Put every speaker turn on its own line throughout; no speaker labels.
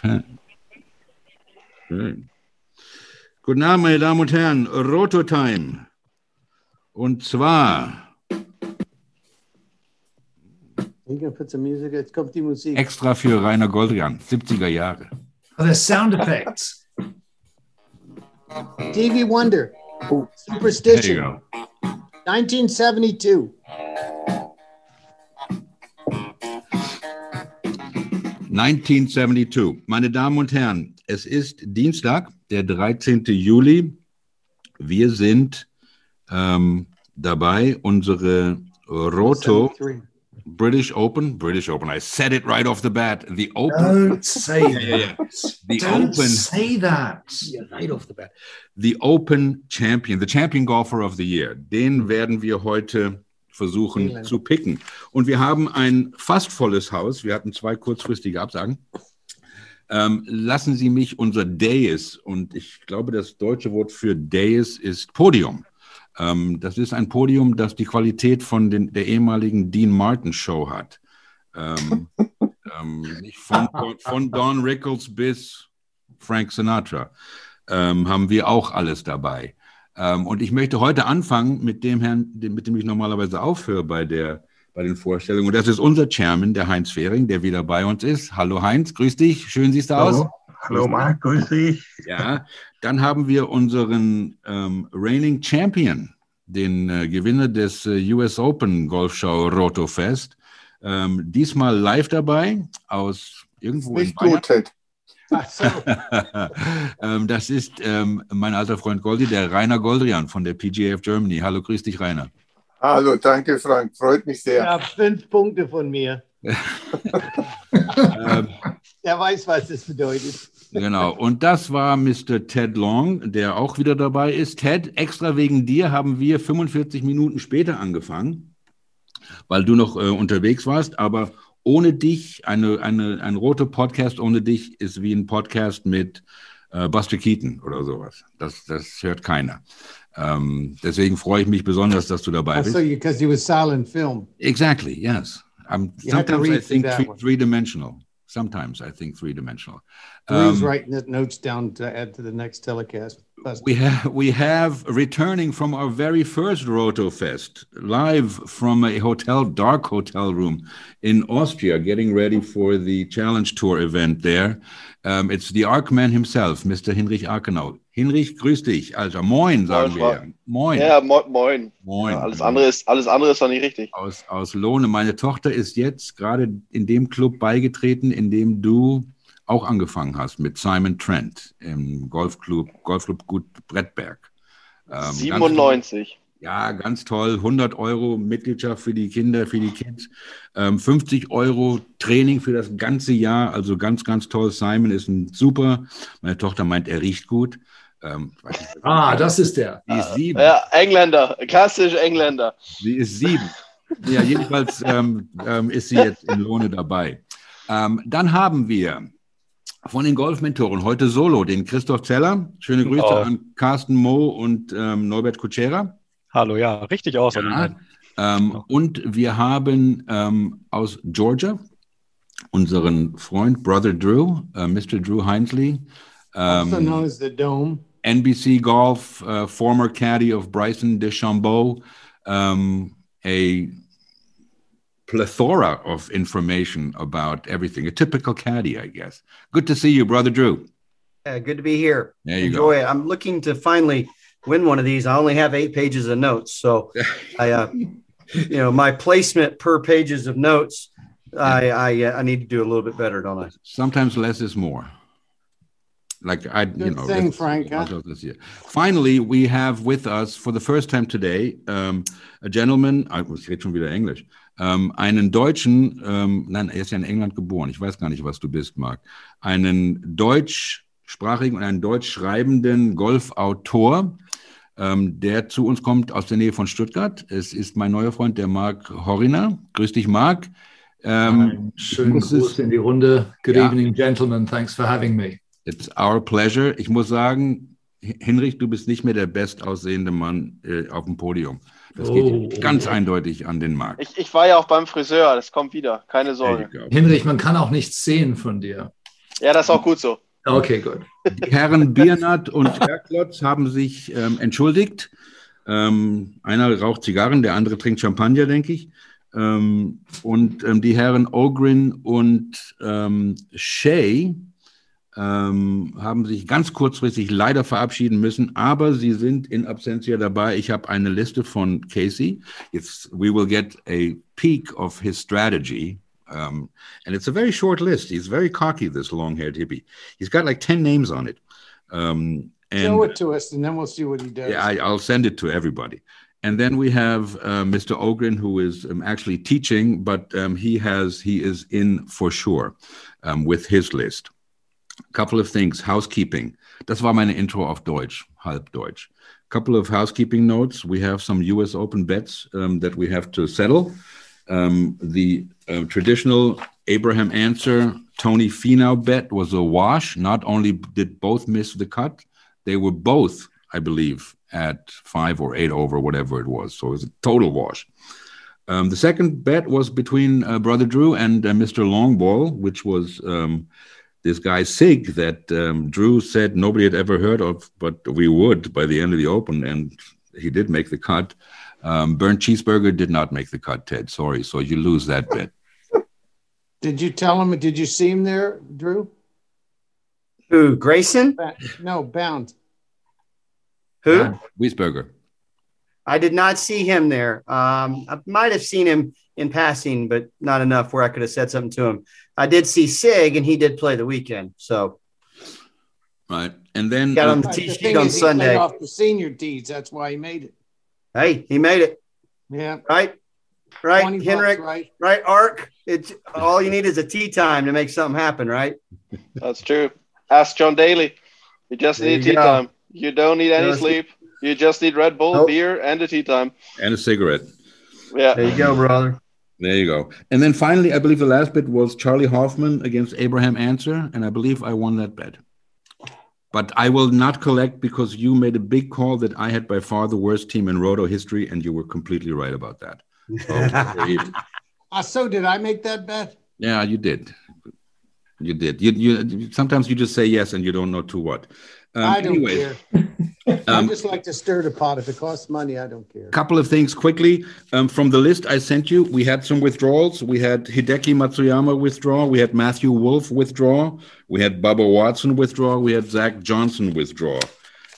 Hm. Schön. Hm. Guten Abend, meine Damen und Herren. Roto-Time. Und zwar
You can put some music. Jetzt kommt die Musik.
extra für Rainer Goldrian, 70er Jahre.
Are there sound effects?
Stevie Wonder.
There you
Superstition.
go.
1972.
Hm. 1972. Meine Damen und Herren, es ist Dienstag, der 13. Juli. Wir sind ähm, dabei, unsere Roto
73.
British Open, British Open, I said it right off the bat, the Open,
Don't say
yeah, yeah.
that.
the
Don't
Open,
say that.
Yeah, right off the bat, the Open Champion, the Champion Golfer of the Year, den werden wir heute versuchen
England.
zu picken. Und wir haben ein fast volles Haus, wir hatten zwei kurzfristige Absagen. Ähm, lassen Sie mich unser Dais, und ich glaube, das deutsche Wort für Dais ist Podium. Ähm, das ist ein Podium, das die Qualität von den, der ehemaligen Dean Martin Show hat. Ähm, ähm, nicht von, von Don Rickles bis Frank Sinatra ähm, haben wir auch alles dabei. Ähm, und ich möchte heute anfangen mit dem Herrn, dem- mit dem ich normalerweise aufhöre bei der bei den Vorstellungen. Und das ist unser Chairman, der Heinz Fehring, der wieder bei uns ist. Hallo Heinz, grüß dich. Schön siehst du aus.
Hallo, Hallo Marc, grüß dich.
Ja, dann haben wir unseren ähm, reigning Champion, den äh, Gewinner des äh, US Open Golfschau Roto Fest. Ähm, diesmal live dabei aus irgendwo in
Nicht
Bayern.
blutet.
Ach so.
ähm, das ist ähm, mein alter Freund Goldi, der Rainer Goldrian von der PGF Germany. Hallo, grüß dich, Rainer.
Hallo, danke Frank, freut mich sehr.
Ja, fünf Punkte von mir.
Ähm,
Der weiß, was das bedeutet.
Genau, und das war Mr. Ted Long, der auch wieder dabei ist. Ted, extra wegen dir haben wir 45 Minuten später angefangen, weil du noch äh, unterwegs warst, aber ohne dich, eine, eine, ein roter Podcast ohne dich ist wie ein Podcast mit äh, Buster Keaton oder sowas. Das, das hört keiner. Ähm, deswegen freue ich mich besonders, dass du dabei
Ach
bist.
so, because he was silent film.
Exactly, yes. I'm,
You had to
sometimes I
read
think
that
three,
one.
three-dimensional. Sometimes I think three-dimensional.
Drew's
Um,
writing the notes down to add to the next telecast. Buster.
We have we have returning from our very first Roto Fest, live from a hotel, dark hotel room in Austria, getting ready for the Challenge Tour event there. Um, it's the Arkman himself, Mr. Hinrich Arkenau. Hinrich, grüß dich, Alter. Moin, sagen
Moin,
wir. ja. Moin. genau.
Ja, mo moin.
Moin.
Ja, alles, andere ist, alles andere ist doch nicht richtig.
Aus, aus Lohne. Meine Tochter ist jetzt gerade in dem Club beigetreten, in dem du auch angefangen hast, mit Simon Trent im Golfclub, Golfclub Gut Brettberg. Ähm, ganz toll.
97.
Ja, ganz toll. 100 Euro Mitgliedschaft für die Kinder, für die Kids. Ähm, 50 Euro Training für das ganze Jahr. Also ganz, ganz toll. Simon ist ein super. Meine Tochter meint, er riecht gut. Ähm, ich weiß nicht,
Ah, das ist der.
die ist sieben.
Ja, Engländer, klassisch Engländer.
Sie ist sieben. Ja, jedenfalls ähm, ähm, ist sie jetzt in Lohne dabei. Ähm, dann haben wir von den Golfmentoren heute solo den Christoph Zeller. Schöne Grüße
Oh.
an Carsten Mo und ähm, Norbert Kutschera.
Hallo, ja, richtig aus.
Ja. Ähm, und wir haben ähm, aus Georgia unseren Freund Brother Drew, äh, Mr. Drew Hinesley,
also known
ähm,
as the Dome.
NBC Golf, äh, former caddy of Bryson DeChambeau, ähm, a plethora of information about everything. A typical caddy, I guess. Good to see you, Brother Drew.
Yeah, good to be here.
There you
Enjoy. it. I'm looking to finally win one of these. I only have eight pages of notes, so I, uh, you know, my placement per pages of notes, I I, uh, I need to do a little bit better, don't I?
go. Sometimes less is more. like I, you
Good
know,
thing,
this-
Frank, huh?
also this year. Finally, we have with us for the first time today um, a gentleman. ah, Ich rede schon wieder Englisch. Ähm, einen Deutschen. Ähm, nein, er ist ja in England geboren. Ich weiß gar nicht, was du bist, Marc. Einen deutschsprachigen und einen deutsch schreibenden Golfautor. Ähm, der zu uns kommt aus der Nähe von Stuttgart. Es ist mein neuer Freund, der Marc Horiner. Grüß dich, Marc. Ähm,
Einen schönen
das ist-
Gruß in die Runde. Good
Ja.
evening, gentlemen. Thanks for having me.
It's our pleasure. Ich muss sagen, H- Hinrich, du bist nicht mehr der bestaussehende Mann äh, auf dem Podium. Das
Oh.
geht ganz eindeutig an den Markt.
Ich, ich war ja auch beim Friseur, das kommt wieder, keine Sorge.
There you go.
Hinrich, man kann auch nichts sehen von dir.
Ja, das ist auch gut so.
Okay, gut.
Die Herren Biernat und Kerklotz haben sich ähm, entschuldigt. Ähm, einer raucht Zigarren, der andere trinkt Champagner, denke ich. Ähm, und ähm, die Herren Ogrin und ähm, Shay ähm, haben sich ganz kurzfristig leider verabschieden müssen, aber sie sind in Absentia dabei. Ich habe eine Liste von Casey. It's, we will get a peek of his strategy. Um, and it's a very short list. He's very cocky, this long haired hippie. He's got like 10 names on it. Um, and
Show it to us, and then we'll see what he does.
yeah, I, I'll send it to everybody. And then we have uh, Mr. Ogren, who is um, actually teaching, but um, he has he is in for sure um, with his list. Couple of things, housekeeping. Das war meine Intro auf Deutsch, halb Deutsch. Couple of housekeeping notes. We have some U.S. Open bets um, that we have to settle. Um, the uh, traditional Abraham answer, Tony Finau bet was a wash. Not only did both miss the cut, they were both, I believe, at five or eight over, whatever it was. So it was a total wash. Um, the second bet was between uh, Brother Drew and uh, Mr. Longball, which was um, this guy Sig that um, Drew said nobody had ever heard of, but we would by the end of the Open, and he did make the cut. Um, Bernd Cheeseberger did not make the cut, Ted. Sorry, so you lose that bet.
Did you tell him? Did you see him there, Drew?
Who? Grayson?
Ba- No, bound.
Who?
Wiesberger.
I did not see him there. Um, I might have seen him in passing, but not enough where I could have said something to him. I did see Sig, and he did play the weekend. So
Right, and then
Got
uh,
him The
Right,
tee
the
sheet
thing
on
is, he played
Sunday.
off the senior deeds. That's why he made it.
hey, he made it
Yeah,
right,
20
right,
bucks,
Henrik,
right?
right, Ark. It's all you need is a tea time to make something happen, right?
That's true. Ask John Daly. You just
There
need
you
tea
go.
time. You don't need any
Just-
sleep. You just need Red Bull,
Nope.
beer, and a tea time.
and a cigarette.
Yeah.
There you go, brother.
There you go. And then finally, I believe the last bit was Charlie Hoffman against Abraham Answer, and I believe I won that bet. But I will not collect because you made a big call that I had by far the worst team in roto history, and you were completely right about that. So, it-
Ah, so did I make that bet?
yeah, you did. You did. You, you sometimes you just say yes and you don't know to what. Um,
I don't
anyways,
care. I
um,
just like to stir the pot. If it costs money, I don't care.
couple of things quickly um, from the list I sent you. We had some withdrawals. We had Hideki Matsuyama withdraw. We had Matthew Wolf withdraw. We had Bubba Watson withdraw. We had Zach Johnson withdraw.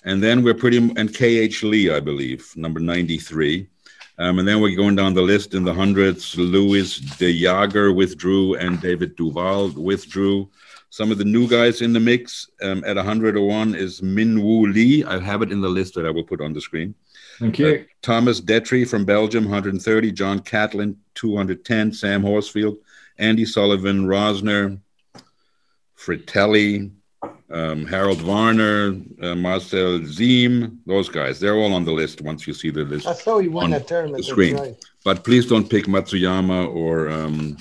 And then we're pretty and KH Lee, I believe, number 93. Um, and then we're going down the list in the hundreds. Louis De Jager withdrew and David Duval withdrew. Some of the new guys in the mix um, at 101 is Min Woo Lee. I have it in the list that I will put on the screen.
Thank you.
Thomas Detry from Belgium, 130. John Catlin, 210. Sam Horsfield, Andy Sullivan, Rosner, Fritelli, um, Harold Varner, uh, Marcel Ziem. Those guys, they're all on the list once you see the list.
I saw he
On
won that tournament.
the
that's
screen.
right.
But please don't pick Matsuyama or um,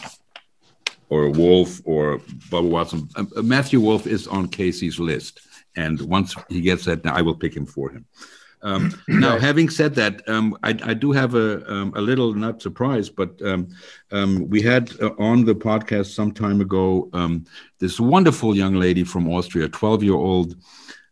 or Wolf or Bubba Watson. Um, uh, Matthew Wolf is on Casey's list, and once he gets that, I will pick him for him. Um, now, having said that, um, I, I do have a, um, a little not surprise, but um, um, we had uh, on the podcast some time ago um, this wonderful young lady from Austria, twelve year old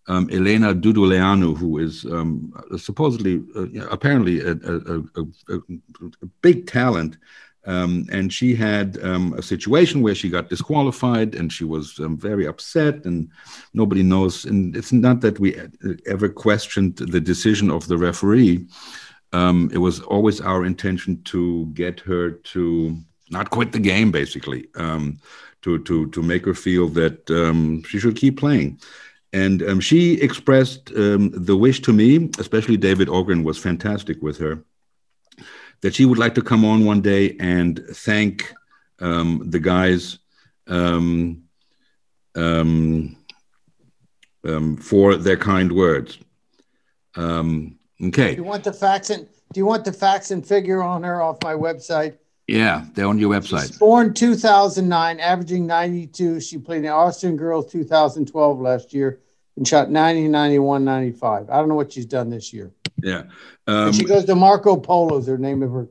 um, Elena Duduleanu, who is um, supposedly, uh, yeah, apparently, a, a, a, a, a big talent. Um, and she had um, a situation where she got disqualified and she was um, very upset, and nobody knows. And it's not that we uh, ever questioned the decision of the referee. Um, it was always our intention to get her to not quit the game, basically, um, to, to, to make her feel that um, she should keep playing. And um, she expressed um, the wish to me, especially David Ogren was fantastic with her, that she would like to come on one day and thank um, the guys um, um, um, for their kind words. Um, okay.
Do you want the facts and do you want the facts and figure on her off my website?
Yeah, they're on your
She's
website.
born 2009, averaging 92. She played in the Austin Girls 2012 last year and shot 90, 91, 95. I don't know what she's done this year.
Yeah.
And
Um,
she goes to Marco Polo's, her name of her.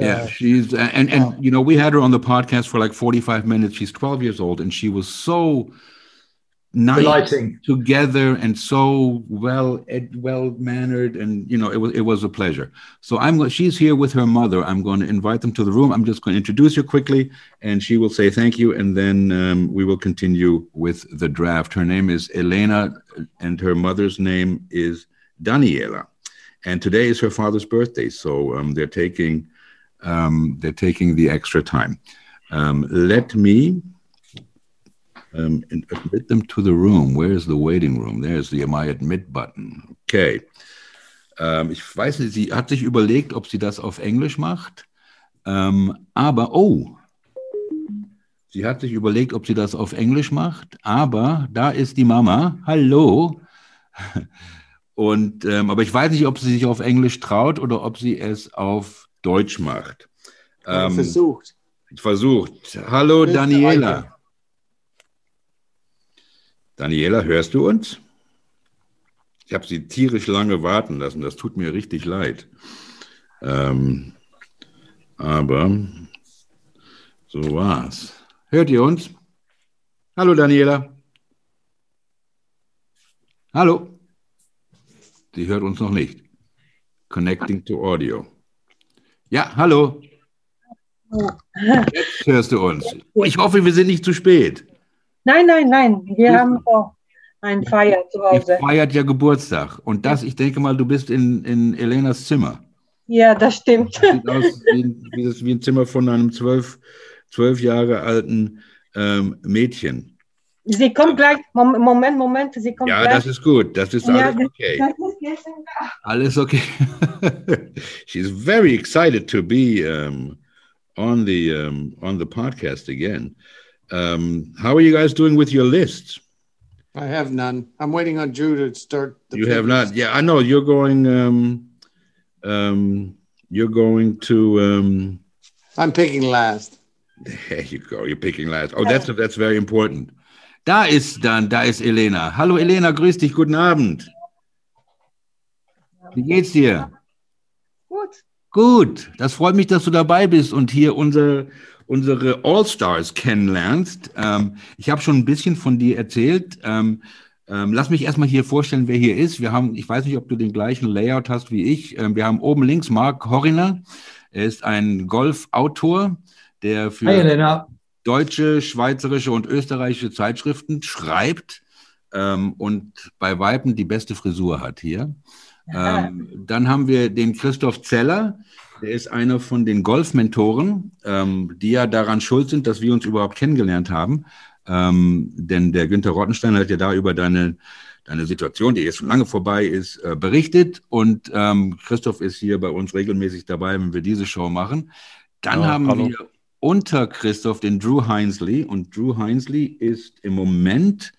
uh,
yeah, she's and and you know we had her on the podcast for like 45 minutes. She's 12 years old and she was so
The
nice
lighting.
together and so well ed, well mannered and you know it was it was a pleasure so i'm go- she's here with her mother i'm going to invite them to the room i'm just going to introduce her quickly and she will say thank you and then um, we will continue with the draft her name is elena uh, and her mother's name is daniela and today is her father's birthday so um, they're taking um, they're taking the extra time um, let me um, and admit them to the room. Where is the waiting room? There's the My Admit Button. Okay. Ähm, ich weiß nicht, sie hat sich überlegt, ob sie das auf Englisch macht. Ähm, aber, oh, sie hat sich überlegt, ob sie das auf Englisch macht. Aber da ist die Mama. Hallo. Und, ähm, aber ich weiß nicht, ob sie sich auf Englisch traut oder ob sie es auf Deutsch macht. Ähm,
Versucht.
versucht. Hallo
Österreicher.
Daniela. Daniela, hörst du uns? Ich habe sie tierisch lange warten lassen. Das tut mir richtig leid. Ähm, aber so war's. Hört ihr uns? Hallo Daniela. Hallo. Sie hört uns noch nicht. Connecting to Audio. Ja, hallo. Jetzt hörst du uns.
oh,
Ich hoffe, wir sind nicht zu spät.
Nein, nein, nein. Wir haben doch ein Feier zu
Ich
Hause.
feiert ja Geburtstag. Und das, ich denke mal, du bist in, in Elenas Zimmer.
Ja, das stimmt.
Sieht aus wie, ein- wie, das, wie ein Zimmer von einem zwölf, zwölf Jahre alten ähm, Mädchen.
Sie kommt gleich. Mom- Moment, Moment. Sie kommt
Ja, das
gleich.
ist gut. Das ist
Ja,
alles
das-
okay.
Das ist gestern.
Alles okay. She's very excited to be um, on the um, on the podcast again. Um, how are you guys doing with your lists?
I have none. I'm waiting on Drew to start. the
you have
figures.
not yeah i know you're going um um you're going to um
I'm picking last.
there you go you're picking last oh that's that's very important da ist dann da ist elena hallo elena grüß dich guten abend wie geht's dir
Gut.
gut das freut mich dass du dabei bist und hier unsere unsere All-Stars kennenlernst. Ähm, ich habe schon ein bisschen von dir erzählt. Ähm, ähm, lass mich erstmal hier vorstellen, wer hier ist. Wir haben, ich weiß nicht, ob du den gleichen Layout hast wie ich. Ähm, wir haben oben links Marc Horriner. Er ist ein Golfautor, der für
Hey, Elena.
deutsche, schweizerische und österreichische Zeitschriften schreibt ähm, und bei Weipen die beste Frisur hat hier. Ähm, dann haben wir den Christoph Zeller, der ist einer von den Golfmentoren, ähm, die ja daran schuld sind, dass wir uns überhaupt kennengelernt haben. Ähm, denn der Günther Rottenstein hat ja da über deine, deine Situation, die jetzt schon lange vorbei ist, äh, berichtet. Und ähm, Christoph ist hier bei uns regelmäßig dabei, wenn wir diese Show machen. Dann
Ja,
haben
hallo.
wir unter Christoph den Drew Heinsley. Und Drew Heinsley ist im Moment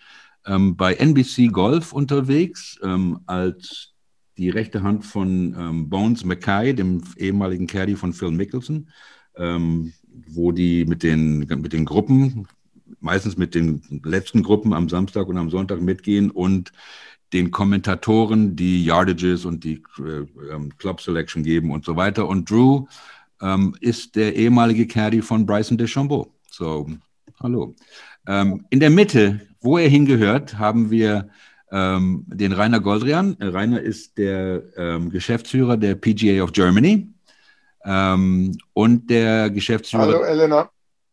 ähm, bei NBC Golf unterwegs ähm, als die rechte Hand von ähm, Bones Mackay, dem ehemaligen Caddy von Phil Mickelson, ähm, wo die mit den, mit den Gruppen, meistens mit den letzten Gruppen am Samstag und am Sonntag mitgehen und den Kommentatoren die Yardages und die äh, ähm, Club Selection geben und so weiter. Und Drew ähm, ist der ehemalige Caddy von Bryson DeChambeau. So, hallo. Ähm, in der Mitte, wo er hingehört, haben wir ähm, den Rainer Goldrian. Äh, Rainer ist der ähm, Geschäftsführer der PGA of Germany ähm, und der Geschäftsführer
Hallo Elena.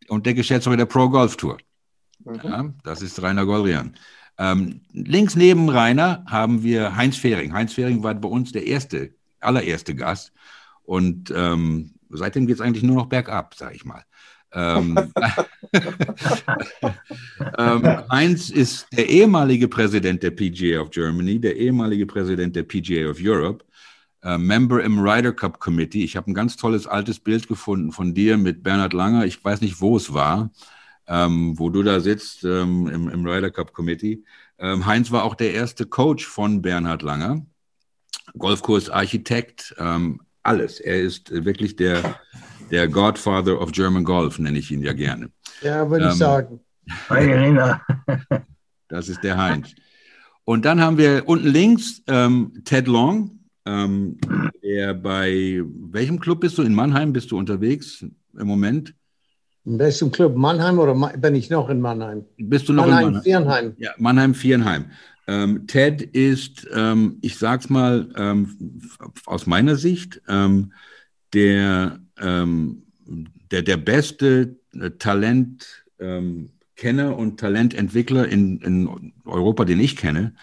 und der Geschäftsführer der Pro Golf Tour.
Mhm.
Ja, das ist Rainer Goldrian. Ähm, links neben Rainer haben wir Heinz Fehring. Heinz Fehring war bei uns der erste, allererste Gast. Und ähm, seitdem geht es eigentlich nur noch bergab, sage ich mal. Ähm, ähm, Heinz ist der ehemalige Präsident der PGA of Germany, der ehemalige Präsident der PGA of Europe äh, Member im Ryder Cup Committee. Ich habe ein ganz tolles altes Bild gefunden von dir mit Bernhard Langer. Ich weiß nicht, wo es war, ähm, wo du da sitzt ähm, im, im Ryder Cup Committee. Ähm, Heinz war auch der erste Coach von Bernhard Langer, Golfkursarchitekt, ähm, alles. Er ist wirklich der, der Godfather of German Golf, nenne ich ihn ja gerne.
Ja, würde
Ähm,
ich sagen.
Hi Elena.
Das ist der Heinz. Und dann haben wir unten links ähm, Ted Long, ähm, der bei welchem Club bist du? In Mannheim bist du unterwegs im Moment?
In welchem Club? Mannheim oder Ma bin ich noch in Mannheim?
Bist du noch in
Mannheim,
Mannheim?
Viernheim.
Ja, Mannheim, Vierenheim. Ähm, Ted ist, ähm, ich sag's mal, ähm, f- aus meiner Sicht, ähm, der, ähm, der, der beste äh, Talent, ähm, Kenner und Talententwickler in, in Europa, den ich kenne.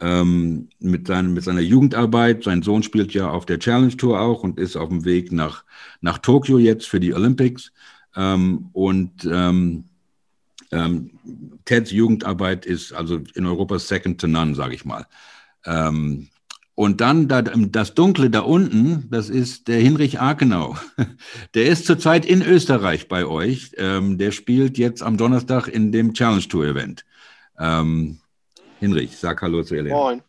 Ähm, mit, seinem, mit seiner Jugendarbeit. Sein Sohn spielt ja auf der Challenge Tour auch und ist auf dem Weg nach, nach Tokio jetzt für die Olympics. Ähm, und ähm, ähm, Teds Jugendarbeit ist also in Europa second to none, sage ich mal. Ähm, und dann da, das Dunkle da unten, das ist der Hinrich Akenau. Der ist zurzeit in Österreich bei euch. Ähm, der spielt jetzt am Donnerstag in dem Challenge Tour Event. Ähm, Hinrich, sag Hallo zu Elena.
Moin.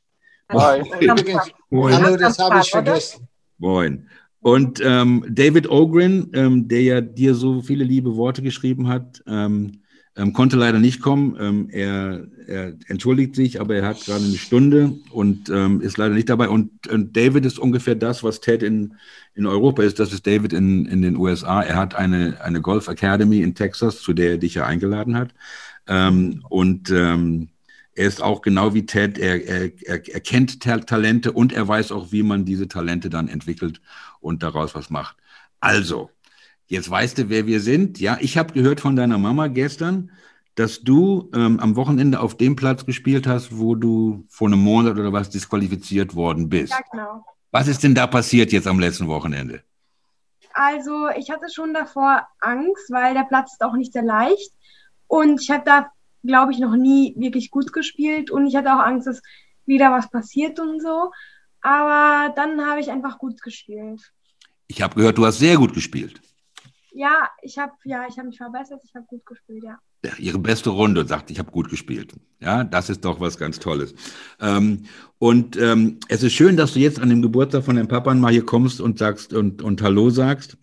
Hi.
Oh, übrigens, hallo, das habe ich vergessen.
Moin. Und ähm, David Ogrin, ähm, der ja dir so viele liebe Worte geschrieben hat, ähm, ähm, konnte leider nicht kommen. Ähm, er, er entschuldigt sich, aber er hat gerade eine Stunde und ähm, ist leider nicht dabei. Und, und David ist ungefähr das, was Ted in, in Europa ist. Das ist David in, in den USA. Er hat eine, eine Golf Academy in Texas, zu der er dich ja eingeladen hat. Ähm, und ähm, er ist auch genau wie Ted, er, er, er, er kennt Ta Talente und er weiß auch, wie man diese Talente dann entwickelt und daraus was macht. Also, jetzt weißt du, wer wir sind. Ja, ich habe gehört von deiner Mama gestern, dass du ähm, am Wochenende auf dem Platz gespielt hast, wo du vor einem Monat oder was disqualifiziert worden bist.
Ja, genau.
Was ist denn da passiert jetzt am letzten Wochenende?
Also ich hatte schon davor Angst, weil der Platz ist auch nicht sehr leicht. Und ich habe da, glaube ich, noch nie wirklich gut gespielt. Und ich hatte auch Angst, dass wieder was passiert und so. Aber dann habe ich einfach gut gespielt.
Ich habe gehört, du hast sehr gut gespielt.
Ja, ich habe ja, ich habe mich verbessert, ich habe gut gespielt, ja.
ihre beste Runde und sagt, ich habe gut gespielt. Ja, das ist doch was ganz Tolles. Ähm, und ähm, es ist schön, dass du jetzt an dem Geburtstag von deinem Papa mal hier kommst und sagst und, und Hallo sagst.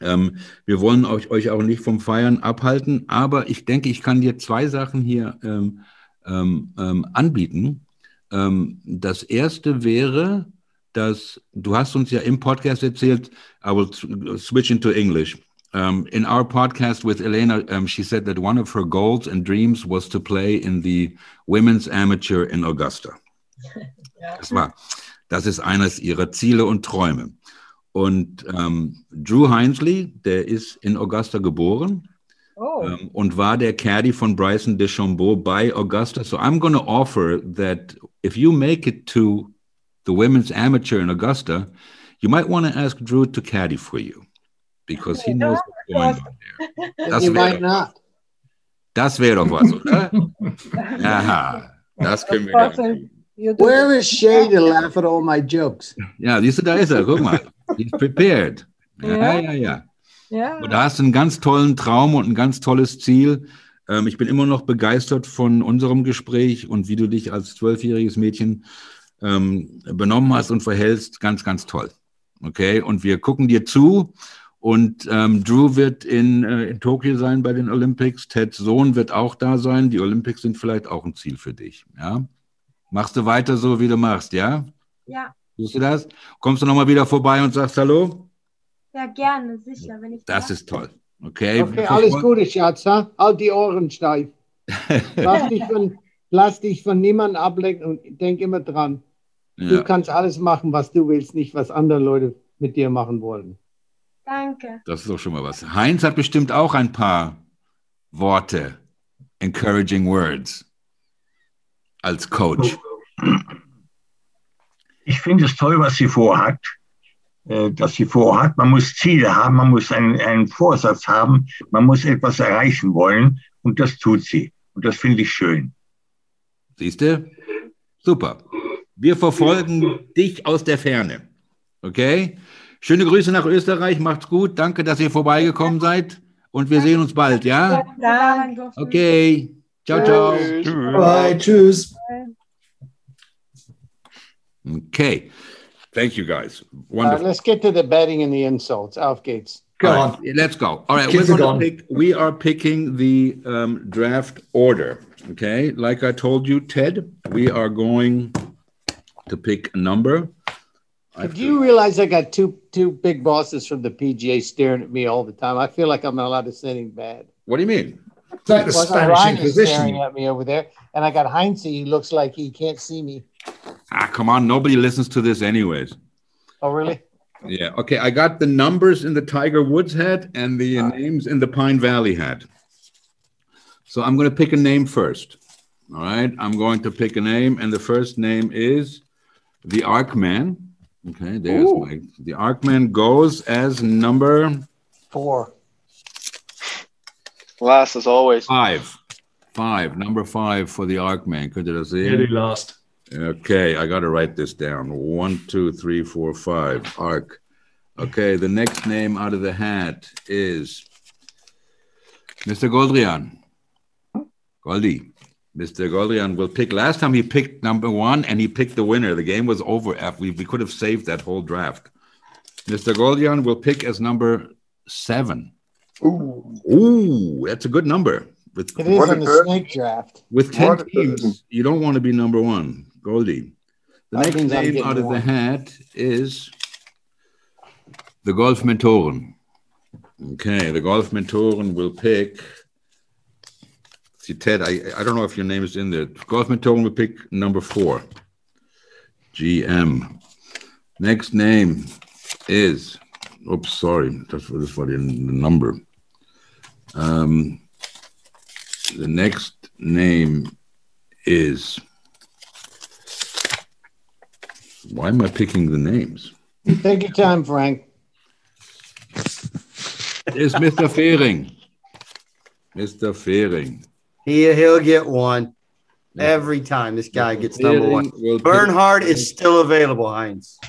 Ähm, wir wollen euch, euch auch nicht vom Feiern abhalten, aber ich denke, ich kann dir zwei Sachen hier ähm, ähm, ähm, anbieten. Ähm, das erste wäre, dass du hast uns ja im Podcast erzählt, I will s- switch into English. Um, in our podcast with Elena, um, she said that one of her goals and dreams was to play in the Women's Amateur in Augusta. Das war, das ist eines ihrer Ziele und Träume. Und ähm, Drew Hinesley, der ist in Augusta geboren
Oh,
um, und war der Caddy von Bryson DeChambeau bei Augusta. So I'm going to offer that if you make it to the women's amateur in Augusta, you might want to ask Drew to caddy for you because he knows what's going on there. Das
You
wäre
might
doch,
not.
das wär doch was, oder? Aha, das können wir. Gerne.
you E do.
Where is Shay to laugh at all my jokes?
Ja, siehst du, da ist er, guck mal. He's prepared. Ja,
Ja.
ja, ja.
Ja.
Und da hast du einen ganz tollen Traum und ein ganz tolles Ziel. Ähm, ich bin immer noch begeistert von unserem Gespräch und wie du dich als zwölfjähriges Mädchen ähm, benommen hast und verhältst. Ganz, ganz toll. Okay, und wir gucken dir zu. Und ähm, Drew wird in, äh, in Tokio sein bei den Olympics. Teds Sohn wird auch da sein. Die Olympics sind vielleicht auch ein Ziel für dich. Ja? Machst du weiter so, wie du machst, ja?
Ja,
Siehst du das? Kommst du nochmal wieder vorbei und sagst Hallo?
ja, gerne, sicher, wenn ich
Das
darf.
ist toll. Okay.
Okay, alles Gute, Schatz. Ha? Halt die Ohren steif. Lass dich von, lass dich von niemandem ablenken und denk immer dran. Du
Ja,
kannst alles machen, was du willst, nicht was andere Leute mit dir machen wollen.
Danke.
das ist doch schon mal was. Heinz hat bestimmt auch ein paar Worte, encouraging words, als Coach.
Ich finde es toll, was sie vorhat. äh, Dass sie vorhat, man muss Ziele haben, man muss einen, einen Vorsatz haben, man muss etwas erreichen wollen und das tut sie. Und das finde ich schön.
Siehst du? Super. Wir verfolgen dich aus der Ferne. Okay? Schöne Grüße nach Österreich. Macht's gut. Danke, dass ihr vorbeigekommen seid. Und wir sehen uns bald,
Ah.
ja?
Dass wir da sein durften.
Okay. Ciao, ciao.
Bye. Tschüss.
Okay. Thank you guys.
Uh,
Wonderful.
let's get to the betting and the insults. Auf geht's.
Go
All right,
on.
Let's go. All right,
Kids
we're
are
gonna
gone.
pick, we are picking the um, draft order. Okay, like I told you, Ted, we are going to pick a number.
Do you realize I got two two big bosses from the PGA staring at me all the time? I feel like I'm not allowed to say anything bad.
What do you mean?
It's like the Spanish Inquisition. staring at me over there, and I got Heinze. He looks like he can't see me.
Ah, come on. Nobody listens to this, anyways.
Oh, really?
Yeah. Okay. I got the numbers in the Tiger Woods hat and the uh, names in the Pine Valley hat. So I'm going to pick a name first. All right. I'm going to pick a name, and the first name is the Arkman. Okay. There's
Ooh.
my. The Arkman goes as number
Four.
Last as always.
five. Five. Number five for the Arkman. Könnt ihr das sehen?
Really last.
Okay, I got to write this down. One, two, three, four, five. Arc. Okay, the next name out of the hat is Mr. Goldrian. Goldie. Mr. Goldrian will pick. Last time he picked number one and he picked the winner. The game was over. af- We, we could have saved that whole draft. Mr. Goldrian will pick as number seven.
Ooh,
Ooh, that's a good number. With,
It is
What a
in the
bird.
snake draft.
with 10
What a burden.
teams, you don't want to be number one. Goldie. The
That
next
means I'm
name
getting
out of the
one.
hat is the Golf Mentoren. Okay, the Golf Mentoren will pick. See, Ted, I, I don't know if your name is in there. Golf Mentoren will pick number four. GM. Next name is, oops, sorry, das, das war die Number. Um, the next name is. Why am I picking the names?
Take your time, Frank.
Is Mr. Fehring. Mr. Fehring.
He he'll get one
Yeah.
every time. This guy
Mr.
gets number
Fehring
one.
will pick-
Bernhard is still available, Heinz.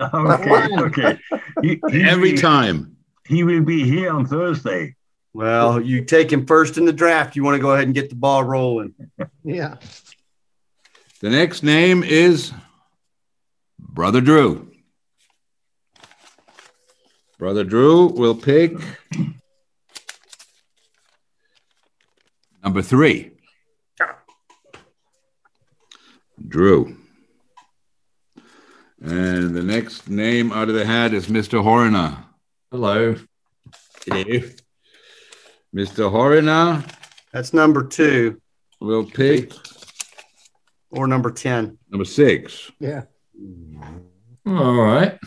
Okay, okay. He, he
every
will-
time.
He will be here on Thursday.
Well, you take him first in the draft. You want to go ahead and get the ball rolling.
Yeah.
The next name is Brother Drew. Brother Drew will pick number three. Drew. And the next name out of the hat is Mr. Horner.
Hello.
Mr. Horner
That's number two
will pick
or number 10.
number six.
Yeah.
All right.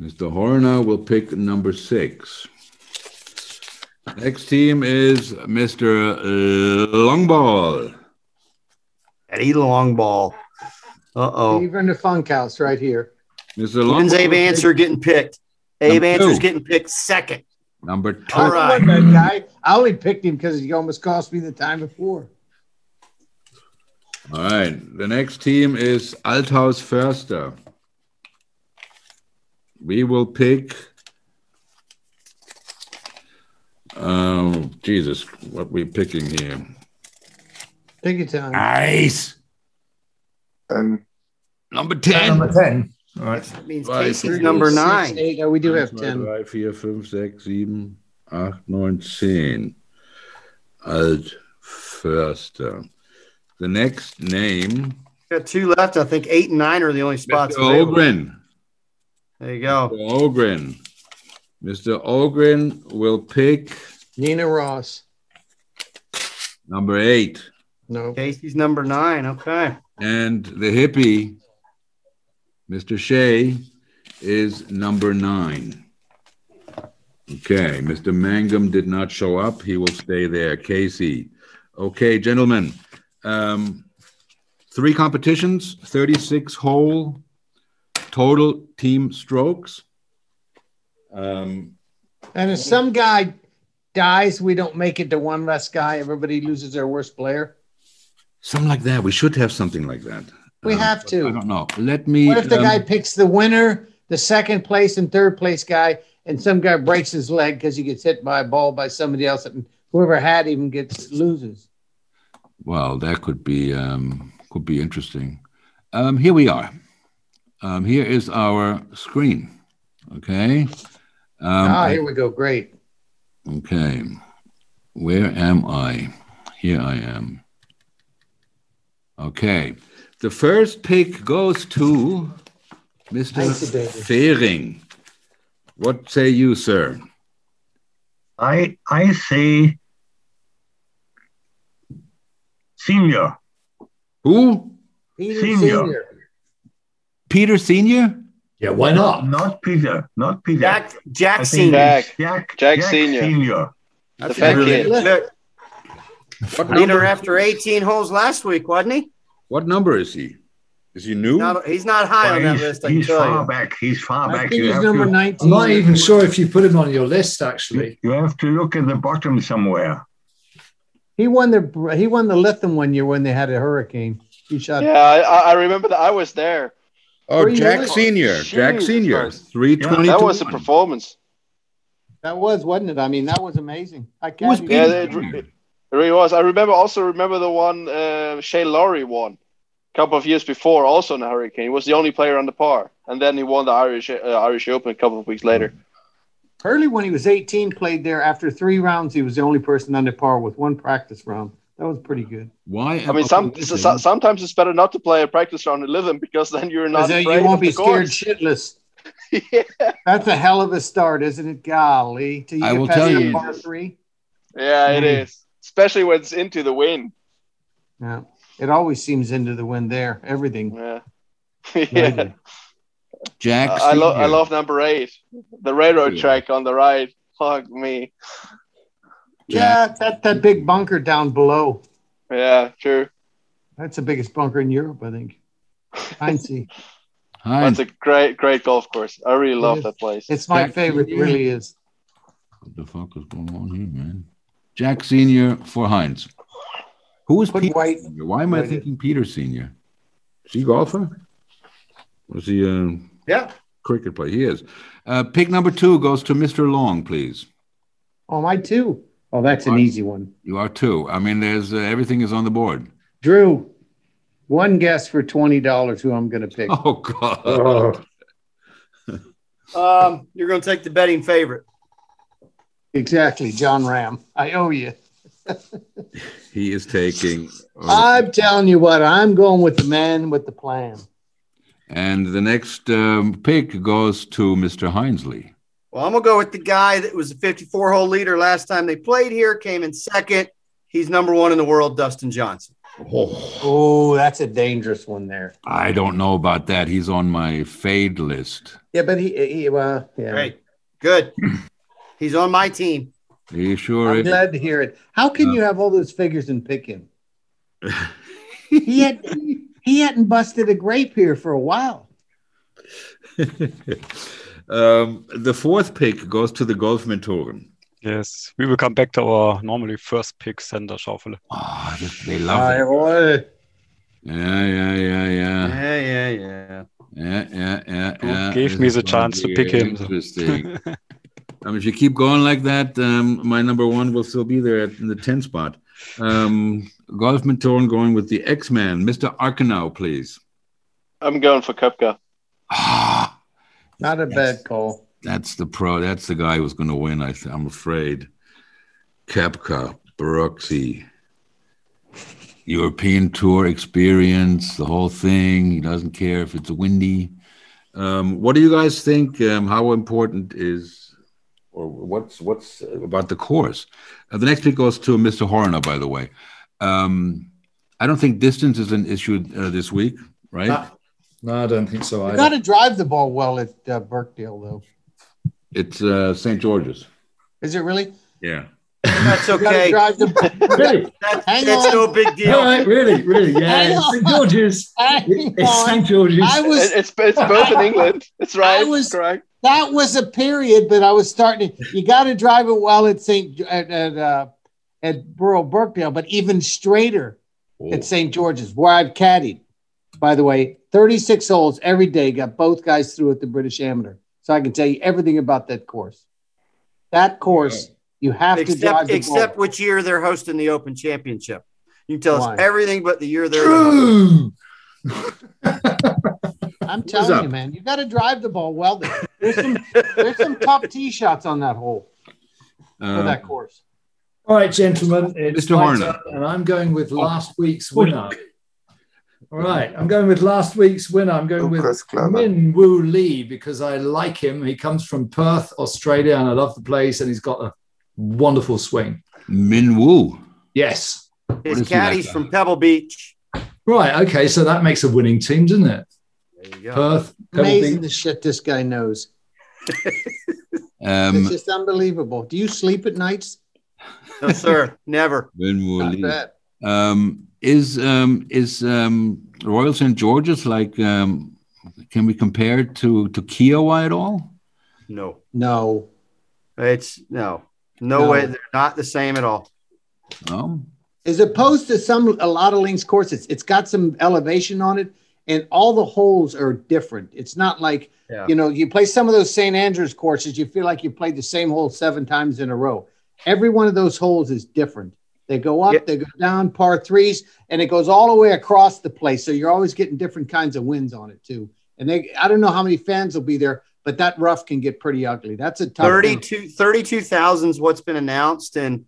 Mr. Horner will pick number six. Next team is Mr. Longball.
Eddie Longball. Uh oh.
Even the funk house right here.
Mr.
When's
Longball,
Abe Answer getting picked? Abe
Number
Answer's
two.
getting picked second.
number two.
All
I
right.
love that guy. I only picked him because he almost cost me the time before.
All right. The next team is Althaus Förster. We will pick. Um, Jesus, what we picking here?
Take your time.
Nice.
and
Number
And
10.
number 10. All right.
That means
Right.
Casey's number
Six,
nine.
eight. Oh, we do have
10.
10.
3, 4, 5, 6, 7, 8, 9, 10. Alt Förster. The next name,
Got two left. I think eight and nine are the only spots.
Mr.
available.
Ogren.
There you
Mr.
go.
Ogren. Mr. Ogren will pick
Nina Ross.
number eight.
No.
Casey's number nine. Okay.
And the hippie, Mr. Shea, is number nine. Okay, Mr. Mangum did not show up. He will stay there. Casey. Okay, gentlemen. Um, three competitions, 36 hole total team strokes. Um,
And if some guy dies, we don't make it to one less guy. Everybody loses their worst player.
something like that. We should have something like that.
We
Um,
have to.
I don't know. Let me.
What if the
um,
guy picks the winner, the second place, and third place guy, and some guy breaks his leg because he gets hit by a ball by somebody else, and whoever had him gets loses?
Well, that could be um, could be interesting. Um, here we are. Um, here is our screen. Okay. Um,
ah, here we go. Great.
okay. Where am I? Here I am. Okay. The first pick goes to Mr.
Thank you, David.
Fehring, what say you, sir?
I, I say senior.
Who?
Peter
Senior.
Peter Senior?
Yeah, why not?
Not Peter. Not Peter.
Jack,
I
Jack
think
Senior.
it's Jack,
Jack Senior.
That's
The fat
really-
kid.
Look,
What
Leader
number,
after 18 holes last week, wasn't he?
what number is he? Is he new?
Not, he's not high on
Well,
that
he's
list, I can
he's far
tell you.
back. He's far
I
back.
think
You
he's
have,
number
to,
19.
I'm not even sure if you put him on your list, actually.
you have to look at the bottom somewhere.
He won the he won the Lithium one year when they had a hurricane. He shot.
Yeah, I, I I remember that. I was there.
Oh,
Were you
Jack
really?
Senior. Jack
Jesus
Senior.
Christ.
Three twenty.
That was a performance.
That was, wasn't it? I mean, that was amazing. I
Who was
can't.
Yeah,
even-
Peter
it,
Senior?
it really was. I remember also remember the one uh, Shay Laurie won a couple of years before, also in a hurricane. He was the only player on the par, and then he won the Irish uh, Irish Open a couple of weeks later.
Hurley, when he was 18, played there. After three rounds, he was the only person under par with one practice round. That was pretty good.
Why?
I mean, some, so, sometimes it's better not to play a practice round in Lytham because then you're not.
Because then
afraid
you won't
of the
be scared
course.
shitless.
yeah.
That's a hell of a start, isn't it? Golly, to
I
get
will
past
tell
the
you-
par three.
yeah, it
Mm.
is. Especially when it's into the wind.
Yeah, it always seems into the wind there. Everything.
Yeah. yeah.
Jack.
I, I love I
Senior.
love number eight, the railroad
Yeah.
track on the right. Fuck me.
Yeah, that that big bunker down below.
Yeah, true.
That's the biggest bunker in Europe, I think. I see.
Hi.
That's a great great golf course. I really love
is.
that place.
It's my
Jack
favorite. It
Senior.
really is.
What the fuck is going on here, man? Jack Senior for Heinz. Who is
Put
Peter?
White-
Senior? Why am I
White in.
thinking Peter Senior? Is he a golfer? Was he a
Yeah.
cricket player? He is. Uh, pick number two goes to Mr. Long, please.
Oh, my two. Oh, that's an
One.
easy one.
You are two. I mean, there's uh, everything is on the board.
Drew, one guess for twenty dollars who I'm going to pick.
Oh God!
Oh,
Um, you're going to take the betting favorite.
Exactly, John Ram. I owe you.
He is taking. oh,
I'm telling you what. I'm going with the man with the plan.
and the next um, pick goes to Mr. Hinesley.
Well, I'm going to go with the guy that was the 54 hole leader last time they played here, came in second. He's number one in the world, Dustin Johnson.
Oh, that's a dangerous one there.
I don't know about that. He's on my fade list.
Yeah, but he, he well, yeah.
Great. Good. He's on my team.
He sure
I'm
is.
glad to hear it. How can
Yeah.
you have all those figures and pick him? he had he hadn't busted a grape here for a while.
um, the fourth pick goes to the golf mentoren.
Yes, we will come back to our normally first pick, Sander Schaufele.
Oh, this- they
I-
love it.
oh,
Yeah, yeah, yeah, yeah,
Yeah, yeah, yeah.
yeah, yeah, yeah.
Who
yeah.
gave
This
me
is
the
gonna
chance to
be
pick him?
Interesting. I mean, if you keep going like that, um, my number one will still be there at, in the 10 spot. Um, Golf Mentoren going with the X Man, Mr. Arkenau, please.
I'm going for Kupka.
Ah,
not a bad call.
that's the pro. That's the guy who's going to win, I th- I'm afraid. Kepka, Baroxy, European Tour experience, the whole thing. He doesn't care if it's windy. Um, what do you guys think? Um, how important is, or what's what's about the course? Uh, the next pick goes to Mr. Horner, by the way. Um, I don't think distance is an issue uh, this week, right?
Ah. no, I don't think so
You
either.
got to drive the ball well at uh, Burkdale, though.
It's uh, St. George's.
Is it really?
Yeah.
That's
You gotta
okay.
drive the-
Really?
That,
Hang
that's
on.
no big
All
deal.
right, really, really.
Hang
Yeah,
on.
St. George's.
Hang
It's
on.
St. George's.
I was
It- it's it's both in England. It's right.
I was-
correct.
that was a period, but I was starting. to- You got to drive it well at St. at at, uh, at Borough Burkdale, but even straighter
Oh.
at St. George's, where I've caddied. By the way, 36 holes every day got both guys through at the British Amateur, so I can tell you everything about that course. That course, you have to drive
Except,
the
except
ball.
which year they're hosting the Open Championship. You can tell
Why?
us everything but the year they're
True.
I'm
What's
telling you,
up?
man, you got to drive the ball well. There. There's some there's some top tee shots on that hole for
Uh,
that course.
All right, gentlemen. It's
Mr.
my
Horner.
turn, And I'm going with last week's winner, All right, I'm going with last week's winner. I'm going
Lucas
with
Clever.
Min Woo Lee because I like him. He comes from Perth, Australia, and I love the place, and he's got a wonderful swing.
Min Woo.
Yes.
What
His
is he like
caddy's
that?
from Pebble Beach.
Right. Okay. So that makes a winning team, doesn't it?
There you go.
Perth. Pebble
Amazing
Beach.
the shit this guy knows.
Ähm,
Um,
it's just unbelievable. Do you sleep at nights?
No, sir, never.
Min Woo
Not
Lee.
bad.
Um, is um, is um, Royal St. George's like? Um, can we compare it to to Kiowa at all?
No,
No.
it's no, no,
No.
way. They're not the same at all.
No.
As opposed to some a lot of links courses, it's got some elevation on it, and all the holes are different. It's not like
Yeah.
you know, you play some of those St. Andrews courses, you feel like you played the same hole seven times in a row. Every one of those holes is different. They go up,
Yeah.
they go down, par threes, and it goes all the way across the place. So you're always getting different kinds of winds on it too. And they, I don't know how many fans will be there, but that rough can get pretty ugly. That's a tough.
32 32,000 is what's been announced. And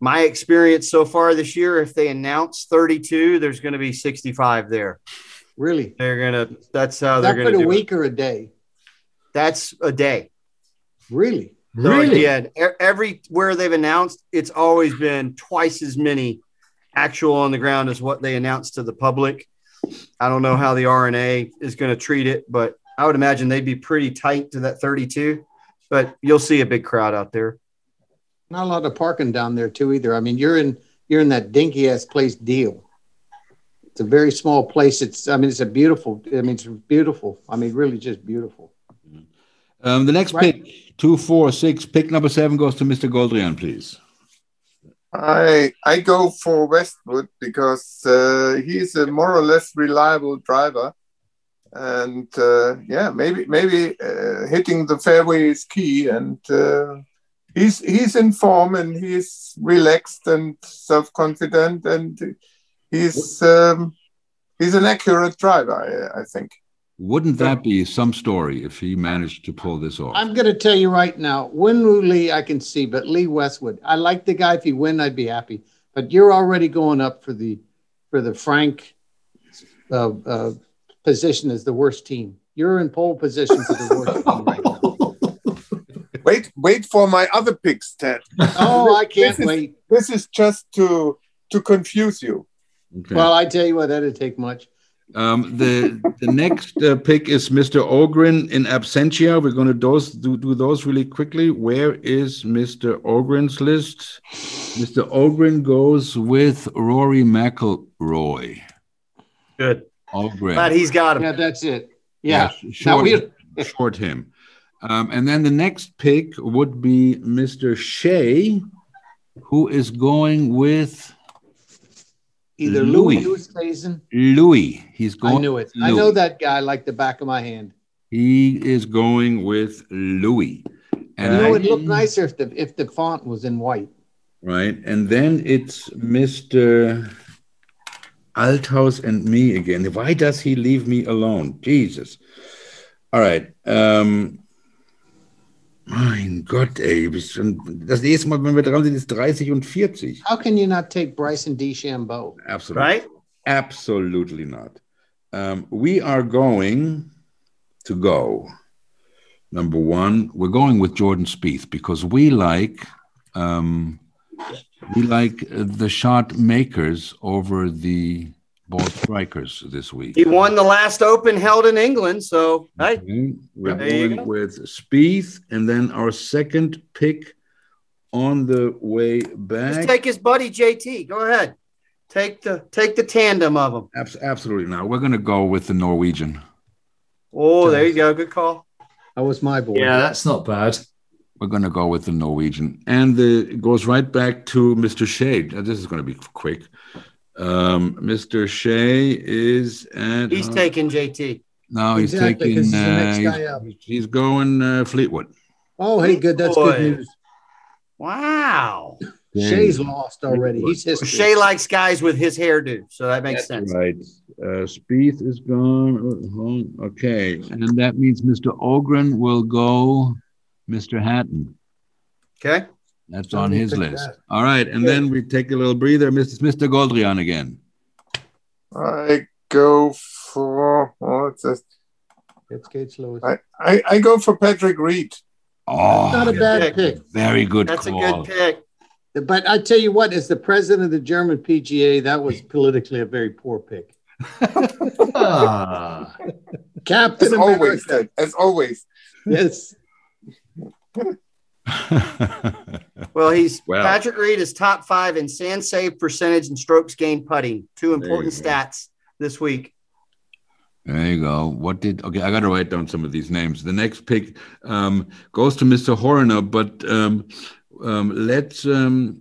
my experience so far this year, if they announce 32, there's going to be 65 there.
really.
They're going to, that's how
Is that
they're
for
going to
the
do it.
week or a day?
That's a day.
Really?
Really?
Yeah. e, Everywhere they've announced, it's always been twice as many actual on the ground as what they announced to the public. I don't know how the RNA is going to treat it, but I would imagine they'd be pretty tight to that 32. But you'll see a big crowd out there.
Not a lot of parking down there too either. I mean, you're in you're in that dinky ass place deal. It's a very small place. It's I mean, it's a beautiful. I mean, it's beautiful. I mean, really just beautiful.
Um, the next
Right.
pick, two, four, six. Pick number seven goes to Mr. Goldrian, please.
I I go for Westwood because uh, he's a more or less reliable driver, and uh, yeah, maybe maybe uh, hitting the fairway is key, and uh, he's he's in form and he's relaxed and self confident, and he's um, he's an accurate driver, I, I think.
Wouldn't that be some story if he managed to pull this off?
I'm going to tell you right now, Winwoo Lee, I can see, but Lee Westwood, I like the guy. If he win, I'd be happy. But you're already going up for the for the Frank uh, uh, position as the worst team. You're in pole position for the worst team right now.
Wait wait for my other picks, Ted.
Oh, I can't
This is-
wait.
This is just to to confuse you.
Okay.
Well, I tell you what, that'd take much.
Um, the the next uh, pick is Mr. Ogrin in absentia. We're going to those, do, do those really quickly. Where is Mr. Ogrin's list? Mr. Ogrin goes with Rory McIlroy.
Good.
Ogrin.
Glad he's got him.
Yeah, that's it. Yeah.
Yes,
Now
short,
we
short him. Um, and then the next pick would be Mr. Shea, who is going with
either
Louis.
Louis Oosthuizen.
Louis. He's going.
I knew it. I
Louis.
know that guy like the back of my hand.
He is going with Louis.
You know,
I-
it'd look nicer if the if the font was in white.
Right. And then it's Mr. Althaus and me again. Why does he leave me alone? Jesus. All right. Ähm, mein Gott, ey. bist Schon, das nächste Mal, wenn wir dran sind, ist 30 und 40.
How can you not take Bryson DeChambeau?
Absolut.
Right?
Absolutely not. Um, we are going to go. Number one, we're going with Jordan Spieth because we like um, we like uh, the shot makers over the ball strikers this week.
He won the last open held in England. So, hey,
Okay, We're
There you
going
go.
with Spieth, and then our second pick on the way
just
back.
take his buddy JT. Go ahead. Take the take the tandem of them.
Abs- absolutely not. We're going to go with the Norwegian.
Oh, there you go. Good call.
That was my boy.
Yeah, that's not bad.
We're going to go with the Norwegian. And the, it goes right back to Mr. Shea. Now, This is going to be quick. Um, Mr. Shea is at.
He's
uh,
taking JT.
No, Oh, he's
Exactly,
taking.
'cause he's the
uh,
next
he's,
guy up.
he's going uh, Fleetwood.
Oh, hey, good. That's
Boy.
good news.
Wow.
Shay's lost already. He's history.
Shay likes guys with his hairdo, so that makes sense.
Right. Uh, Spieth is gone. Oh, Okay. And that means Mr. Ogren will go Mr. Hatton.
Okay.
That's
Oh,
on
we
his
took
list.
that.
All right. And then we take a little breather. Mr. Mr. Goldrian again.
I go for what's this?
It's Gates Lewis.
I, I, I go for Patrick Reed.
Oh,
Not a bad pick.
very good
That's
call.
a good pick.
But I tell you what, as the president of the German PGA, that was politically a very poor pick.
Ah.
Captain
As
America.
always, Ted, as always.
Yes.
Well, he's
Well.
Patrick Reed is top five in sand save percentage and strokes gained putting. Two important
you go.
stats this week.
There you go. What did okay? I got to write down some of these names. The next pick um, goes to Mr. Horner, but um, um, let's. Um,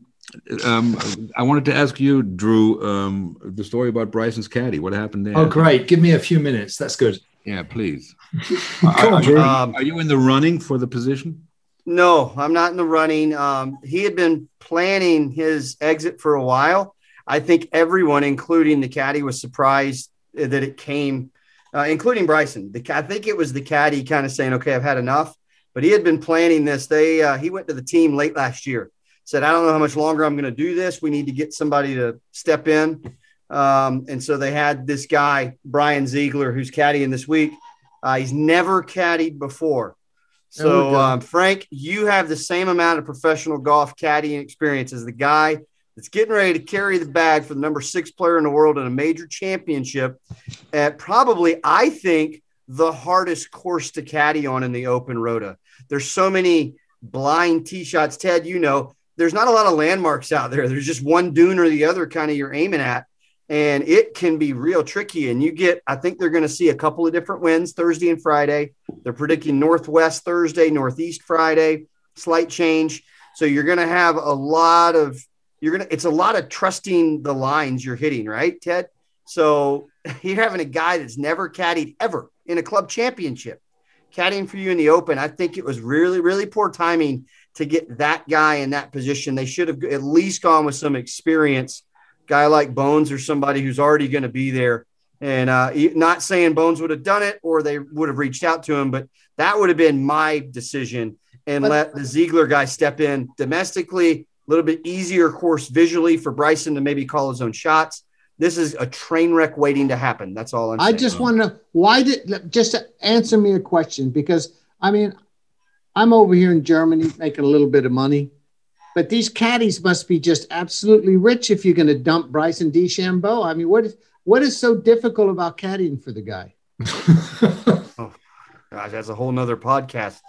um, I wanted to ask you, Drew, um, the story about Bryson's caddy. What happened there?
Oh, great. Give me a few minutes. That's good.
Yeah, please.
Come on,
are,
Drew.
Um,
are you in the running for the position?
No, I'm not in the running. Um, he had been planning his exit for a while. I think everyone, including the caddy, was surprised that it came, uh, including Bryson. The, ca- I think it was the caddy kind of saying, "Okay, I've had enough." But he had been planning this. They uh, he went to the team late last year, said, "I don't know how much longer I'm going to do this. We need to get somebody to step in." Um, and so they had this guy Brian Ziegler, who's caddying this week. Uh, he's never caddied before.
There we
So,
go.
um, Frank, you have the same amount of professional golf caddying experience as the guy that's getting ready to carry the bag for the number six player in the world in a major championship at probably, I think, the hardest course to caddy on in the open rota. There's so many blind tee shots. Ted, you know, there's not a lot of landmarks out there. There's just one dune or the other kind of you're aiming at. And it can be real tricky. And you get, I think they're going to see a couple of different winds Thursday and Friday. They're predicting Northwest Thursday, Northeast Friday, slight change. So you're going to have a lot of you're gonna it's a lot of trusting the lines you're hitting, right, Ted? So you're having a guy that's never caddied ever in a club championship, caddying for you in the open. I think it was really, really poor timing to get that guy in that position. They should have at least gone with some experience, guy like Bones or somebody who's already going to be there. And uh, you- not saying Bones would have done it or they would have reached out to him, but that would have been my decision and
But-
let the Ziegler guy step in domestically. A little bit easier course visually for Bryson to maybe call his own shots. This is a train wreck waiting to happen. That's all I'm
I
saying.
just want to know why did look, just answer me a question because I mean I'm over here in Germany making a little bit of money, but these caddies must be just absolutely rich if you're going to dump Bryson DeChambeau. I mean, what is what is so difficult about caddying for the guy?
Gosh, that's a whole nother podcast.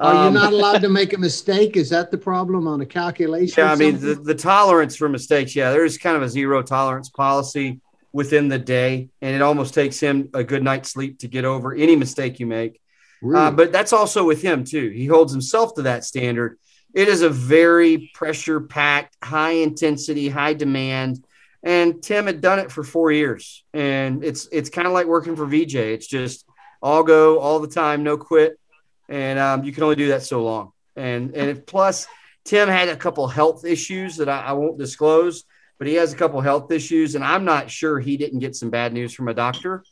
Are
Um,
you not allowed to make a mistake? Is that the problem on a calculation?
Yeah,
or
I mean the, uh,
something?
the tolerance for mistakes. Yeah, there's kind of a zero tolerance policy within the day, and it almost takes him a good night's sleep to get over any mistake you make.
Really?
Uh, but that's also with him too. He holds himself to that standard. It is a very pressure-packed, high intensity, high demand. And Tim had done it for four years, and it's it's kind of like working for VJ. It's just all go all the time, no quit, and um, you can only do that so long. And and if, plus, Tim had a couple health issues that I, I won't disclose, but he has a couple health issues, and I'm not sure he didn't get some bad news from a doctor,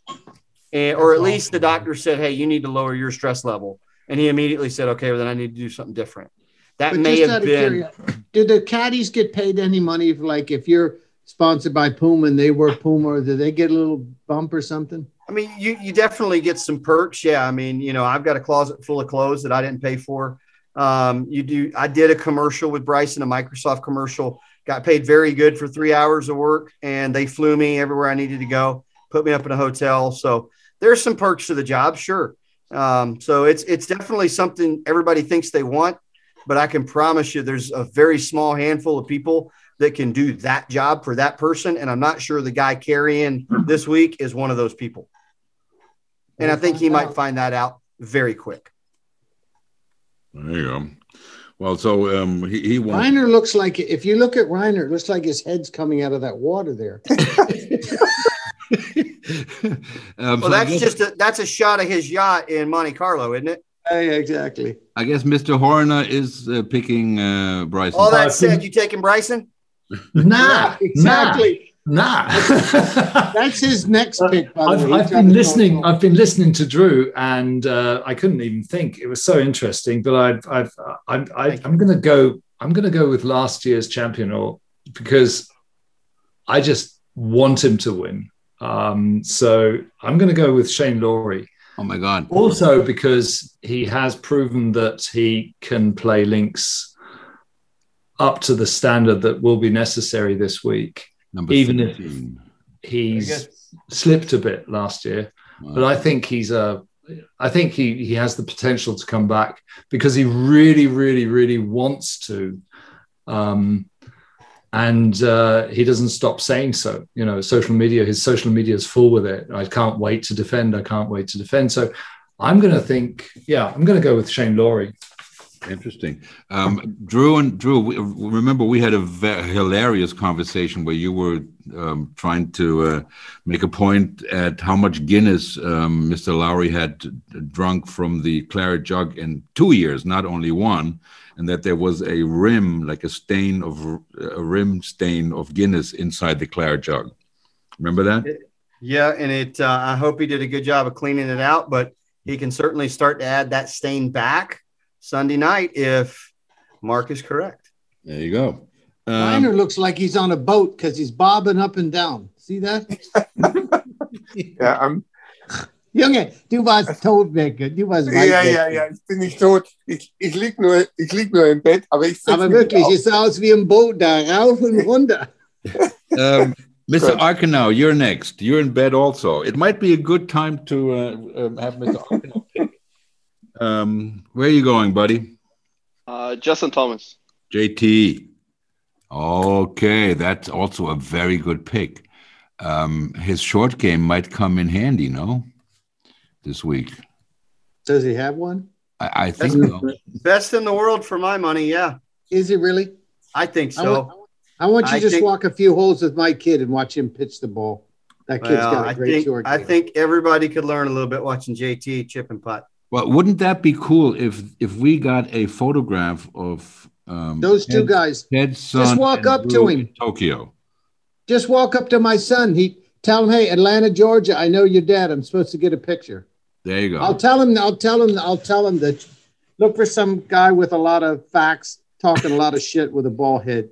and, or at
That's
least the
awful.
doctor said, "Hey, you need to lower your stress level," and he immediately said, "Okay, well then I need to do something different." That
But
may
just
have
out of
been
curiosity, do the caddies get paid any money? If, like, if you're sponsored by Puma and they wear Puma, do they get a little bump or something?
I mean, you you definitely get some perks. Yeah, I mean, you know, I've got a closet full of clothes that I didn't pay for. Um, you do. I did a commercial with Bryson, a Microsoft commercial. Got paid very good for three hours of work, and they flew me everywhere I needed to go. Put me up in a hotel. So there's some perks to the job, sure. Um, so it's it's definitely something everybody thinks they want, but I can promise you, there's a very small handful of people that can do that job for that person, and I'm not sure the guy carrying this week is one of those people. And I think he might find that out very quick.
There you go. Well, so um, he, he won.
Reiner looks like if you look at Reiner, it looks like his head's coming out of that water there.
Um, so
Well,
I
that's
guess-
just a, that's a shot of his yacht in Monte Carlo, isn't it?
Hey, exactly.
I guess Mr. Horner is uh, picking uh, Bryson.
All that
Bryson.
said, you taking Bryson?
nah,
Ah, exactly.
Nah. nah.
That's his next pick. By the
I've,
way. He
I've
tried
been
to
listening.
call it
I've been listening to Drew, and uh, I couldn't even think. It was so interesting. But I, I've, I, I,
Thank
I'm going to go. I'm going to go with last year's champion, or because I just want him to win. Um, so I'm going to go with Shane Laurie.
Oh my God!
Also because he has proven that he can play links up to the standard that will be necessary this week,
Number
even
15.
if he's slipped a bit last year. But I think he's a, I think he he has the potential to come back because he really, really, really wants to. Um, and uh, he doesn't stop saying so. You know, social media, his social media is full with it. I can't wait to defend. I can't wait to defend. So I'm going to think, yeah, I'm going to go with Shane Laurie.
Interesting. Um, Drew and Drew, we, remember we had a ve- hilarious conversation where you were um, trying to uh, make a point at how much Guinness um, Mr. Lowry had drunk from the claret jug in two years, not only one, and that there was a rim, like a stain of a rim stain of Guinness inside the claret jug. Remember that?
Yeah, and it. Uh, I hope he did a good job of cleaning it out, but he can certainly start to add that stain back Sunday night if Mark is correct.
There you go.
uh,
Miner looks like he's on a boat because he's bobbing up and down. See that?
Ja, am,
Junge, du warst tot, Becke. Du warst weit
ja,
weg.
ja, ja, jetzt bin ich tot. Ich, ich lieg nur, ich lieg nur im Bett, aber ich
Aber wirklich, es sah aus wie ein Boot da, rauf und runter.
Um, Mr. Arkenau, you're next. You're in bed also. It might be a good time to uh, um, have Mr. Arkenau pick. Um, where are you going, buddy?
Uh, Justin Thomas.
JT. Okay, that's also a very good pick. Um, his short game might come in handy, no? This week.
Does he have one?
I, I think so.
Best in the world for my money. Yeah,
Is he really?
I think so.
I want, I want you to
I
just
think-
walk a few holes with my kid and watch him pitch the ball. That kid's
Well,
got
I
a great
think
short
I
game.
think everybody could learn a little bit watching JT chip and putt.
Well, wouldn't that be cool if if we got a photograph of um,
Those two
Ted-
guys.
Ted's son
Just walk
and
up to
Drew
him.
in Tokyo.
Just walk up to my son. He tell him, "Hey, Atlanta, Georgia. I know your dad. I'm supposed to get a picture."
There you go.
I'll tell him. I'll tell him. I'll tell him that. Look for some guy with a lot of facts, talking a lot of shit with a bald head.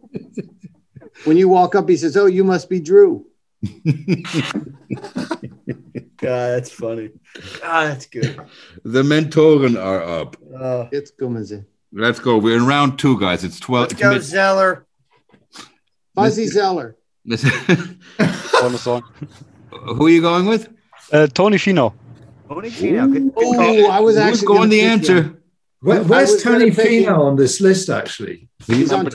When you walk up, he says, "Oh, you must be Drew."
God, that's funny. God, that's good.
The Mentoren are up.
Uh,
Jetzt kommen sie.
Let's go. We're in round two, guys. It's 12.
let's go,
It's
Zeller.
Fuzzy Zeller.
mid-
Bonus song.
Who are you going with?
Uh, Tony Fino.
Tony Fino. Good, good call.
Oh, I was
Who's
actually
going the
gonna pick him.
answer?
Where,
I
where's
was gonna
Tony
pick
Fino
him.
on this list, actually?
He's on
Number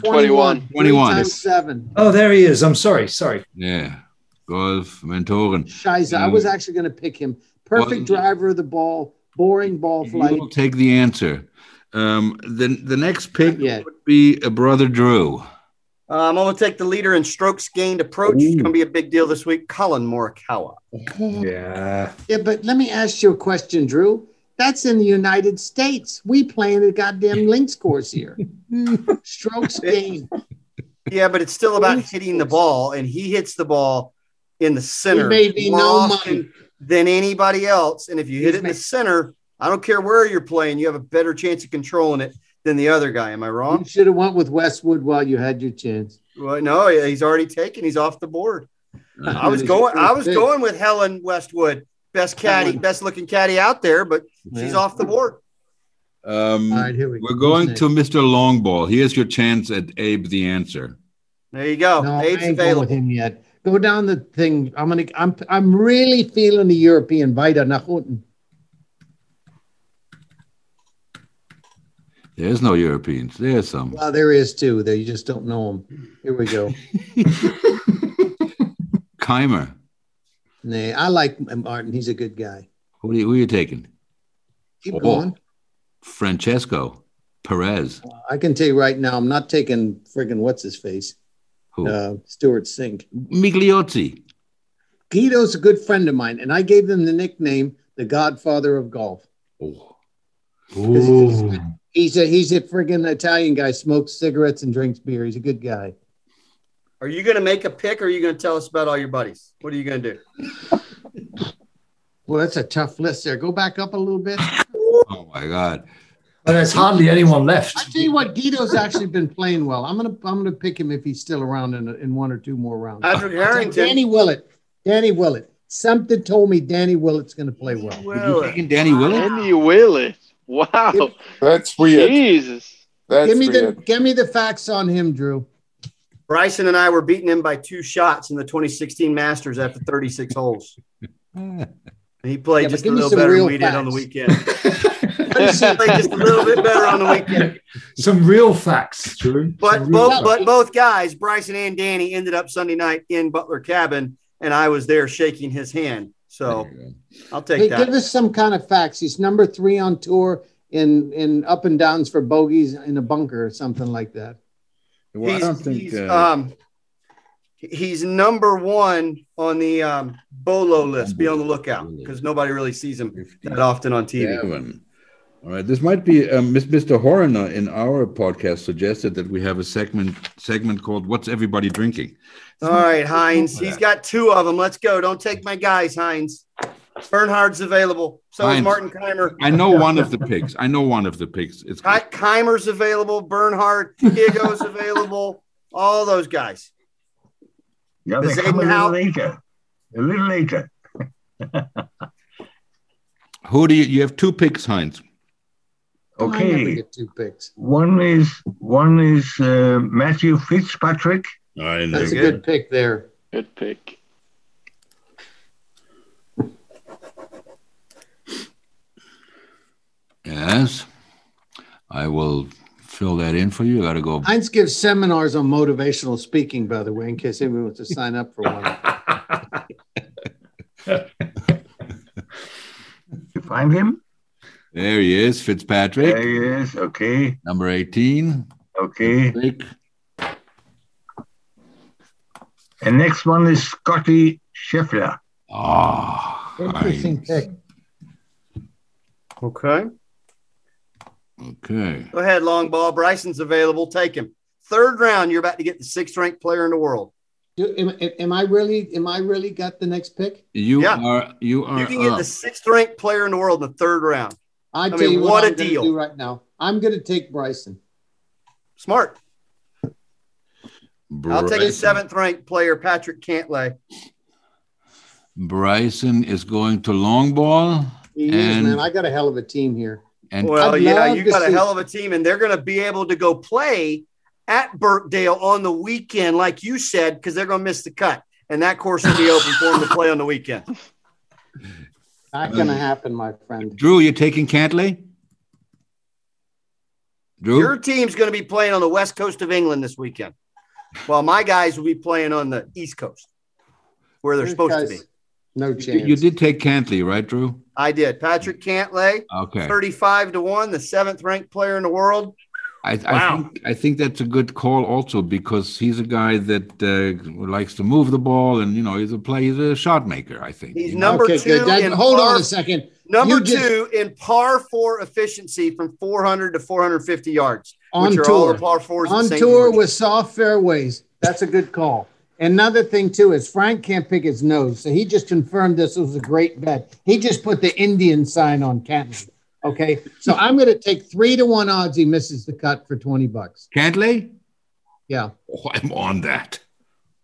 21.
21. Three times seven.
Oh, there he is. I'm sorry. Sorry.
Yeah. Golf, Mentoren.
Scheiße, I was actually going to pick him. Perfect
Mm. Well-
driver of the ball, boring ball flight.
We'll take the answer. Um, the, the next pick
Not yet.
would be a brother Drew.
Uh, I'm going to take the leader in strokes gained approach. It's going to be a big deal this week. Colin Morikawa.
Yeah.
Yeah, but let me ask you a question, Drew. That's in the United States. We playing the goddamn links course here. Strokes game.
Yeah, but it's still about hitting the ball, and he hits the ball in the
He
center
made me
more
no
often
money.
than anybody else. And if you hit
He's
it in the
made-
center, I don't care where you're playing, you have a better chance of controlling it than the other guy. Am I
You
wrong?
should have went with Westwood while you had your chance.
Well, no, he's already taken. He's off the board. I was going. I was going with Helen Westwood, best caddy,
Helen.
best looking caddy out there, but she's
Yeah.
off the board.
Um,
All right, here we go.
we're going
Who's
to Mr. Longball. Here's your chance at Abe the answer.
There you go.
No,
Abe's
I ain't going with
available.
him yet. Go down the thing. I'm gonna. I'm. I'm really feeling the European weiter nach unten.
There's no Europeans. There's some.
Well, there is two. There you just don't know them. Here we go.
Keimer.
Nay, I like Martin. He's a good guy.
Who are you, who are you taking?
Keep
Oh.
going.
Francesco Perez.
I can tell you right now, I'm not taking friggin' what's his face,
Who?
uh, Stuart Sink.
Migliozzi.
Guido's a good friend of mine, and I gave them the nickname the Godfather of Golf.
Oh.
Ooh. He's a he's a friggin' Italian guy, smokes cigarettes and drinks beer. He's a good guy.
Are you going to make a pick, or are you going to tell us about all your buddies? What are you going to do?
Well, that's a tough list there. Go back up a little bit.
Oh my God.
And there's hardly anyone left.
I tell you what, Guido's actually been playing well. I'm gonna I'm gonna pick him if he's still around in, in one or two more rounds.
Patrick Harrington.
Danny Willett. Danny Willett. something told me Danny Willett's going to play well.
you taking Danny Willett?
Danny Willett. Wow.
That's weird.
Jesus.
That's
give me
weird.
the give me the facts on him, Drew.
Bryson and I were beating him by two shots in the 2016 Masters after 36 holes. And he played
Yeah, but
just a
give me
little
some
better than
real
we did on the
facts.
weekend. he played just a little bit better on the weekend.
Some real facts, Drew.
But
Some real
both,
facts.
but both guys, Bryson and Danny, ended up Sunday night in Butler Cabin, and I was there shaking his hand.
Oh,
So I'll take
Hey,
that.
give us some kind of facts. He's number three on tour in in up and downs for bogeys in a bunker or something like that.
Well, I
he's,
don't think.
he's,
Uh,
um, he's number one on the um, Bolo list. Be on the lookout because nobody really sees him that often on TV.
Gavin. All right. This might be um, Miss- Mr. Horner in our podcast suggested that we have a segment segment called "What's Everybody Drinking."
All right, Heinz. He's got two of them. Let's go. Don't take my guys, Heinz. Bernhard's available. So is
Heinz.
Martin Keimer.
I know one of the picks. I know one of the picks. It's
Ki- Keimer's available. Bernhard, Higo's available. All those guys.
Yeah,
Is
they
it
come a
now-
little later. A little later.
who do you? You have two picks, Heinz.
Oh, I never
Okay.
get two picks.
One is one is uh, Matthew Fitzpatrick.
I know.
That's a good pick there.
Good pick.
Yes, I will fill that in for you. I got to go.
Heinz gives seminars on motivational speaking, by the way, in case anyone wants to sign up for one.
You find him?
There he is, Fitzpatrick,
There he is. Okay.
number eighteen.
Okay.
Pick.
And next one is Scotty Scheffler.
Ah,
Interesting
Heinz.
pick.
Okay.
Okay.
Go ahead, long ball. Bryson's available. Take him. Third round, you're about to get the sixth ranked player in the world.
Do, am, am I really? Am I really got the next pick?
You
Yeah.
are. You are.
You can get
up.
the sixth ranked player in the world in the third round.
I, tell
mean,
you what,
what a
I'm gonna
deal.
do right now. I'm going to take Bryson.
Smart. I'll take the
Bryson.
seventh ranked player, Patrick Cantlay.
Bryson is going to long ball.
He is,
And-
man. I got a hell of a team here.
And
Well,
I'd
yeah,
love
you
to
got a
see-
hell of a team, and they're going to be able to go play at Burkdale on the weekend, like you said, because they're going to miss the cut, and that course will be open for them to play on the weekend.
Not going to happen, my friend.
Drew, you're taking Cantley? Drew?
Your team's going to be playing on the west coast of England this weekend, while my guys will be playing on the east coast, where they're
These
supposed to
guys,
be.
No
you,
chance.
you did take Cantley, right, Drew?
I did. Patrick Cantlay,
Okay.
35 to 1, the seventh ranked player in the world.
I, I,
Wow.
think, I think that's a good call also because he's a guy that uh, likes to move the ball and, you know, he's a play, he's a shot maker, I think.
He's
You know?
number
okay,
two.
good. That-
in
hold
par-
on a second.
Number
You just-
two in par four efficiency from 400 to 450 yards,
On
which are all
tour.
the par fours. at
On
St.
tour
George.
with soft fairways. That's a good call. Another thing too is Frank can't pick his nose, so he just confirmed this was a great bet. He just put the Indian sign on Cantley. Okay, so I'm going to take three to one odds he misses the cut for twenty bucks.
Cantley?
Yeah.
Oh, I'm on that.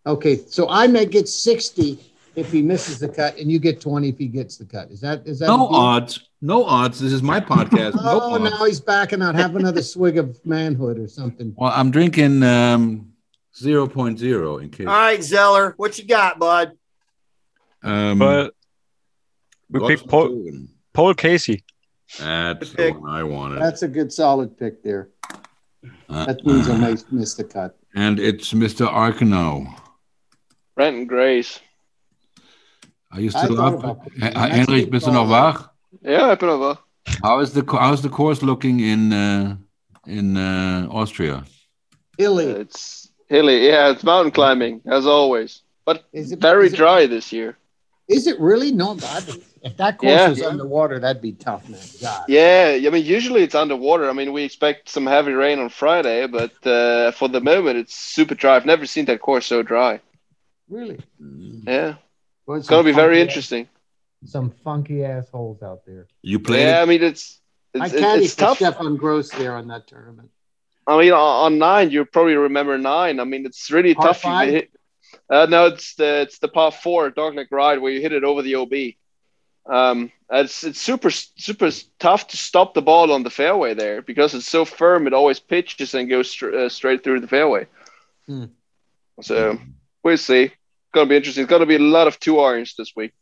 Okay, so I may get sixty if he misses the cut, and you get twenty if he gets the cut. Is that is that?
No
a deal?
odds. No odds. This is my podcast. No
Oh,
odds.
now he's backing out. Have another swig of manhood or something.
Well, I'm drinking um, 0.0 in case.
All right, Zeller, what you got, bud?
Um,
Well, we picked Paul,
Gottfried.
Paul Casey.
That's the
Pick.
one I wanted.
That's a good solid pick there.
Uh,
That means I
uh,
may miss the cut.
and it's Mr. Arcano.
Brenton Grace.
Are you
I
still
thought
up?
about that.
Hen-
That's a
Henrich,
good
bist du
call.
noch wach?
Yeah, I've been over.
How is the co- how's the course looking in uh, in uh, Austria?
Illy.
It's hilly. Yeah, it's mountain climbing, as always. But
Is it-
very
is it-
dry this year.
Is it really? No, I mean, if that course
Yeah.
was underwater, that'd be tough, man. God.
Yeah, I mean, usually it's underwater. I mean, we expect some heavy rain on Friday, but uh, for the moment, it's super dry. I've never seen that course so dry.
Really? Mm-hmm.
Yeah, it's going to be very interesting.
Some funky assholes out there.
You played
Yeah, I
it?
mean, it's
I
it's,
caddied
it's
for
tough.
Stefan Gross there on that tournament.
I mean, on on nine, you probably remember nine. I mean, it's really
Par
tough. You
five?
hit- Uh, no, it's the it's the par four dogleg ride where you hit it over the OB. Um, it's it's super super tough to stop the ball on the fairway there because it's so firm. It always pitches and goes str- uh, straight through the fairway.
Hmm.
So we'll see. It's gonna be interesting. It's gonna be a lot of two irons this week.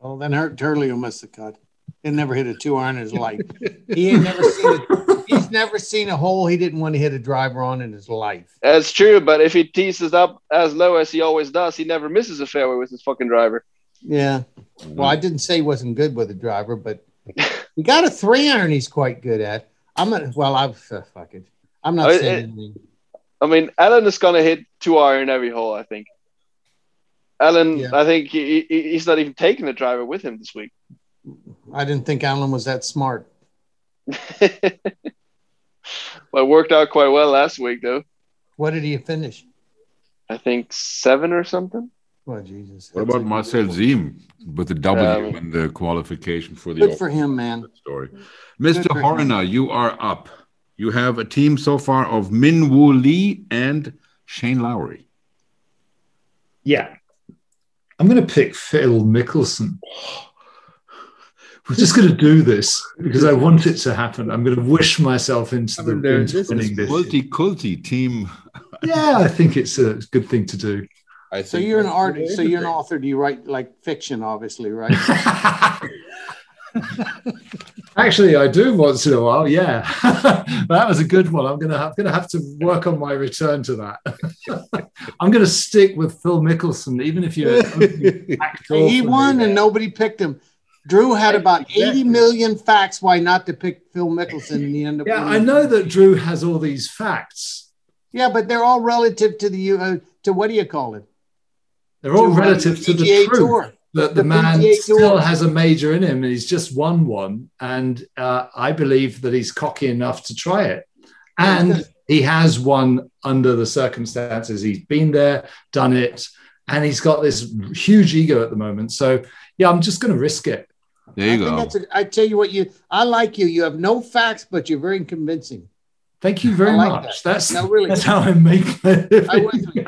Well, Oh, then Hurt Turley must have cut. He never hit a two iron in his life. He ain't never seen. A, he's never seen a hole he didn't want to hit a driver on in his life.
That's true, but if he tees it up as low as he always does, he never misses a fairway with his fucking driver.
Yeah. Well, I didn't say he wasn't good with a driver, but he got a three iron. He's quite good at. I'm not. Well, I'm uh, fuck Oh, it. I'm not
I-
saying
I-
anything.
I mean, Allen is gonna hit two iron every hole. I think. Allen,
Yeah.
I think he, he, he's not even taking a driver with him this week.
I didn't think Allen was that smart.
But it worked out quite well last week, though.
What did he finish?
I think seven or something.
Well, Jesus.
What about Marcel Ziem with the W
Um,
in the qualification for the
Good
Open?
for him, man.
story.
Good for
Mr.
him.
Horner, you are up. You have a team so far of Min Woo Lee and Shane Lowry.
Yeah. I'm going to pick Phil Mickelson. We're just going to do this because I want it to happen. I'm going to wish myself into the into winning this.
multi-culti team.
Yeah, I think it's a good thing to do.
I
So
think
you're an
that's
artist. So you're an
everything.
author. Do you write like fiction, obviously, right?
Actually, I do once in a while. Yeah, that was a good one. I'm gonna have, gonna have to work on my return to that. I'm gonna stick with Phil Mickelson, even if you're
So he won and nobody picked him. Drew had about 80 million facts why not to pick Phil Mickelson and he ended up.
Yeah,
winning.
I know that Drew has all these facts.
Yeah, but they're all relative to the U- uh, to what do you call it?
They're all
To, uh,
relative to the
PGA
truth.
Tour.
That the,
The
man
PGA
still
Tour.
has a major in him, and he's just won one. And uh, I believe that he's cocky enough to try it. And he has won under the circumstances. He's been there, done it, and he's got this huge ego at the moment. So yeah, I'm just going to risk it.
There you
I think
go.
that's a, I tell you what, you I like you. You have no facts, but you're very convincing.
Thank you very
I like that.
much. That's
No, really.
that's how I make. My living.
I was with you.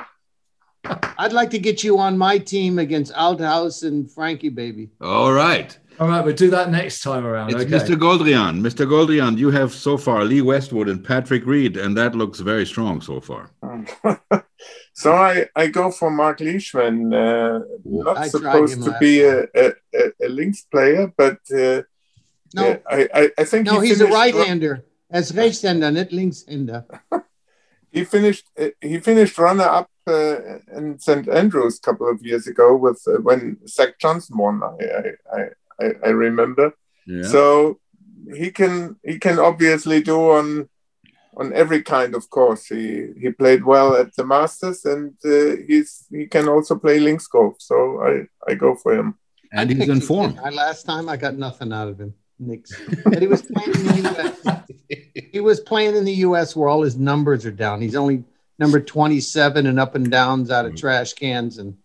I'd like to get you on my team against Althaus and Frankie, baby.
All right.
All right, we'll do that next time around.
It's
okay.
Mr. Goldrian. Mr. Goldrian, you have so far Lee Westwood and Patrick Reed, and that looks very strong so far.
So I, I go for Mark Leishman. Uh, not
I tried him
supposed to
last
be a, a, a, a links player, but uh,
No.
uh, I, I, I think
No,
he
he's a
finished-
right-hander. As Rechtshänder, nicht Linkshänder.
He finished uh, he finished runner up uh, in St Andrews a couple of years ago with uh, when Zach Johnson won. I I, I- I, I remember.
Yeah.
So he can he can obviously do on on every kind of course. He he played well at the Masters, and uh, he's he can also play links golf. So I I go for him.
and he's in form.
I, last time I got nothing out of him. Nix. But he was playing in the US. He was playing in the US where all his numbers are down. He's only number 27 and up and downs out
Mm.
of trash cans and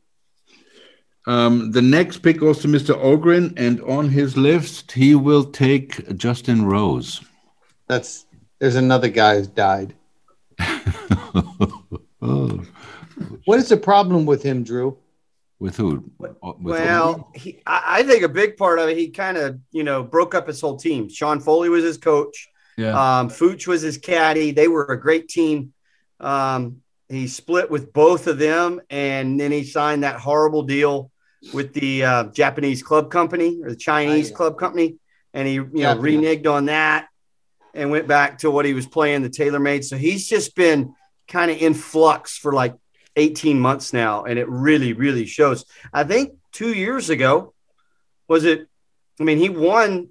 Um, the next pick goes to Mr. Ogrin, and on his list, he will take Justin Rose.
that's there's another guy who's died.
Oh,
What is the problem with him, Drew?
with who? With Ogrin?
Well, he, I, I think a big part of it, he kind of, you know, broke up his whole team. Sean Foley was his coach.
Yeah.
Um, Fooch was his caddy. They were a great team. Um, he split with both of them, and then he signed that horrible deal with the uh, Japanese club company or the
I
Chinese
know.
club company, and he, you know,
Japanese.
reneged on that and went back to what he was playing, the TaylorMade. So he's just been kind of in flux for like 18 months now, and it really, really shows. I think two years ago, was it? I mean, he won.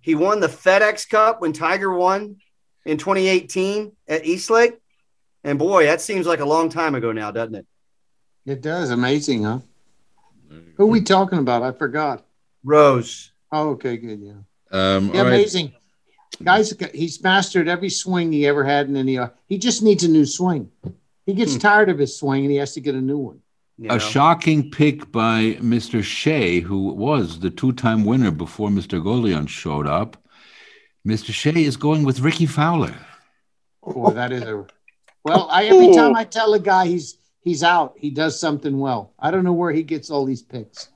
He won the FedEx Cup when Tiger won in 2018 at Eastlake, and boy, that seems like a long time ago now, doesn't it?
It does. Amazing, huh? Who are we talking about? I forgot.
Rose.
Oh, okay, good. Yeah.
um,
Yeah,
all right.
amazing. Guys, he's mastered every swing he ever had in any. uh, He just needs a new swing. He gets tired of his swing and he has to get a new one.
You know?
A shocking pick by Mr. Shea, who was the two time winner before Mr. Golion showed up. Mr. Shea is going with Ricky Fowler.
Boy, that is a. Well, I every time I tell a guy he's he's out. He does something well. I don't know where he gets all these picks.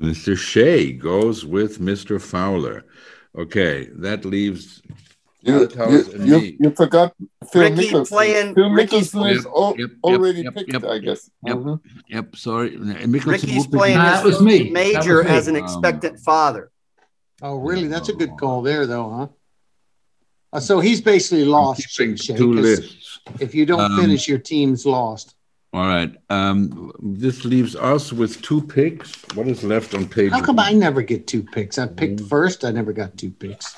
Mr. Shea goes with Mr. Fowler. Okay, that leaves
You, you,
Althaus and
you,
me.
you forgot Phil
Ricky
Mickelson.
playing-
Phil
Ricky's-
Mickelson is
Yep,
al-
yep, yep,
Oh, already
yep,
picked,
yep,
I guess.
yep.
Mhm.
Yep, sorry. Mickelson
Ricky's
ruft mich
playing
nach.
That was me.
major
That was me.
as an expectant father.
Oh, really? That's a good call there, though, huh? Uh, so he's basically
I'm
lost.
keeping
Shay,
two
'cause
lists.
If you don't
Um,
finish, your team's lost.
All right. Um, this leaves us with two picks. What is left on page?
How come
one?
I never get two picks? I picked
Mm.
first. I never got two picks.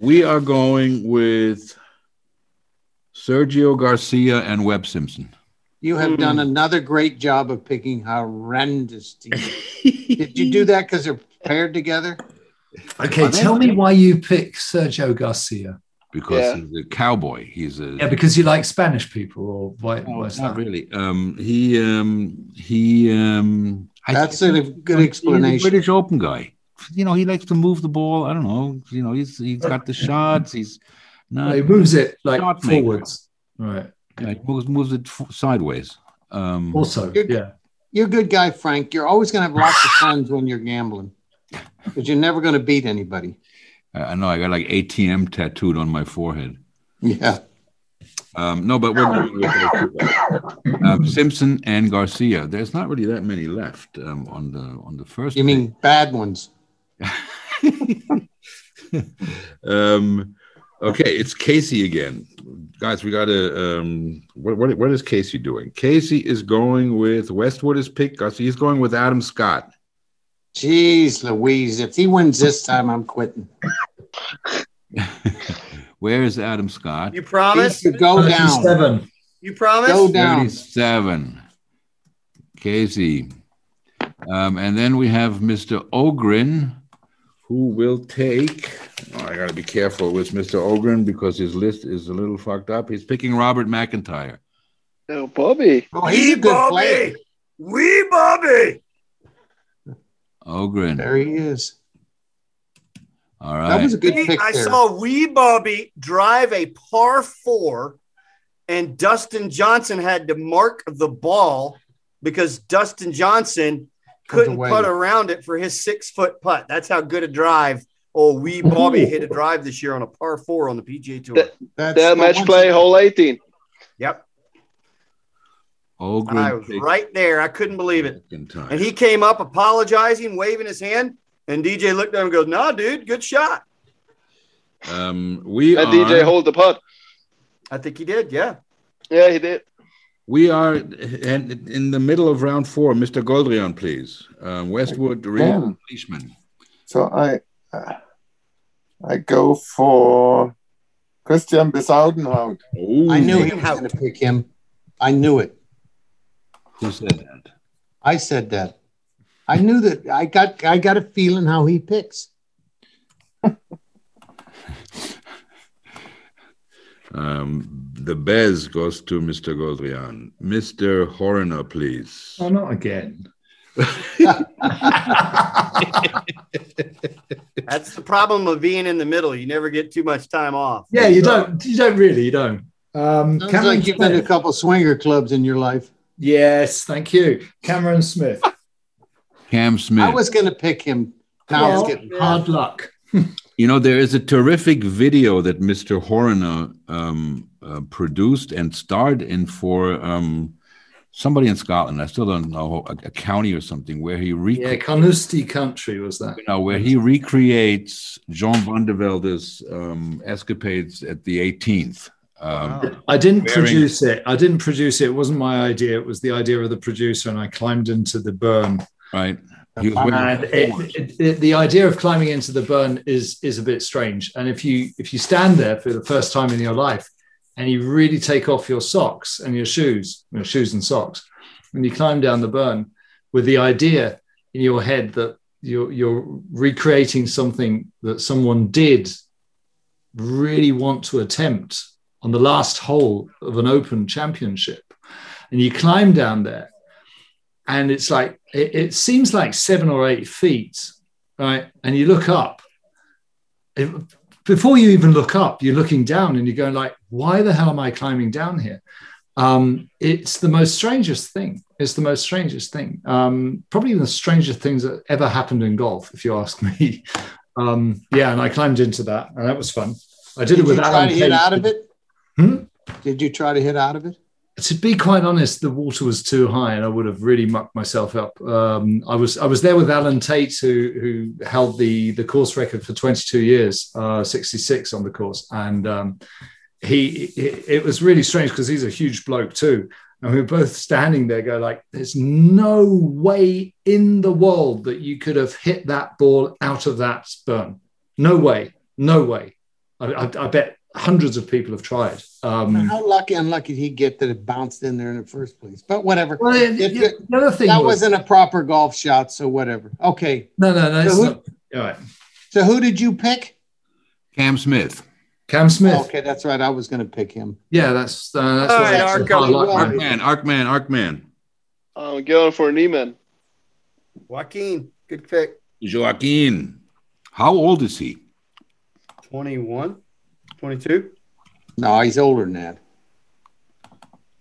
We are going with Sergio Garcia and Webb Simpson.
You have
Mm.
done another great job of picking horrendous teams. Did you do that because they're paired together?
Okay,
Are they-
tell me why you pick Sergio Garcia.
Because
Yeah.
he's a cowboy. He's a
Yeah, because you like Spanish people, or why?
No,
why is
Oh, not
that?
really. Um, he um, he. Um, I
That's
think
a
he's-
good
he's a
explanation.
British Open guy. You know, he likes to move the ball. I don't know. You know, he's he's got the shots. He's
No,
not
he moves it like
Shot maker.
forwards. Right.
like, moves moves it f- sideways. Um,
Also,
You're-
yeah.
You're a good guy, Frank. You're always going to have lots of funds when you're gambling because you're never going to beat anybody.
I, I know I got like ATM tattooed on my forehead.
Yeah.
Um, no, but we're going with those two. um, Simpson and Garcia. There's not really that many left um, on the on the first.
You mean bad ones?
um, okay, it's Casey again, guys. We got to. Um, what, what what is Casey doing? Casey is going with Westwood is pick. Garcia he's going with Adam Scott.
Jeez Louise. If he wins this time, I'm quitting.
Where is Adam Scott?
You
He
promise?
should go down.
37.
You promise?
Go down.
Thirty-seven. Casey, um, and then we have Mr. Ogrin, who will take. oh, I got to be careful with Mr. Ogrin because his list is a little fucked up. He's picking Robert McIntyre.
No, Bobby.
Oh, he's a good player.
We Bobby.
Ogrin.
There he is.
All
That
right.
was a good pick
I
there.
saw Wee Bobby drive a par four, and Dustin Johnson had to mark the ball because Dustin Johnson couldn't
away.
putt around it for his six foot putt. That's how good a drive old Wee Bobby hit a drive this year on a par four on the PGA Tour.
That-
That's
That
the
match
one-
play, hole 18.
yep,
Ogrin
I was
picked
right there. I couldn't believe it.
McIntyre.
And he came up apologizing, waving his hand, and DJ looked at him and goes, "Nah, dude, good shot."
um, we
And
are,
DJ hold the putt.
I think he did. Yeah.
Yeah, he did.
We are in, in the middle of round four. Mr. Goldrian, please. Um, Westwood, Reed,
Yeah.
Leishman.
So I, uh, I go for Christian Besaudenhaut.
Oh,
I knew he was going to pick him. I knew it.
Who said that?
I said that. I knew that. I got. I got a feeling how he picks.
Um, the Bez goes to Mr. Goldrian. Mr. Horner, please.
Oh, not again.
That's the problem of being in the middle. You never get too much time off.
yeah, you don't. You don't really. You don't. Um,
Sounds
Cameron
like you've been to a
Smith.
couple swinger clubs in your life.
Yes, thank you, Cameron Smith.
Cam Smith.
I was going to pick him. Now it's
Well,
getting hard.
hard luck.
You know, there is a terrific video that Mr. Horner um, uh, produced and starred in for um, somebody in Scotland. I still don't know a, a county or something where he rec-
Yeah, Carnoustie Country was that.
you know, where he recreates John van der Velde's um, escapades at the 18th. Um,
I didn't
Wearing-
produce it. I didn't produce it. It wasn't my idea. It was the idea of the producer, and I climbed into the burn.
Right? He was wearing
And
shorts.
it, it, it- the idea of climbing into the burn is is a bit strange. And if you if you stand there for the first time in your life, and you really take off your socks and your shoes, your shoes and socks, and you climb down the burn with the idea in your head that you're you're recreating something that someone did really want to attempt on the last hole of an open championship and you climb down there and it's like it, it seems like seven or eight feet right and you look up it, before you even look up, you're looking down and you're going like, why the hell am I climbing down here? Um, it's the most strangest thing. It's the most strangest thing. Um, probably the strangest things that ever happened in golf, if you ask me. Um, yeah, and I climbed into that, and that was fun. I
Did
did, it with
you
Alan
try to hit
Page.
out of it?
Hmm?
Did you try to hit out of it?
to be quite honest, the water was too high, and I would have really mucked myself up. Um, I was I was there with Alan Tate, who who held the the course record for 22 years, uh, 66 on the course, and um, he it, it was really strange because he's a huge bloke too, and we were both standing there, go like, "There's no way in the world that you could have hit that ball out of that burn. No way, no way. I, I, I bet hundreds of people have tried." Um,
How lucky, unlucky did he get that it bounced in there in the first place? But whatever.
Well, it-
If
it- the other thing
that
was-
wasn't a proper golf shot, so whatever. Okay.
No, no, no.
So
It's
who-
not. All right.
So who did you pick?
Cam Smith.
Cam Smith.
Okay, that's right. I was going to pick him.
Yeah, that's uh, that's
All
what
right,
that's
Arco.
I like, man.
Arkman, Arkman, Arkman.
I'm Um, going for Neiman.
Joaquin, good pick.
Joaquin. How old is he?
21, 22.
No, he's older than that.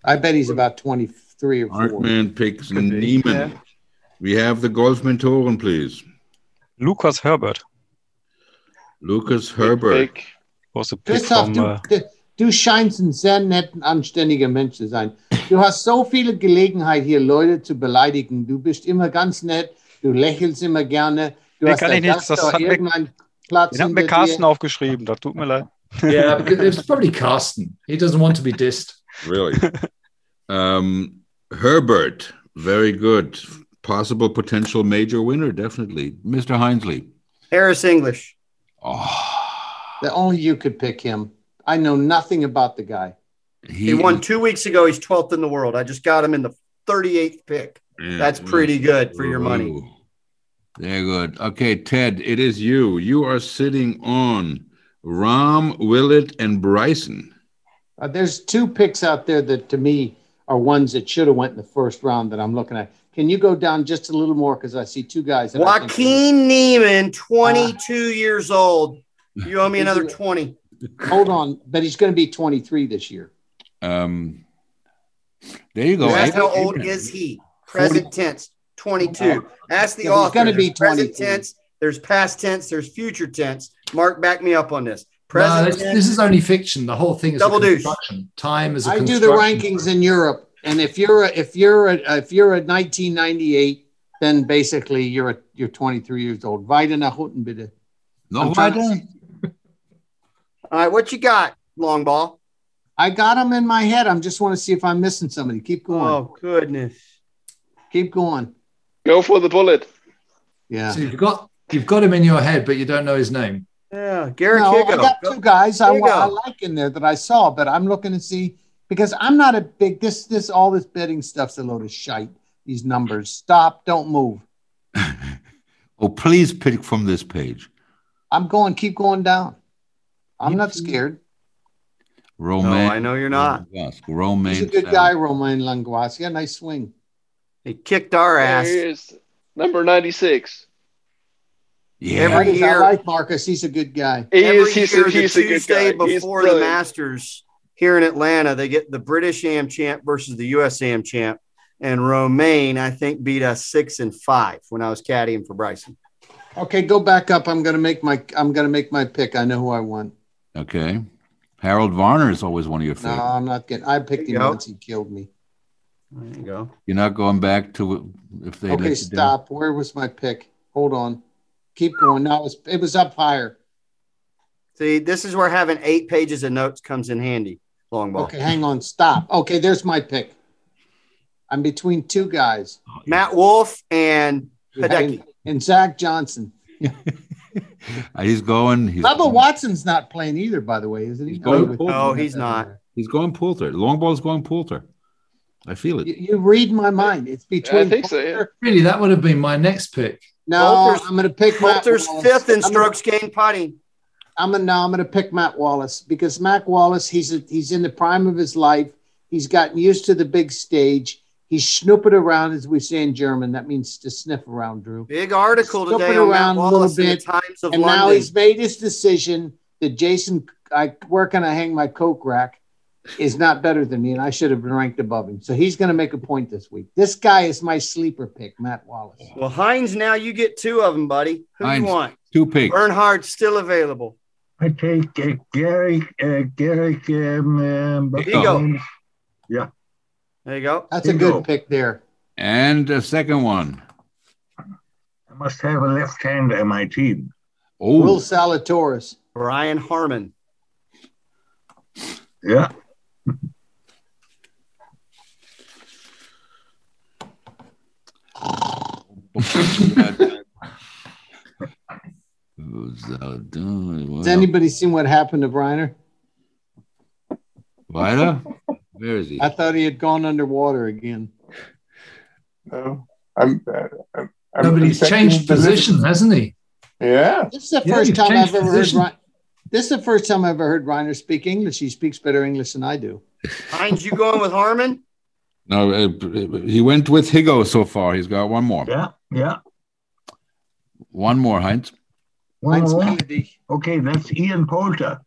I bet he's about 23 or 4.
Arkman picks Neiman. We have the golf mentoren, please.
Lukas Herbert
Lucas Herbert.
Pick.
was a pick
Christoph,
from.
du,
Uh,
du, du scheinst ein sehr netter, anständiger Mensch zu sein. Du hast so viele Gelegenheit, hier Leute zu beleidigen. Du bist immer ganz nett, du lächelst immer gerne. Du
Nee,
hast
kann
da
ich nicht.
Gast
Das
doch
hat mir-
irgendeinen Platz
den hat
hinter
mir Carsten
dir.
aufgeschrieben, das tut mir leid.
Yeah, because it's probably Carsten. He doesn't want to be dissed.
Really? um, Herbert. Very good. Possible potential major winner, definitely. Mr. Hinesley.
Harris English.
Oh,
That only you could pick him. I know nothing about the guy.
He won two weeks ago. He's 12th in the world. I just got him in the 38th pick.
Yeah.
That's pretty good for your money.
Ooh. Very good. Okay, Ted, it is you. You are sitting on Rom, Willett, and Bryson.
Uh, there's two picks out there that to me are ones that should have went in the first round that I'm looking at. Can you go down just a little more because I see two guys. that I think-
Joaquin Neiman, 22 years old. You owe me another 20.
Hold on, but he's going to be 23 this year.
Um, there you go.
You asked
Abraham-
how old
Abraham.
is he? Present tense, 22. Ask the
Yeah, he's
author.
gonna be
There's present
22.
tense. There's past tense. There's future tense. Mark, back me up on this.
No,
Present
this,
tense.
this is only fiction. The whole thing is
Double
a
douche.
construction. Time is a
I do
construction.
the rankings in Europe, and if you're a, if you're a, if you're a 1998, then basically you're a, you're 23 years old. Weiter nach unten bitte.
No,
I'm trying to-
weiter?
All right, what you got, long ball?
I got them in my head. I'm just want to see if I'm missing somebody. Keep going.
Oh goodness.
Keep going.
Go for the bullet.
Yeah.
So you've got you've got him in your head, but you don't know his name.
Yeah, Garrett
no, I
Kigo.
got two guys I,
Here you
wa- I
go.
like in there that I saw, but I'm looking to see because I'm not a big this this all this betting stuff's a load of shite. These numbers. Stop. Don't move.
Oh, please pick from this page.
I'm going. Keep going down. I'm not scared.
No,
Romain.
I know you're not.
Languasco. Romain.
He's a good
Sav-
guy, Romain Languasia. Nice swing.
He kicked our ass.
There he is. Number 96.
Yeah.
Every-
Marcus, I
year-
like Marcus. He's a good guy.
He
Every
is, he's,
year,
a, he's
the
a good guy.
Tuesday
He's
before the
brilliant.
Masters here in Atlanta, they get the British Am Champ versus the US Am Champ, and Romaine, I think, beat us six and five when I was caddying for Bryson.
Okay, go back up. I'm gonna make my I'm gonna make my pick. I know who I want.
Okay. Harold Varner is always one of your
No,
favorites.
I'm not getting. I picked
There you
him
go.
once. He killed me.
There you go.
You're not going back to if they let
Okay,
you down?
stop. Where was my pick? Hold on. Keep going. No, it was it was up higher.
See, this is where having eight pages of notes comes in handy. Long ball.
Okay, hang on. Stop. Okay, there's my pick. I'm between two guys,
Matt Wolf and Hideki.
and, and Zach Johnson.
Uh, He's going. He's
Bubba
going,
Watson's not playing either, by the way, isn't he?
He's going
with-
Poulter.
No, he's not.
he's going Poulter. Long ball's going Poulter. I feel it.
You, you read my mind. It's between.
I think so, yeah.
Poulter-
Really, that would have been my next pick.
No,
Poulter's-
I'm going to pick Matt
Walter's
Wallace.
fifth in
I'm gonna-
strokes gained putting.
I'm gonna, no, I'm gonna pick Matt Wallace because Matt Wallace, he's a, he's in the prime of his life. He's gotten used to the big stage. He's snooping around, as we say in German. That means to sniff around, Drew.
Big article
Scooping
today on Matt
around a little
Wallace in the
bit,
Times of
And
London.
now he's made his decision. that Jason, I, where can I hang my Coke rack, is not better than me, and I should have been ranked above him. So he's going to make a point this week. This guy is my sleeper pick, Matt Wallace.
Well, Heinz, now you get two of them, buddy. Who do you
Heinz,
want?
Two picks.
Bernhard's still available.
I take uh, Gary, uh, Gary, um, um,
There you go.
Yeah.
There you go.
That's a good pick there.
And the second one.
I must have a left hander in my team.
Oh,
Will Salatoris.
Brian Harmon.
Yeah.
Has anybody seen what happened to Briner?
weiter? Wer ist
I
sie?
thought he had gone underwater again.
No, I'm. uh, I'm, I'm
Nobody's
I'm
changed
checking the list.
position, hasn't he?
Yeah.
This is the
Yeah,
first
you've
time
changed
I've ever
position.
heard. Rein- This is the first time I've ever heard Reiner speak English. He speaks better English than I do.
Heinz, you going with Harmon?
No, uh, he went with Higo so far. He's got one more.
Yeah. Yeah.
One more, Heinz.
One
Heinz
more.
Melody.
Okay, that's Ian Poulter.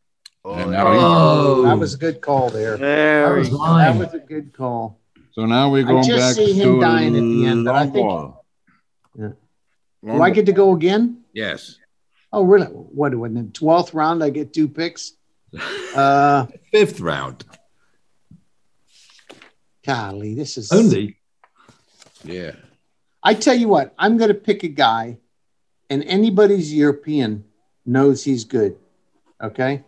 And now he-
Oh,
That was a good call there.
that
There we
was
go.
That
mine.
was a good call.
so now we're
I
going
just
back
see him
to
dying at the end, but I think-
Longwall.
Yeah. Do I
Longwall.
get to go again?
Yes.
Oh, really? What? In the twelfth round, I get two picks. Uh,
Fifth round.
golly, this is
Only.
Yeah.
I tell you what, I'm going to pick a guy, and anybody's European knows he's good. Okay,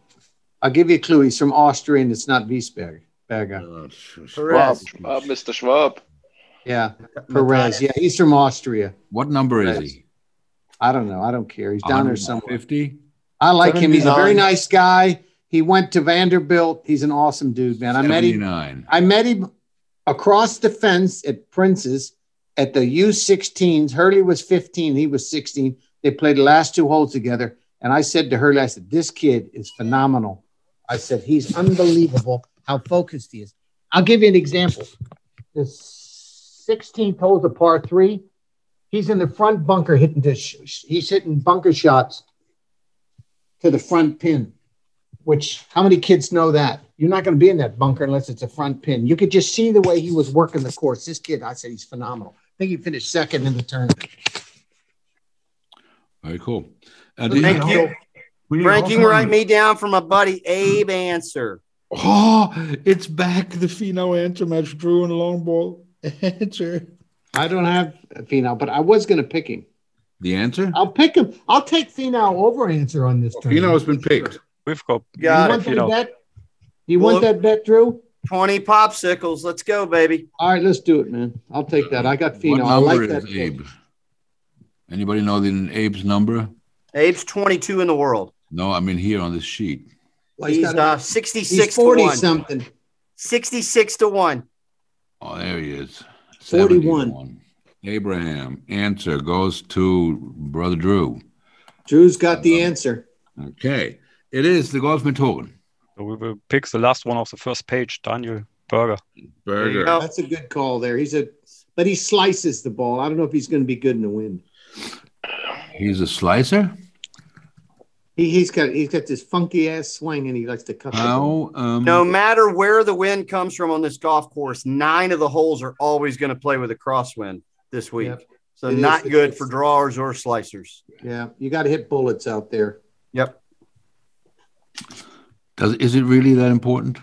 I'll give you a clue. He's from Austria, and it's not Wiesberg. Berger.
Perez.
Schwab, Mr. Schwab.
Yeah, Perez. Yeah, he's from Austria.
What number is he?
I don't know. I don't care. He's down there somewhere.
50?
I like him. He's a very
79.
nice guy. He went to Vanderbilt. He's an awesome dude, man. I met him.
79.
I met him across the fence at Prince's at the U16s. Hurley was 15, he was 16. They played the last two holes together. And I said to Hurley, I said, This kid is phenomenal. I said, He's unbelievable how focused he is. I'll give you an example. The 16th hole's a par three. He's in the front bunker hitting this. He's hitting bunker shots to the front pin which how many kids know that? You're not going to be in that bunker unless it's a front pin. You could just see the way he was working the course. This kid, I said, he's phenomenal. I think he finished second in the tournament.
Very cool. Uh, do
Thank
you-
you.
Willie
Frank, you can
Hoffman.
write me down for my buddy Abe Answer.
Oh, it's back. The Fino answer match, Drew and Longball answer.
I don't have Finau, but I was going to pick him.
The answer?
I'll pick him. I'll take Finau over answer on this
Fino
tournament.
has been picked.
We've got
Got
you
it.
want that
Fino.
bet? You
Well-
want that bet, Drew?
20 popsicles. Let's go, baby.
All right, let's do it, man. I'll take that. I got
What
Finau. I like
number
that.
is Abe? Anybody know the Abe's number?
Abe's 22 in the world.
No, I mean here on this sheet.
Well,
He's
got-
uh,
he's
66 to
40
1.
something.
66 to 1.
Oh, there he is.
41.
71. Abraham answer goes to brother Drew.
Drew's got the answer.
Okay, it is the golf Mentoren.
So we will pick the last one of the first page, Daniel Berger.
There you go.
That's a good call there. He's a, but he slices the ball. I don't know if he's going to be good in the wind.
He's a slicer.
He, he's got he's got this funky ass swing and he likes to cut. the ball.
How? Um,
No matter where the wind comes from on this golf course, nine of the holes are always going to play with a crosswind this week.
Yep.
So
It is
not
the
good
case.
for drawers or slicers.
Yeah, you got to hit bullets out there.
Does, is it really that important?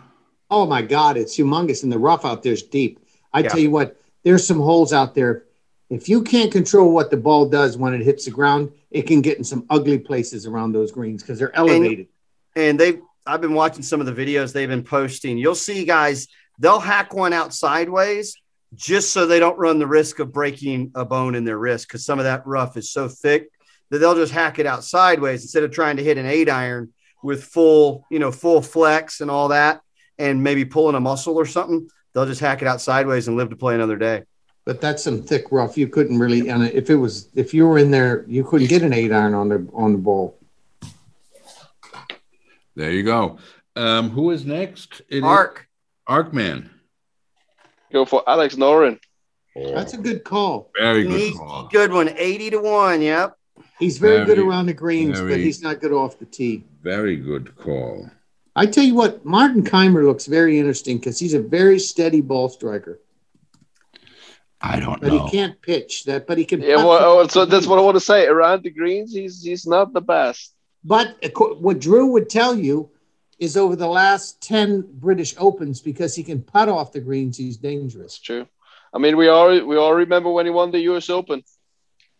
Oh my God, it's humongous and the rough out there's deep. I
Yeah.
tell you what, there's some holes out there. If you can't control what the ball does when it hits the ground, it can get in some ugly places around those greens because they're elevated.
and they I've been watching some of the videos they've been posting. You'll see guys, they'll hack one out sideways just so they don't run the risk of breaking a bone in their wrist because some of that rough is so thick that they'll just hack it out sideways instead of trying to hit an eight iron with full, you know, full flex and all that, and maybe pulling a muscle or something. They'll just hack it out sideways and live to play another day.
But that's some thick rough. You couldn't really, and if it was, if you were in there, you couldn't get an eight iron on the on the ball.
There you go. Um, who is next? It is
Mark,
Arkman.
Go for Alex Norin.
That's a good call.
Very good
sneaky
call.
good one, 80 to 1. Yep.
He's very, good
Very,
around the greens, but
very-
he's not good off the tee.
Very good call.
I tell you what, Martin Keimer looks very interesting because he's a very steady ball striker,
I don't
but
know.
he can't pitch that. But he can.
Yeah,
putt
well, oh, so that's what I want to say. Around the greens, he's he's not the best.
But acco- what Drew would tell you is over the last 10 British Opens, because he can putt off the greens, he's dangerous.
It's true. I mean, we all we all remember when he won the U.S. Open.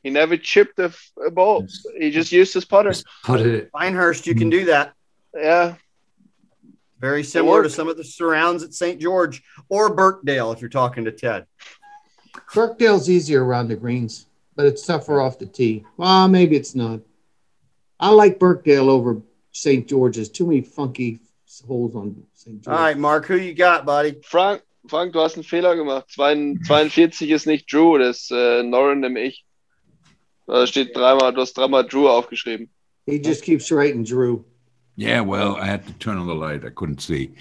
He never chipped a, f- a ball. He just used his putter.
Put it.
Pinehurst, you
Hmm.
can do that.
Yeah,
Very similar to
worked.
some of the surrounds at St. George or Burkdale, if you're talking to Ted.
Kirkdale's easier around the greens, but it's tougher off the tee. Well, maybe it's not. I like Burkdale over St. George's. Too many funky holes on St.
All
George.
right, Mark, who you got, buddy?
Frank, Frank, du hast einen Fehler gemacht. 42 42 ist nicht Drew, das ist äh, Norin, nämlich ich. Da steht dreimal, du hast dreimal Drew aufgeschrieben.
He just keeps writing Drew.
Yeah, well, I had to turn on the light. I couldn't see.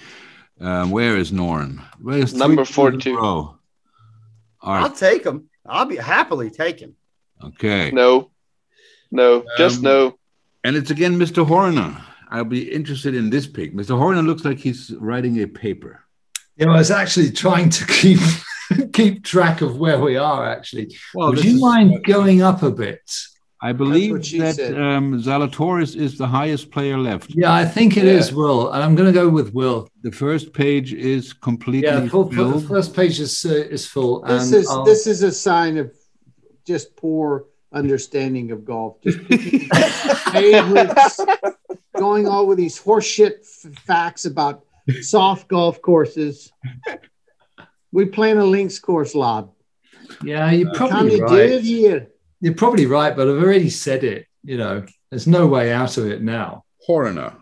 Um, where is Noren? Where's
Number 42.
All
I'll
right.
take him. I'll be happily taken.
Okay.
No, no, just
Um,
no.
And it's again Mr. Horner. I'll be interested in this pick. Mr. Horner looks like he's writing a paper.
Yeah, I was actually trying to keep keep track of where we are. Actually,
Well,
would
Oh, this
you
is-
mind going up a bit?
I believe
what she
that
said.
um, Zalatoris is the highest player left.
Yeah, I think it
Yeah.
is Will, and I'm going to go with Will.
The first page is completely
Yeah, full, full- the
filled.
first page is uh, is full.
This
and
is
um,
I'll-
this is a sign of just poor understanding of golf. Just picking favorites, going all with these horseshit f- facts about soft golf courses. We play in a links course, Lob.
yeah, you're probably
Tommy
right.
did here.
You're probably right, but I've already said it. You know, there's no way out of it now.
Horner.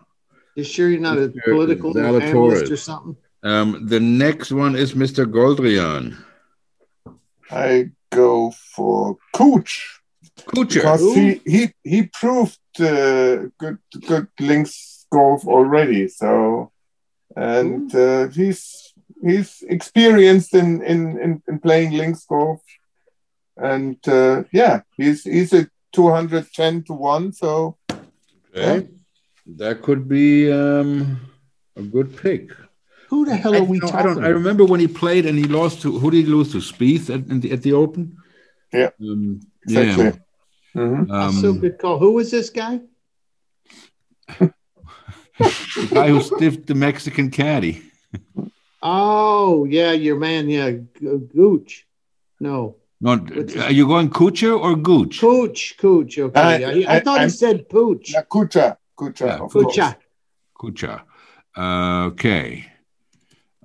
You sure you're not a
Mr.
political
Zalatoris.
analyst or something?
Um, the next one is Mr. Goldrian.
I go for Cooch.
Kucher.
Because he, he he proved uh, good good links golf already. So and uh, he's he's experienced in in, in, in playing links golf, and uh, yeah, he's he's a two hundred ten to one. So
Okay. That could be um, a good pick.
Who the hell
I,
are we
you know, I
talking
don't. I
about?
remember when he played and he lost to who did he lose to? Spieth at, in the, at the Open.
Yeah.
Um, yeah.
exactly. Mhm.
Um,
so good call. Who was this guy?
the guy who stiffed the Mexican caddy.
Oh, yeah, your man, yeah, G- Gooch. No,
No,
What's his-
are you going Kucher or Gooch?
Cooch, Cooch. Okay,
I-
I, I,
I-
thought he
I'm-
said Pooch.
Yeah, Kucha, Kucha,
Yeah,
of course.
Coocha.
Kucher. Uh, okay.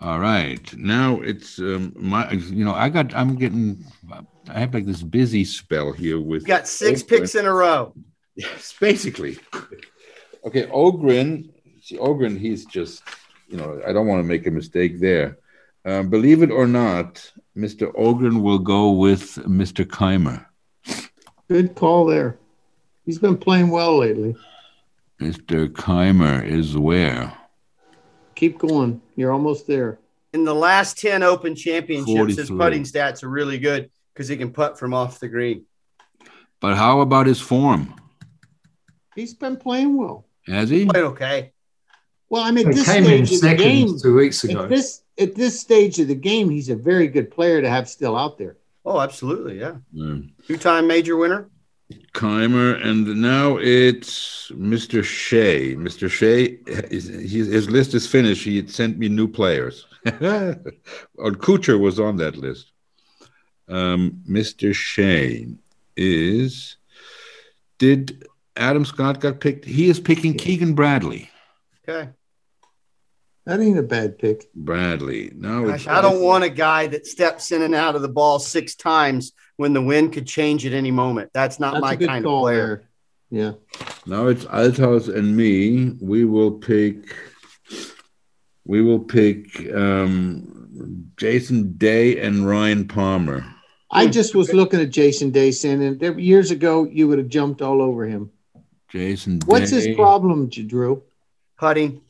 All right. Now it's um, my. You know, I got. I'm getting. I have like this busy spell here with.
You got
Oh,
six picks in a row.
Yes, basically. Okay, Ogrin. See, Ogrin, he's just, you know, I don't want to make a mistake there. Um, believe it or not, Mr. Ogrin will go with Mr. Keimer.
Good call there. He's been playing well lately.
Mr. Keimer is where?
Keep going. You're almost there.
In the last 10 Open Championships, his
43.
putting stats are really good because he can putt from off the green.
But how about his form?
He's been playing well.
Has he?
Played okay.
Well, I mean, at
It
this
came
stage
in
of the
second
game,
two weeks ago.
at this at this stage of the game, he's a very good player to have still out there.
Oh, absolutely. Yeah.
Mm.
Two time major winner.
Keimer, and now it's Mr. Shea. Mr. Shea, his, his his list is finished. He had sent me new players. Or Kucher was on that list. Um, Mr. Shea is. Did Adam Scott got picked? He is picking Keegan Bradley.
Okay.
That ain't a bad pick.
Bradley. No,
Gosh, I don't want a guy that steps in and out of the ball six times when the wind could change at any moment. That's not
That's
my
a good
kind of
call
player.
there. Yeah.
Now it's Althaus and me. We will pick. We will pick um, Jason Day and Ryan Palmer.
I just was looking at Jason Dayson, and there, years ago you would have jumped all over him.
Jason.
What's
Day.
his problem, J- Drew?
Putting,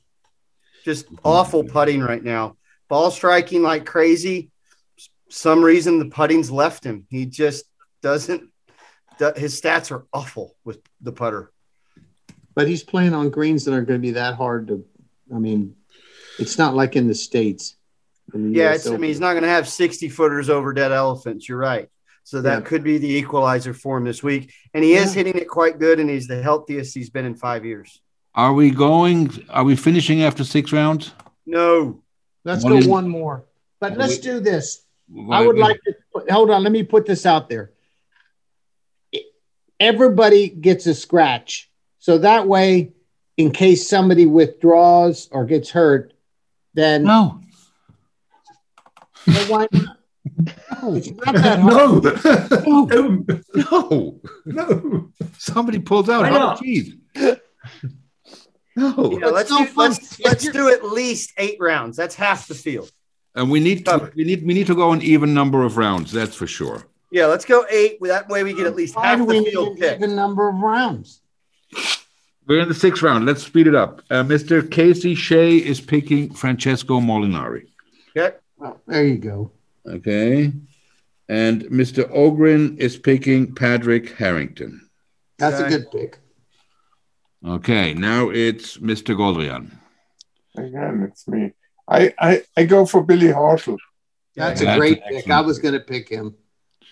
just awful putting right now. Ball striking like crazy. S- Some reason the putting's left him. He just doesn't the, his stats are awful with the putter.
But he's playing on greens that are going to be that hard to. I mean, it's not like in the states. in the
Yeah,
US
it's, I
Open.
mean, he's not going to have 60 footers over dead elephants. You're right. So that
Yeah.
could be the equalizer for him this week. And he is hitting it quite good, and he's the healthiest he's been in five years.
Are we going? Are we finishing after six rounds?
No.
Let's
One
go
in-
one more. But let's do this. I
Why-
would like to put- hold on. Let me put this out there. Everybody gets a scratch, so that way, in case somebody withdraws or gets hurt, then
No.
Well, why not? It's not that hard.
No,
No. No.
no,
Somebody pulls out.
Why
Oh,
not?
geez.
no.
Yeah,
But
let's,
so
do,
fun.
let's, let's do at least eight rounds. That's half the field.
And we need to, we need we need to go an even number of rounds. That's for sure.
Yeah, let's go eight. That way we get at least
Why
half
do we
the
need
field
an
picked.
even number of rounds?
We're in the sixth round. Let's speed it up. Uh, Mr. Casey Shea is picking Francesco Molinari.
Okay.
Well, there you go.
Okay. And Mr. Ogrin is picking Patrick Harrington.
That's a
Okay.
good pick.
Okay. Now it's Mr. Goldrian.
Again, it's me. I, I, I go for Billy Horschel.
That's
Yeah,
a
that's
great
an
pick.
excellent
I was going to pick him.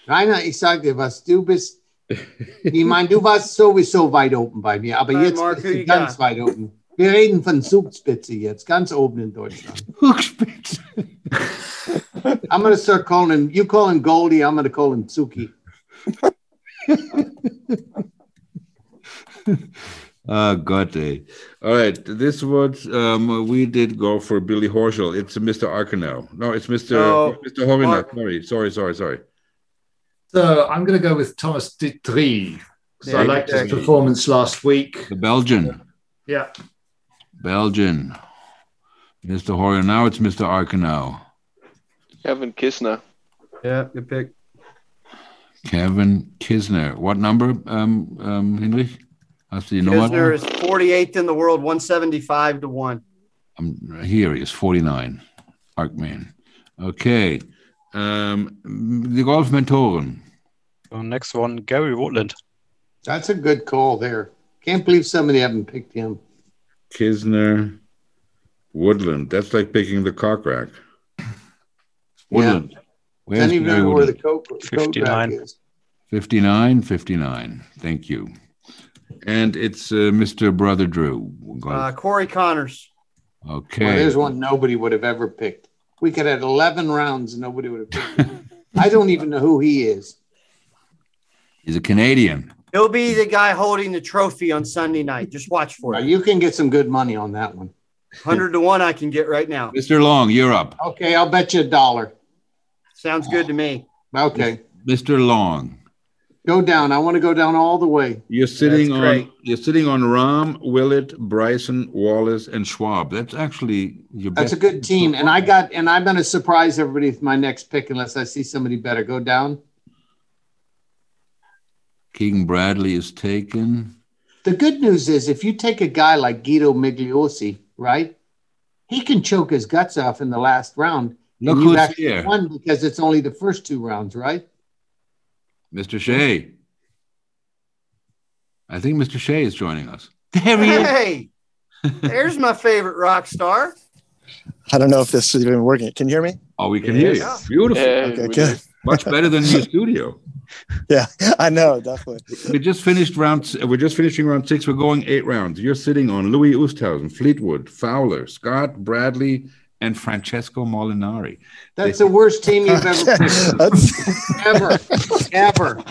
Rainer, ich sag dir was, du bist, ich meine, du warst sowieso weit oben bei mir, aber
Nein,
jetzt
Marco,
bist du
egal.
ganz weit oben. Wir reden von Zugspitze jetzt, ganz oben in Deutschland.
Hochspitz.
I'm going to start calling him, you call him Goldie, I'm going to call him Zuki.
Oh God, eh. All right. This was um, we did go for Billy Horschel. It's Mr. Arkenau. No, it's Mr.
No.
Mr. Horiner. Sorry,
Ar-
sorry, sorry, sorry.
So I'm going to go with Thomas Dietrich. So I
Yeah,
liked his
exactly.
performance last week.
The Belgian.
Yeah,
Belgian. Mr. Horner. Now it's Mr. Arkenau.
Kevin Kisner.
Yeah, good pick.
Kevin Kisner. What number, um, um, Hinrich? Hast du die Nummer?
Kisner is 48th in the world, 175 to 1.
Um, here he is, 49. Arkman. Okay. Um, die Golfmentoren.
Uh, next one, Gary Woodland.
That's a good call there. Can't believe somebody haven't picked him.
Kisner. Woodland. That's like picking the cock rack. Woodland. Where's
Doesn't even
Gary
know where the
Woodland?
coat, coat rack
59.
is.
59, 59. Thank you. And it's uh, Mr. Brother Drew.
Uh, Corey Connors.
okay.
Well, there's one nobody would have ever picked. We could have 11 rounds and nobody would have picked him. I don't even know who he is.
He's a Canadian.
He'll be the guy holding the trophy on Sunday night. Just watch for
Well,
it.
you can get some good money on that one.
100 to 1 I can get right now.
Mr. Long, you're up.
Okay, I'll bet you a dollar.
Sounds good to me.
Okay,
Mr. Long.
go down. I want to go down all the way.
You're sitting on
That's great.
you're sitting on Rahm, Willett, Bryson, Wallace, and Schwab. That's actually your
That's a
best.
good team, and I got and I'm going to surprise everybody with my next pick unless I see somebody better. Go down.
Keegan Bradley is taken.
The good news is if you take a guy like Guido Migliosi, right, he can choke his guts off in the last round.
Look
and you've
who's
actually
here,
won because it's only the first two rounds, right?
Mr. Shea. I think Mr. Shea is joining us. There he is.
Hey, there's my favorite rock star.
I don't know if this is even working. Can you hear me?
Oh, we can hear
Yes.
you. Beautiful.
Yeah,
Okay,
we
good.
did.
Much better than your studio.
Yeah, I know, definitely.
We just finished round. s- We're just finishing round six. We're going eight rounds. You're sitting on Louis Oosthuizen, Fleetwood, Fowler, Scott Bradley, and Francesco Molinari.
That's the worst team you've ever picked.
That's-
ever, ever.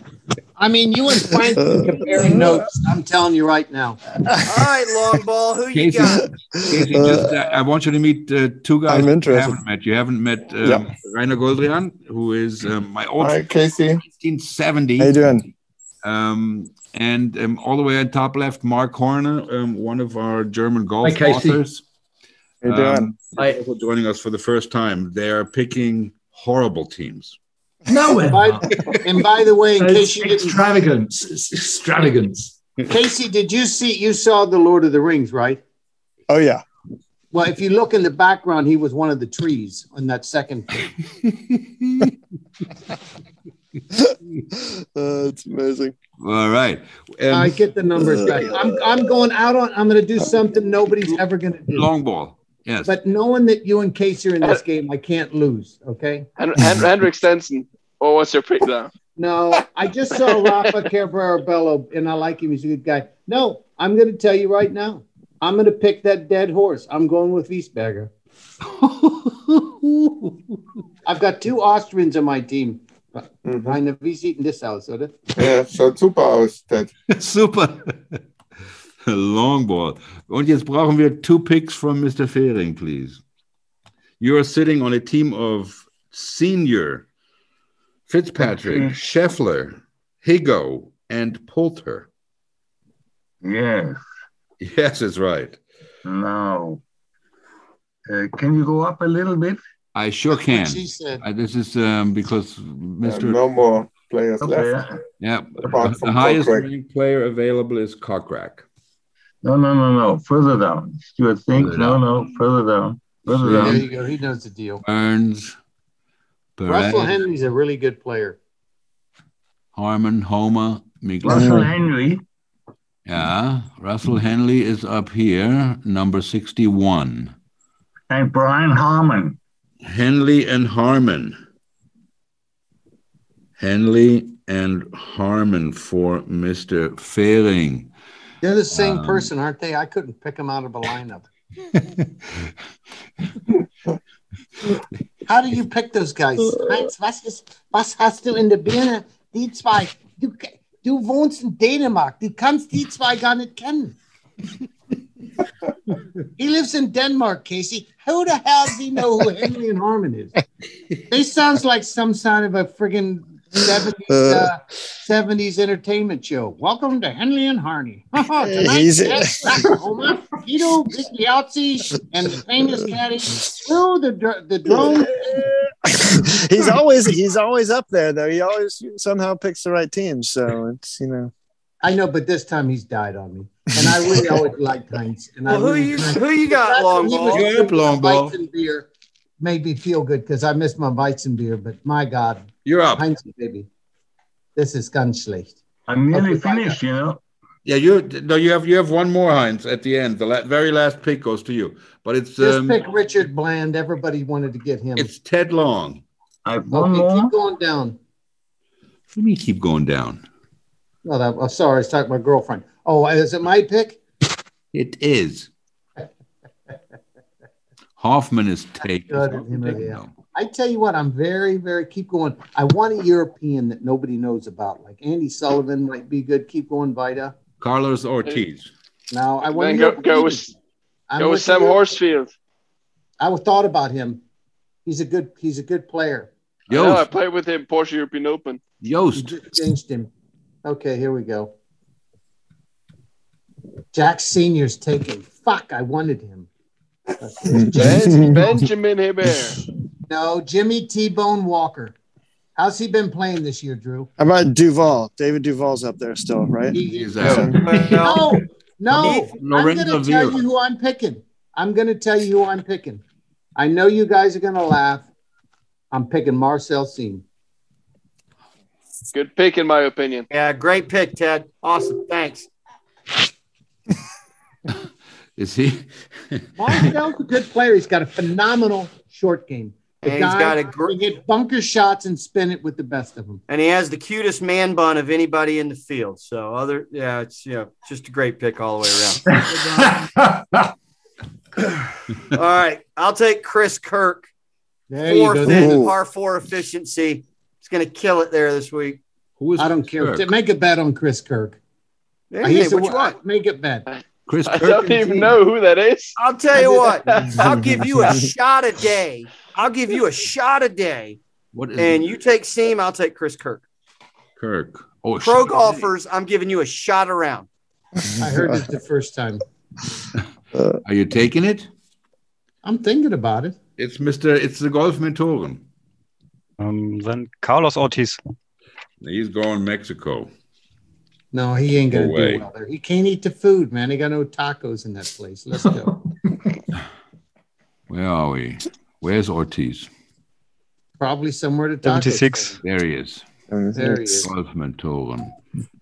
I mean, you and Frank are comparing notes. I'm telling you right now.
All right, long ball, who you
Casey,
got?
Casey,
Uh,
just, uh, I want you to meet uh, two guys
I'm
that you
interested.
haven't met. You haven't met um,
Yeah.
Rainer Goldrian, who is um, my old
Hi,
friend,
Casey.
1970,
How you doing?
um, and um, all the way on top left, Mark Horner, um, one of our German golf
Hi, Casey.
authors.
How you doing?
Um, also joining us for the first time. They are picking horrible teams.
no way.
By- and by the way, in case
It's
you didn't,
extravagance. It's extravagance.
Casey, did you see? You saw the Lord of the Rings, right?
Oh yeah.
Well, if you look in the background, he was one of the trees on that second.
Uh,
That's amazing.
All right. Um,
I get the numbers back. I'm, I'm going out on, I'm going to do something nobody's ever going to do.
Long ball. Yes.
But knowing that you and Casey are in this game, I can't lose. Okay.
Hen- Hen- Henrik Stenson. Oh, what's your pick now?
No, I just saw Rafa Cabrera Bello and I like him. He's a good guy. No, I'm going to tell you right now. I'm going to pick that dead horse. I'm going with Wiesberger. I've got two Austrians on my team.
Mm-hmm.
Eine, wie sieht denn das aus, oder?
Ja, schaut super aus, Ted.
Super. Long ball. Und jetzt brauchen wir two picks from Mr. Fehring, please. You are sitting on a team of Senior, Fitzpatrick, Scheffler, Higo, and Poulter.
Yes.
Yes, that's right.
Now, uh, can you go up a little bit?
I sure can.
she said.
Uh, this is um, because Mr.
no more players
Okay.
left.
Yeah.
Apart
The
from
highest
Cochrane.
ranked player available is Cockrack.
No, no, no, no. Further down. Stuart thinks.
Further
No, no. Further down. Further
Yeah.
There
down.
you go. He knows the deal.
Burns,
Russell
Perez,
Henry's a really good player.
Harmon, Homer,
Russell
McLaren.
Henry.
Yeah. Russell Henley is up here, number 61.
and Brian Harmon.
Henley and Harmon. Henley and Harmon for Mr. Fehring.
They're the same
Um,
person, aren't they? I couldn't pick them out of a lineup. How do you pick those guys? Heinz, was, ist, was hast du in der Birne? Die zwei. Du, du wohnst in Dänemark. Du kannst die zwei gar nicht kennen. he lives in Denmark, Casey. Who the hell does he know who Henry and Harmon is? They sounds like some sign of a friggin' 70s, uh, 70s entertainment show. Welcome to Henley and Harney. Tonight,
He's-
Jack Black, Homer, Guido, Big Yahtzee, and the famous caddy, Through the, dr- the drone.
he's always he's always up there though. He always somehow picks the right team. So it's you know.
I know, but this time he's died on me. And I really always liked Heinz. And
Well,
I
who
really
you who you got, long ball?
You're up, long ball.
Weizen beer made me feel good because I missed my Weizen beer, but my God,
You're up.
Heinz, baby, this is ganz schlecht.
I'm nearly
Okay,
finished, you know.
Yeah, you no, you have you have one more Heinz at the end. The la- very last pick goes to you, but it's
Just
um,
pick Richard Bland. Everybody wanted to get him.
it's Ted Long.
I've one
Okay,
more.
keep going down.
Let me keep going down.
No, that, I'm sorry. I was talking to my girlfriend. Oh, is it my pick?
It is Hoffman is taken.
Good, yeah. I tell you what, I'm very, very keep going. I want a European that nobody knows about, like Andy Sullivan might be good. Keep going, Vita.
Carlos Ortiz.
No, I want
Then
a
go, go
European.
with,
I'm
go with
with
Sam
you.
Horsfield.
I thought about him. He's a good. He's a good player.
I know, I
Yost.
played with him Porsche European Open.
You
Yost.
just changed him. Okay, here we go. Jack Senior's taken. Fuck, I wanted him.
Ben, Benjamin Hebert.
No, Jimmy T Bone Walker. How's he been playing this year, Drew?
How about Duval? David Duval's up there still, right?
He-
He's out.
Well,
No, no.
Lorenzo
I'm going to tell
Vera.
you who I'm picking. I'm going to tell you who I'm picking. I know you guys are going to laugh. I'm picking Marcel Seam.
Good pick, in my opinion.
yeah, great pick, Ted. Awesome, thanks.
Is he?
Marcel's a good player. He's got a phenomenal short game. The
And he's
guy
got a gr-
can get bunker shots and spin it with the best of them.
And he has the cutest man bun of anybody in the field. So other, yeah, it's yeah, just a great pick all the way around. All right, I'll take Chris Kirk.
There
Fourth
you go.
in
Ooh.
par four efficiency. He's gonna kill it there this week.
Who is?
I don't care.
Kirk?
Make a bet on Chris Kirk.
Hey,
He's the
what you
one-
want?
Make a bet.
Chris
I
Kirk.
don't
and
even
Seam.
know who that is.
I'll tell you what. I'll give you a shot a day. I'll give you a shot a day,
What is
and you take Seam. I'll take Chris Kirk.
Kirk? Oh,
Pro
shit.
golfers, I'm giving you a shot around.
I heard it the first time.
Are you taking it?
I'm thinking about it.
It's Mr. It's the golf mentoren.
Um, then Carlos Ortiz.
He's going Mexico.
No, he ain't gonna
No way.
do well there. He can't eat the food, man. They got no tacos in that place. Let's go.
Where are we? Where's Ortiz?
Probably somewhere to taco.
76.
There he is.
There he is.
Rolf Mentoren.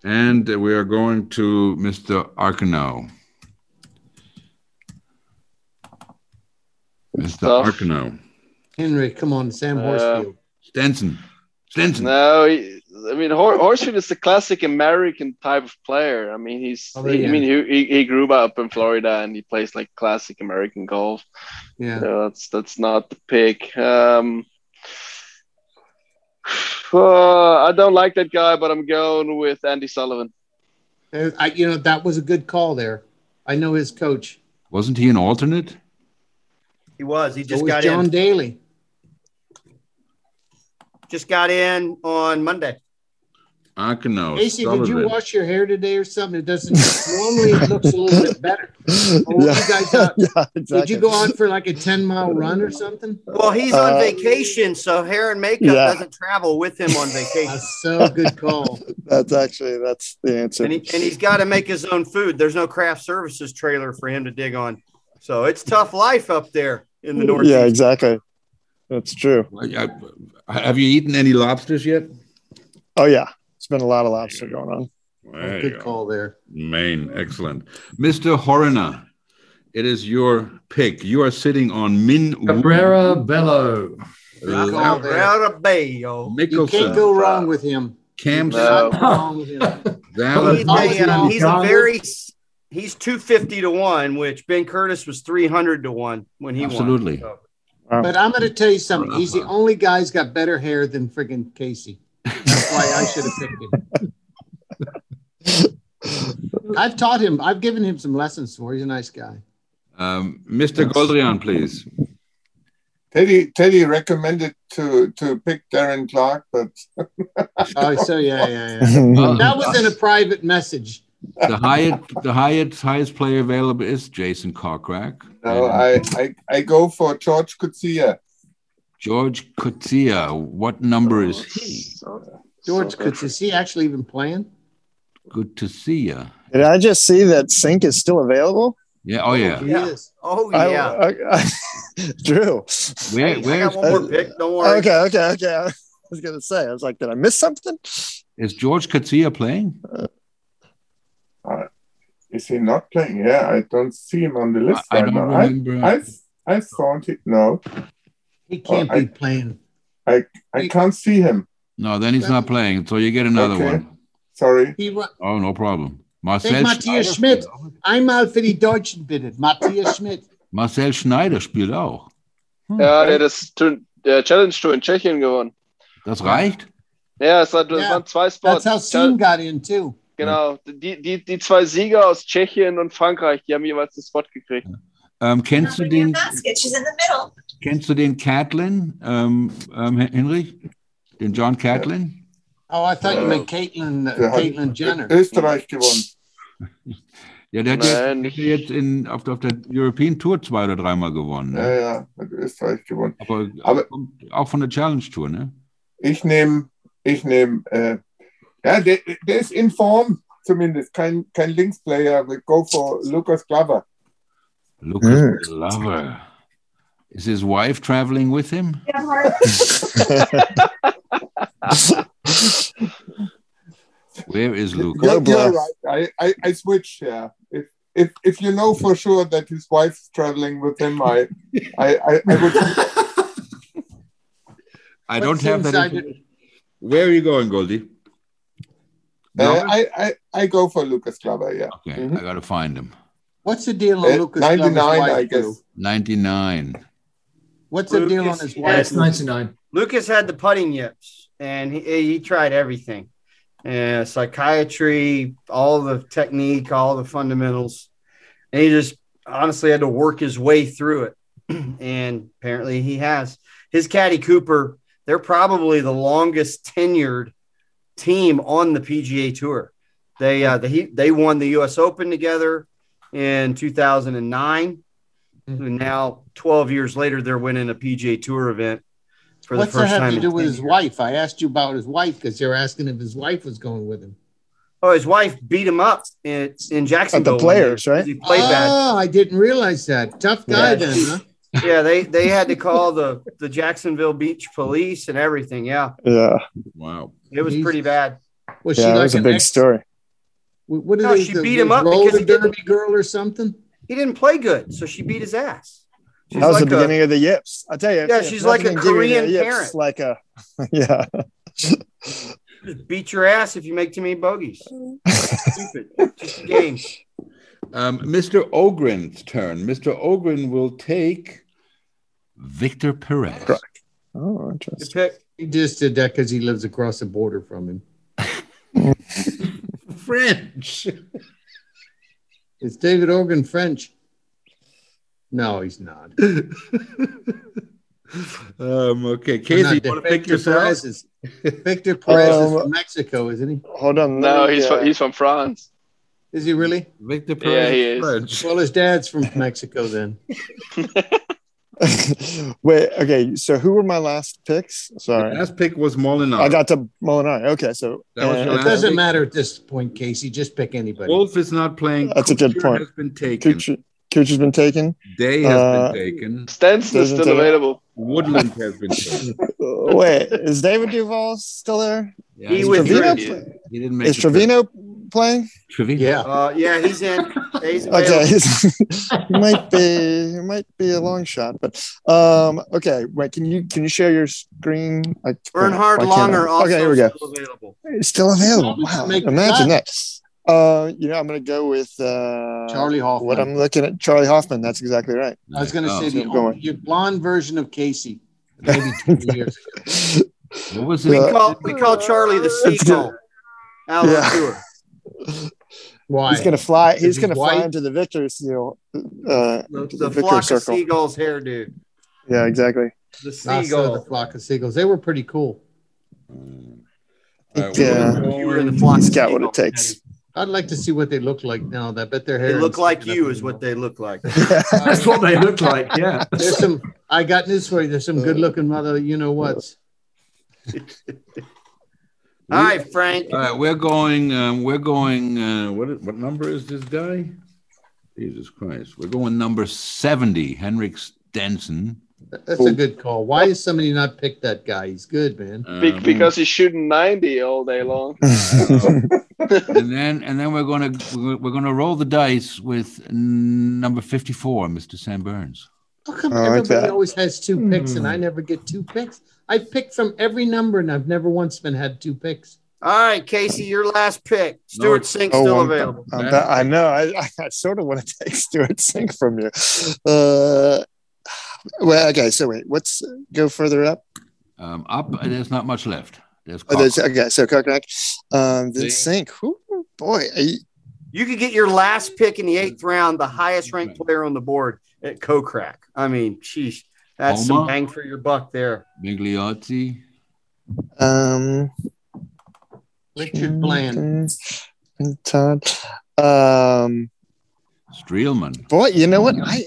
And we are going to Mr. Arcanau. Mr. Arcanau.
Henry, come on, Sam Horsfield.
Uh,
Stenson. Stenson.
No, he- I mean Hor- Horsfield is the classic American type of player. I mean he's
Oh,
he,
yeah.
I mean he, he he grew up in Florida and he plays like classic American golf.
Yeah.
So that's that's not the pick. Um, uh, I don't like that guy, but I'm going with Andy Sullivan.
Uh, I, you know, that was a good call there. I know his coach.
Wasn't he an alternate?
He was. He
So
just
was
got
John
in.
Daly.
Just got in on Monday.
Arcanau.
Casey, did you
Sullivan.
wash your hair today or something? It doesn't normally it looks a little bit better. Oh,
Yeah.
you guys out-
Yeah,
Did you
exactly.
go out for like a 10 mile run or something?
Well, he's on
Uh,
vacation, so hair and makeup
yeah.
doesn't travel with him on vacation.
So good call.
That's actually that's the answer.
and, he, and he's got to make his own food. There's no craft services trailer for him to dig on. So it's tough life up there in the Northeast.
yeah, exactly. That's true.
Well, yeah, Have you eaten any lobsters yet?
Oh yeah, it's been a lot of lobster going on.
There you
Good
go.
call there.
Maine, excellent. Mr. Horner, it is your pick. You are sitting on Min Woo,
Cabrera Bello.
Lau-
Good call there.
Barabello.
You can't
Mickelson,
go wrong with him.
Cam
No.
Nothing wrong with him.
Valley.
He's a, uh,
Austin
he's a
Johnson.
very he's 250 to 1 which Ben Curtis was 300 to 1 when he
Absolutely.
won.
But I'm going to tell you something. He's the
Uh-huh.
only guy who's got better hair than friggin' Casey. That's why I should have picked him. I've taught him. I've given him some lessons for. He's a nice guy.
Um, Mr. Goldrian, please.
Teddy Teddy recommended to to pick Darren Clark, but
Oh, so yeah, yeah, yeah. That was in a private message.
The Hyatt, the Hyatt highest player available is Jason Cockrack.
no,
And
I, I I go for George Kutsia.
George Kutsia. What number is he?
So-
George,
Oh, so
could is he actually even playing?
Good to see ya.
Did I just see that Sink is still available?
Yeah. Oh yeah.
He
Yeah.
is.
Oh
I-
yeah.
I- I- Drew.
Hey,
Where,
I
where
got one more pick. Don't worry.
Okay, okay, okay. I was gonna say, I was like, did I miss something?
is George Kutsia playing?
Is he not playing? Yeah, I don't see him on the
I,
list
I
right
don't
now.
remember.
I I I thought it. No,
He can't
Oh, I-
be playing.
I can't see him.
no, then he's not playing. So you get another
Okay.
one.
Sorry.
He wa-
Oh, no problem. Marcel
Think Matthias Schmidt. Einmal für die Deutschen bitte. Matthias Schmidt.
Marcel Schneider spielt auch.
Ja, der hat das Turn- der Challenge Tour in Tschechien gewonnen.
Das reicht?
Ja, es, hat, es
Ja,
waren zwei
That's
Spots.
how
Chal-
Sean got in too.
Genau, die, die, die zwei Sieger aus Tschechien und Frankreich, die haben jeweils einen Spot gekriegt.
Ähm, kennst, du
Bring your
den,
basket. She's in the middle.
kennst du den Catlin, ähm, ähm, Hen- Henrich? Den John Catlin?
Oh, I thought you
Uh,
meant Caitlyn,
der
uh,
hat-
Caitlyn Jenner.
Österreich gewonnen.
Ja, der hat
Nein.
jetzt, der hat jetzt in, auf, auf der European Tour zwei oder dreimal gewonnen.
Ja,
Ne?
ja, hat Österreich gewonnen.
Aber,
Aber-
kommt auch von der Challenge Tour, ne?
Ich nehme, ich nehme, äh, ja, der, der ist in Form zumindest, kein, kein Linksplayer. We go for Lucas Glover.
Lucas
Hmm.
Mhm.
Glover. Is his wife traveling with him?
You have heart.
Where is Lucas?
You're,
Glover.
you're right. I, I, I switch, yeah. If, if, if you know for sure that his wife's traveling with him, I, I, I, I would. uh,
I don't
What's
have that.
inside
information. Where are you going, Goldie?
Uh, I, I, I go for Lucas Glover, yeah.
Okay,
Mhm.
I gotta find him.
What's the
Oh,
deal on
Äh,
Lucas?
99,
Glover's wife,
I guess.
Drew?
99.
What's the deal on
Lucas,
his
yeah,
Yeah,
wife?
it's 99.
Lucas had the putting yips and he, he tried everything. Yeah, psychiatry, all the technique, all the fundamentals. And he just honestly had to work his way through it. and apparently he has. His caddy Cooper, they're probably the longest tenured team on the PGA Tour. They uh, they, they won the US Open together in 2009.
Mm-hmm.
And now 12 years later they're winning a PGA Tour event for
What's
the
that
first
have
time.
to
in
do with
10
his
years.
wife? I asked you about his wife because you're asking if his wife was going with him.
Oh, his wife beat him up in, in Jacksonville.
players, right?
He played
oh,
bad.
I didn't realize that. Tough guy
Yeah,
then,
she-
huh?
yeah, they they had to call the the Jacksonville Beach police and everything. Yeah,
Yeah.
Wow.
it was pretty bad.
Was
yeah,
she
that
like
was a
an
big
ex-
story.
What
No,
did
she beat him up because
Roller
he didn't-
derby girl or something?
He didn't play good, so she beat his ass. She's
that was
like
the
a-
beginning of the yips. I tell you.
Yeah,
if- if
she's like a
nothing can give you the
Korean
yips,
parent.
Like a, yeah.
Just beat your ass if you make too many bogeys. Stupid. Just a game.
Um, Mr. Ogren's turn. Mr. Ogren will take Victor Perez.
Oh,
Good
interesting.
pick.
He just did that because he lives across the border from him.
French.
Is David Organ French? No, he's not.
Um, okay, Casey,
Not
you want to
Victor
pick yourself?
Perez is- Victor Perez is
Um,
from Mexico, isn't he?
Hold on.
No,
let me,
he's
uh,
from, he's from France.
Is he really?
Victor
Yeah, he
Perez
is.
French.
Well, his dad's from Mexico then.
Wait, okay. So who were my last picks?
The
Sorry.
last pick was Molinar.
I got to Molinari. Okay, so
That was
uh,
your
It
last
doesn't
pick.
matter at this point, Casey. Just pick anybody.
Wolf is not playing.
That's a good
Kuchar
point.
Has been taken.
Kuch- Kuch has been taken.
Day has
Uh,
been taken.
Stenson is
Doesn't
still
take-
available.
Woodland has been taken.
Uh, Wait, is David Duval still there?
Yeah,
He
Is
he,
was-
Trevino,
yeah.
pl-
he didn't make
is
the cut.
Trevino playing?
Trevino.
Yeah.
Uh, yeah, he's in. He's
Okay,
available.
it might be it might be a long shot, but um, okay. Wait, can you can you share your screen? I,
Bernhard
why can't I?
Longer also
Okay, here we go.
still available.
It's still available. Wow,
Make the
imagine that. Uh, you know, I'm gonna go with uh,
Charlie Hoffman.
What I'm looking at, Charlie Hoffman. That's exactly right.
I was going to
Oh.
say the
Keep going.
only, your blonde version of Casey. Maybe 20 years.
What was
We
his?
We call, we call Charlie the
It's
seagull. Al
Yeah.
Latour.
Why?
He's gonna fly.
Because
He's gonna
he's
fly
white?
into the victor's, you know, uh,
The,
into
the
victor's
flock of
circle.
seagulls hairdo.
Yeah, exactly.
The
Not so the
seagull.
flock of seagulls. They were pretty cool.
Uh,
Yeah.
Woodland-
You were in the flock
He's
of
got what it
seagulls,
takes.
I'd like to see what they look like now. I bet their hair.
They look
is
like
sticking up
you,
in
is
the
what they look like.
That's what they look like. Yeah.
There's some. I got news for you. There's some good-looking mother. You know what's
All right, Frank.
All right, we're going. Um, we're going. Uh, what what number is this guy? Jesus Christ! We're going number seventy. Henrik Stenson.
That's a good call. Why is somebody not picked that guy? He's good, man.
Be-
Um,
because he's shooting 90 all day long.
Um,
Um, and then and then we're gonna we're gonna roll the dice with n- number fifty four, Mr. Sam Burns.
How come
I like
everybody
that.
always has two picks and
Hmm.
I never get two picks? I picked from every number and I've never once been had two picks.
All right, Casey, your last pick.
No.
Stuart Sink's still
I'm-
available.
I'm ba- i know. I, I, I sort of want to take Stuart Sink from you. Uh, well, okay. So wait, what's go further up?
Um, up and there's not much left. There's
Mm-hmm. Oh, there's,
Cochran.
okay, so Kokrak, um, then
Sink.
Sink. Whew, boy, I-
You could get your last pick in the eighth round, the highest ranked player on the board at Kokrak. I mean, sheesh, that's some
Homa?
bang for your buck there.
Migliotti.
um,
Richard Bland.
and Todd. Um,
Streelman.
boy, you know what?
Mm.
I,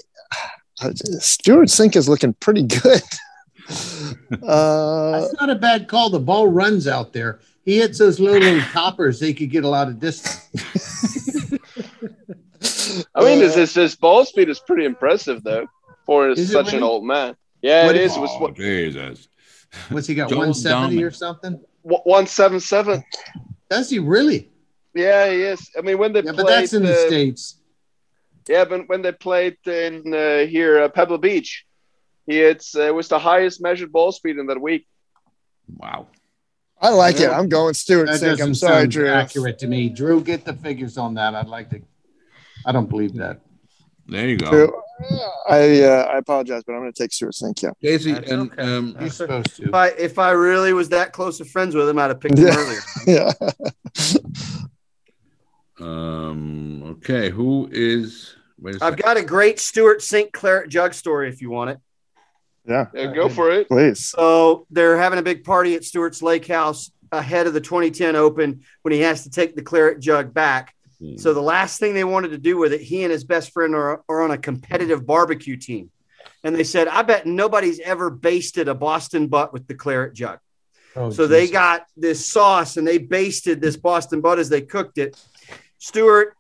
I Stuart Sink is looking pretty good. Uh,
That's not a bad call. The ball runs out there. He hits those low little toppers. They could get a lot of distance.
I mean,
uh,
his, his, his ball speed is pretty impressive, though, for
Is it
such an
really?
old man. Yeah,
What
it
is-
is. It was
Oh, Jesus.
What's he got?
Joel
170
Dahman.
or something?
wa- 177.
Does he really?
Yeah, he is. I mean, when they
Yeah, but
played.
that's in the
uh,
States.
Yeah, but when they played in uh, here, uh, Pebble Beach, he hits, uh, was the highest measured ball speed in that week.
Wow.
I like it.
Yeah.
I'm going Stuart
That
Sink. I'm
doesn't
sorry,
sound
Drew.
accurate to me. Drew, get the figures on that. I'd like to. I don't believe that.
There you go.
Drew, I uh, I apologize, but I'm going to take Stuart Sink. Yeah.
Casey
That's
and
okay.
um,
You're supposed
If
to.
I, if I really was that close of friends with him, I'd have picked him
Yeah.
earlier.
Yeah.
um, okay, who is? Wait a
I've
second.
got a great Stuart Sink claret jug story if you want it.
yeah.
Yeah, Uh, go for it.
Please.
So they're having a big party at Stewart's Lake House ahead of the 2010 Open when he has to take the claret jug back.
Hmm.
So the last thing they wanted to do with it, he and his best friend are, are on a competitive barbecue team. And they said, I bet nobody's ever basted a Boston butt with the claret jug.
Oh,
so they
Jesus.
got this sauce and they basted this Boston butt as they cooked it. Stewart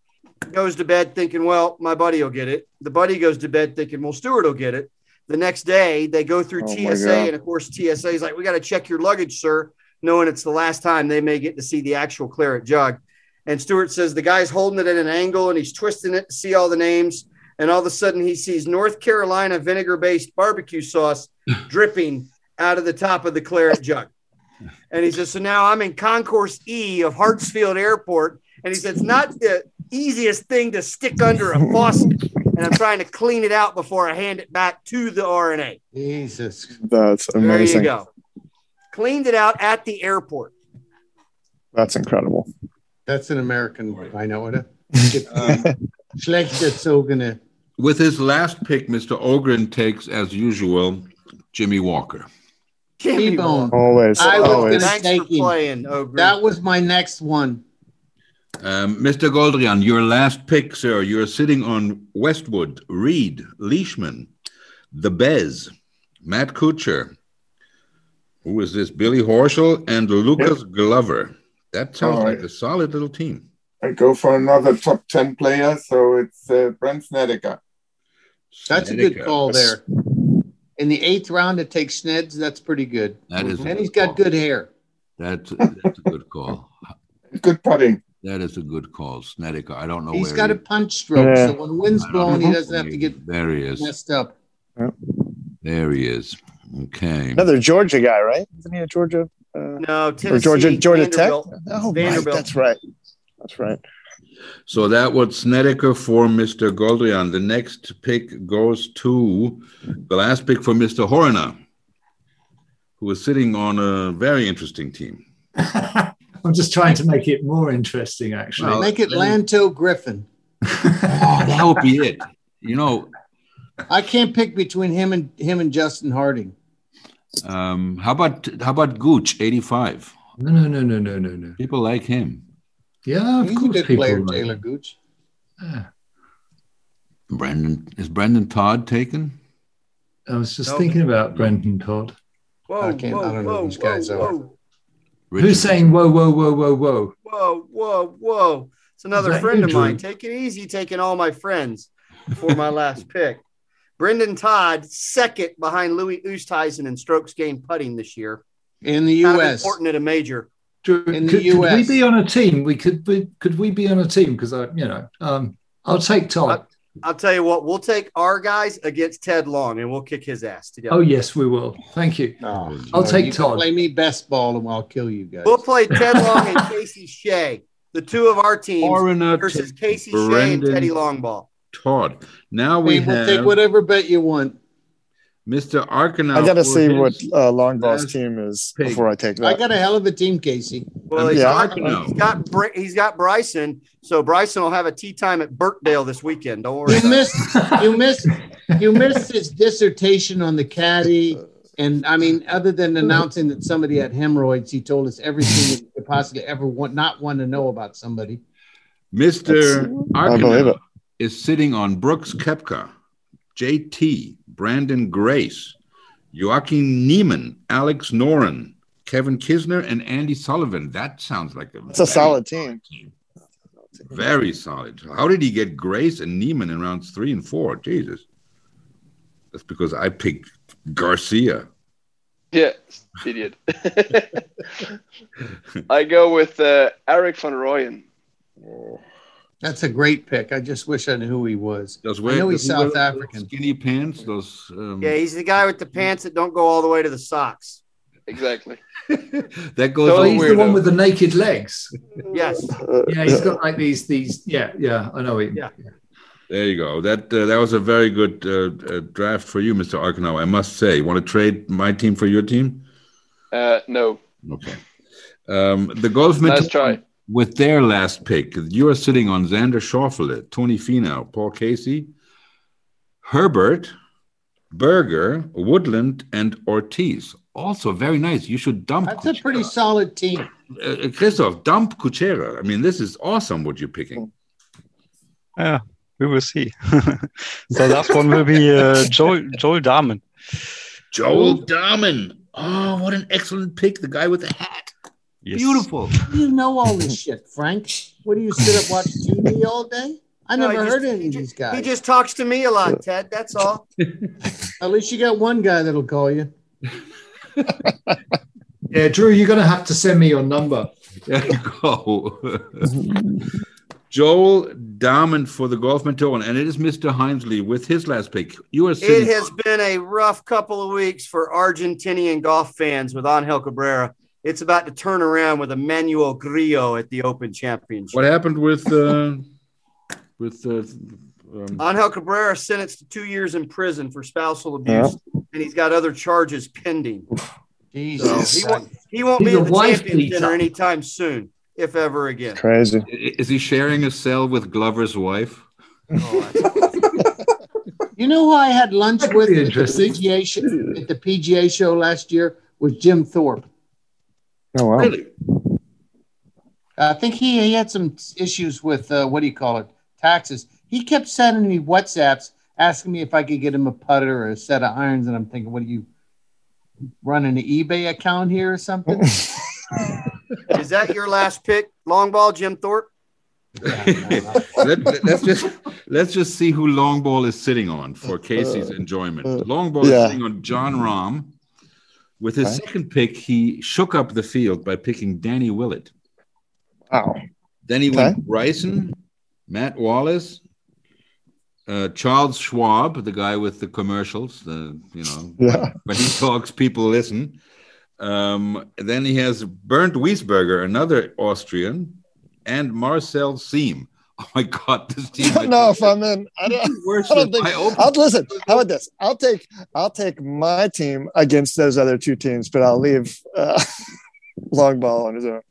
goes to bed thinking, well, my buddy will get it. The buddy goes to bed thinking, well, Stewart will get it. The next day, they go through
Oh, my
TSA,
God.
and of course, TSA is like, "We got to check your luggage, sir," knowing it's the last time they may get to see the actual claret jug. And Stewart says the guy's holding it at an angle and he's twisting it to see all the names. And all of a sudden, he sees North Carolina vinegar-based barbecue sauce dripping out of the top of the claret jug. And he says, "So now I'm in Concourse E of Hartsfield Airport." And he said, "It's not the easiest thing to stick under a faucet." And I'm trying to clean it out before I hand it back to the RNA.
Jesus.
That's
There you
amazing.
go. Cleaned it out at the airport.
That's incredible.
That's an American word, I know it. Schlecht erzogene.
Um, With his last pick, Mr. Ogren takes, as usual, Jimmy Walker.
T-Bone.
Always.
I was going
always.
to take him. That was my next one.
Um, Mr. Goldrian, your last pick, sir. You're sitting on Westwood, Reed, Leishman, The Bez, Matt Kuchar. Who is this? Billy Horschel and Lucas Glover. That sounds
All
like a solid little team.
I go for another top 10 player, so it's uh, Brent Snedeker.
That's a good call there. In the eighth round, to take Sneds. That's pretty good.
That is a
and he's got good hair.
That's, that's a good call.
Good putting.
That is a good call, Snedeker. I don't know
He's
where
got
he-
a punch stroke,
Yeah.
so when wind's blowing, he doesn't have to get
There he is.
messed up.
There he is. Okay.
Another Georgia guy, right? Isn't he a Georgia? Uh,
no,
Or
Tennessee,
Georgia, Georgia Tech.
Vanderbilt.
Oh, right.
Vanderbilt.
That's right. That's right.
So that was Snedeker for Mr. Goldrian. The next pick goes to the last pick for Mr. Horner, who is sitting on a very interesting team.
I'm just trying to make it more interesting, actually.
Make it Lanto Griffin.
Oh, that would be it. You know,
I can't pick between him and him and Justin Harding.
um, how about how about Gooch, 85?
No, no, no, no, no, no, no.
People like him.
Yeah, of
He's a
course,
good
people.
player,
like-
Taylor Gooch.
Yeah.
Brandon is Brandon Todd taken?
I was just
Nope.
thinking about Brendan Todd.
Whoa,
I can't-
whoa,
I don't know
whoa,
these guys
whoa,
are.
whoa,
Who's saying whoa, whoa, whoa, whoa, whoa?
whoa, whoa, whoa. It's another
Is that
friend
you,
of mine.
Drew?
Take it easy, taking all my friends for my last pick. Brendan Todd, second behind Louis Oosthuizen in strokes gained putting this year.
In the
Kind of
U.S.
important at a major.
Drew,
In the
could, could we
US.
be on a team? We could. We, could we be on a team? Because I, you know, um, I'll take Todd.
I'll tell you what, we'll take our guys against Ted Long and we'll kick his ass together.
Oh yes, we will. Thank you.
No,
I'll
no,
take
you can
Todd.
Play me best ball, and I'll kill you guys.
We'll play Ted Long and Casey Shea, the two of our teams
Foreigner
versus
to
Casey Shea and
Brendan
Teddy Longball.
Todd. Now we
we will take
have
whatever bet you want.
Mr. Arcanal.
I got to
for
see
his-
what uh, Longball's
last
team is
pick.
before I take that.
I got a hell of a team, Casey.
Well,
I'm
he's
Yeah.
got,
Arcanal.
he's got Br- he's got Bryson, so Bryson will have a tea time at Burkdale this weekend. Don't worry.
You
about it.
missed. You missed. You missed his dissertation on the caddy, and I mean, other than announcing that somebody had hemorrhoids, he told us everything that you could possibly ever want, not want to know about somebody.
Mr.
I believe
Arcanal
it.
is sitting on Brooks Kepka, JT, Brandon Grace, Joachim Niemann, Alex Noren, Kevin Kisner, and Andy Sullivan. That sounds like a,
That's a
very-
solid team.
Very solid. How did he get Grace and Niemann in rounds three and four? Jesus. That's because I picked Garcia.
Yeah, idiot. I go with uh, Eric van Rooyen.
That's a great pick. I just wish I knew who he was.
Those
I know
wear-
he's
does he wear
South African.
Skinny pants, those. Um,
Yeah, he's the guy with the pants that don't go all the way to the socks.
Exactly.
that goes
Oh,
over
Total
he's the
weirdo.
one with the naked legs.
Yes.
Yeah, he's got like these. These. Yeah, yeah. I know. He,
Yeah.
There you go. That uh, that was a very good uh, uh, draft for you, Mr. Arkenau. I must say. Want to trade my team for your team?
Uh, no,
Okay. Um, the golf
nice try.
with their last pick. You are sitting on Xander Schauffele, Tony Finau, Paul Casey, Herbert, Berger, Woodland, and Ortiz. Also very nice. You should dump.
That's a
Kuchera.
pretty solid team.
Uh, uh, Christoph, dump Kuchera. I mean, this is awesome. What you're picking.
Yeah, we will see. the last one will be uh, Joel, Joel Darman.
Joel Darman. Oh, what an excellent pick. The guy with the hat.
Yes.
Beautiful.
You know all this shit, Frank. What do you sit up watch TV all day? I
No, he
never
just-
heard of any of these guys.
He just talks to me a lot, Ted. That's all.
At least you got one guy that'll call you.
Yeah, Drew, you're going to have to send me your number.
There you go. Joel Diamond for the Golf Mentor, and it is Mr. Hinesley with his last pick. You are
It
sitting.
has been a rough couple of weeks for Argentinian golf fans with Angel Cabrera. It's about to turn around with Emmanuel Grillo at the Open Championship.
what happened with uh, with uh, um,
Angel Cabrera sentenced to two years in prison for spousal abuse, and he's got other charges pending.
Jesus.
So he won't, he won't be
He's a
at the
wife
Champions Dinner
beater.
anytime soon, if ever again.
Crazy.
Is he sharing a cell with Glover's wife?
You know who I had lunch
That could
with
be
at the,
interesting.
PGA show, at the PGA show last year was Jim Thorpe.
Oh wow.
Really?
I think he, he had some issues with uh, what do you call it? Taxes. He kept sending me WhatsApps asking me if I could get him a putter or a set of irons, and I'm thinking, what are you running an eBay account here or something?
Is that your last pick, long ball, Jim Thorpe?
Let, us just let's just see who Longball is sitting on for Casey's enjoyment. Longball
Uh, yeah.
is sitting on John Rahm. With his
Okay.
second pick, he shook up the field by picking Danny Willett.
Wow.
Then he
Okay.
went Bryson, Matt Wallace, uh, Charles Schwab, the guy with the commercials. The you know
Yeah.
when he talks, people listen. Um, then he has Bernd Wiesberger, another Austrian, and Marcel Seam. Oh my God, this team!
I don't know if I'm in. I don't,
worse
I
than
don't think.
I opened.
I'll listen. How about this? I'll take. I'll take my team against those other two teams, but I'll leave uh, long ball on his own.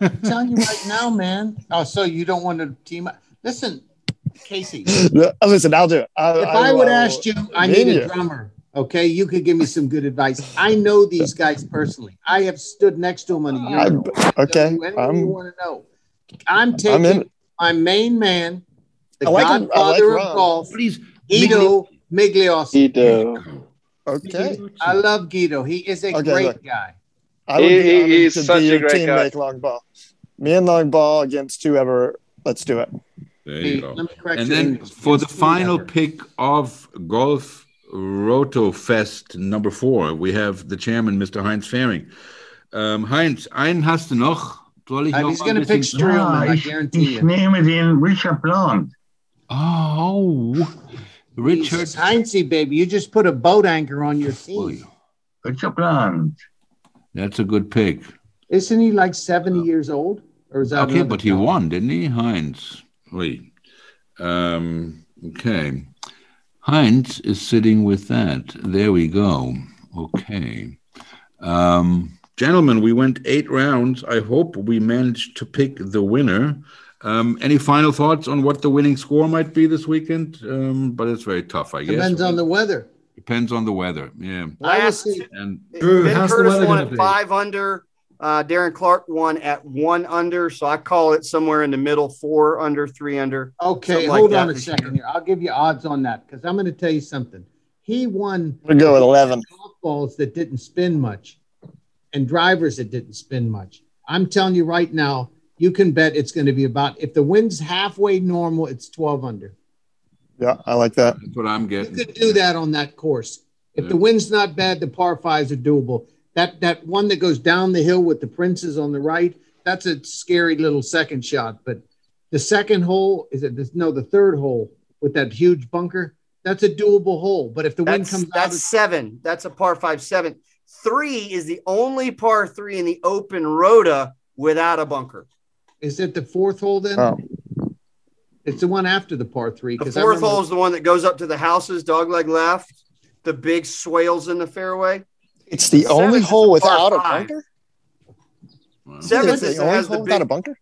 I'm telling you right now, man. Oh, so you don't want to team up? Listen, Casey, if
No, listen, I'll do it. I,
I would
will-
ask you, I
mean
need a
you.
drummer. Okay, you could give me some good advice. I know these guys personally. I have stood next to them on a
I,
year.
okay,
anything you
I'm.
want to know. I'm
I'm in.
taking my main man, the
I like him. I like
godfather
Ron.
of golf,
Please,
Guido Migliosi.
Guido.
Okay,
I love Guido. He is a
Okay,
great
look.
guy.
I would
He-
be
he-
honored
he's
to
such a
be your
great guy.
teammate, long ball. Me and long ball against whoever. Let's do it.
There you
Hey,
go.
let me correct
And
your
then
English.
for
It's
the
two
final
effort.
pick of Golf Roto Fest number four, we have the chairman, Mr. Heinz Fehring. Um, Heinz, einen hast du noch. Soll ich
And
noch
Äh, he's
mal
going to
ein
pick
bisschen-
Streelman, I
ich,
guarantee
ich
you.
nehme den Richard Blount.
Oh, Richard.
Jesus, Heinze, baby, you just put a boat anchor on your team.
Richard Blount.
That's a good pick.
Isn't he like 70 years old? Or is that
Okay,
another
but he
guy?
won, didn't he, Heinz? Wait. Um, okay. Heinz is sitting with that. There we go. Okay. Um, gentlemen, we went eight rounds. I hope we managed to pick the winner. Um, any final thoughts on what the winning score might be this weekend? Um, but it's very tough, I guess.
Depends on the weather.
Depends on the weather. Yeah.
I will
Last-
see.
And
Drew,
ben
how's the
Curtis
weather
won
gonna
at
be?
five under. Uh, Darren Clark won at one under. So I call it somewhere in the middle, four under, three under.
Okay,
Something like
hold
that
on a
this
second here. I'll give you odds on that because I'm going to tell you something. He won
We go at eleven.
golf balls that didn't spin much and drivers that didn't spin much. I'm telling you right now, you can bet it's going to be about, if the wind's halfway normal, it's 12 under.
Yeah, I like that.
that's what I'm
You
getting.
could do that on that course. If
Yeah.
the wind's not bad, the par fives are doable. That that one that goes down the hill with the princes on the right, that's a scary little second shot. But the second hole is it? This, no, the third hole with that huge bunker. That's a doable hole. But if the wind
That's,
comes out,
that's
it's-
seven. That's a par five, seven. Three is the only par three in the open rota without a bunker.
is it the fourth hole then?
Oh,
It's the one after the par three.
The
'cause I
fourth
remember-
hole is the one that goes up to the houses, dogleg left, the big swales in the fairway.
it's the
Seventh
only
is a
hole
par
without a
five.
bunker.
Wow.
Seven
Is it
Seventh is
the
it
only
has
hole
the
without
big
a bunker.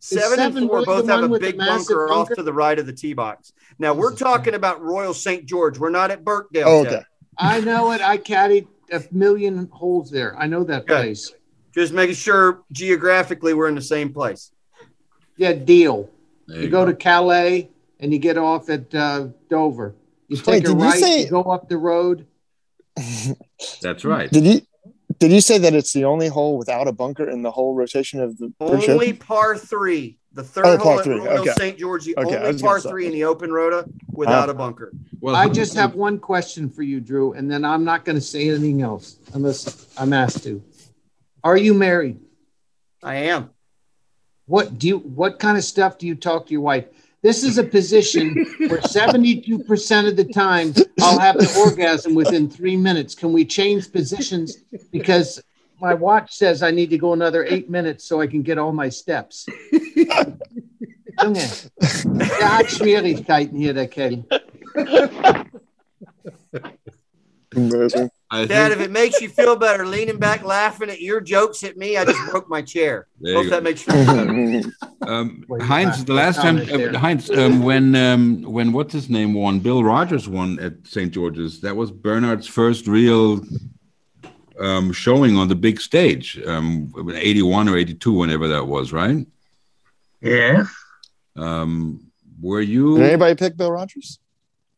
Seven,
seven
and four
really
both
the
have
one
a
with the
big
massive
bunker, off
bunker?
to the right of the tee box. Now we're talking about Royal St. George. We're not at Burkdale.
Oh,
Ted.
okay.
I know it. I caddied a million holes there. I know that
Good.
place.
Just making sure geographically we're in the same place.
Yeah, deal.
There
You
you
go
go.
to Calais and you get off at uh, Dover. You
Wait,
take a
did you
right,
say-
you go up the road.
That's right.
Did you Did you say that it's the only hole without a bunker in the whole rotation of the British
Only
Open?
par three. The third
Oh, par
hole at
three,
Royal
okay.
St. George, the
Okay, I
only
was
par
gonna say. Uh-huh.
three in the open rota without a bunker.
I just have one question for you, Drew, and then I'm not going to say anything else unless I'm asked to. Are you married?
I am.
What do you? What kind of stuff do you talk to your wife? This is a position where 72% of the time I'll have an orgasm within three minutes. Can we change positions? Because my watch says I need to go another eight minutes so I can get all my steps. Junge, der hat Schwierigkeiten hier, der Kelly.
Amazing.
Dad, if it makes you feel better, leaning back, laughing at your jokes at me, I just broke my chair.
There
Hope
you
that
go.
makes you feel better.
Um,
Well, you
Heinz,
have
the last
to
time,
comment there.
uh, Heinz, um, when um, when what's his name won, Bill Rogers won at St. George's. That was Bernard's first real um, showing on the big stage, um, '81 or '82, whenever that was, right?
Yes.
Um, were you?
Did anybody pick Bill Rogers?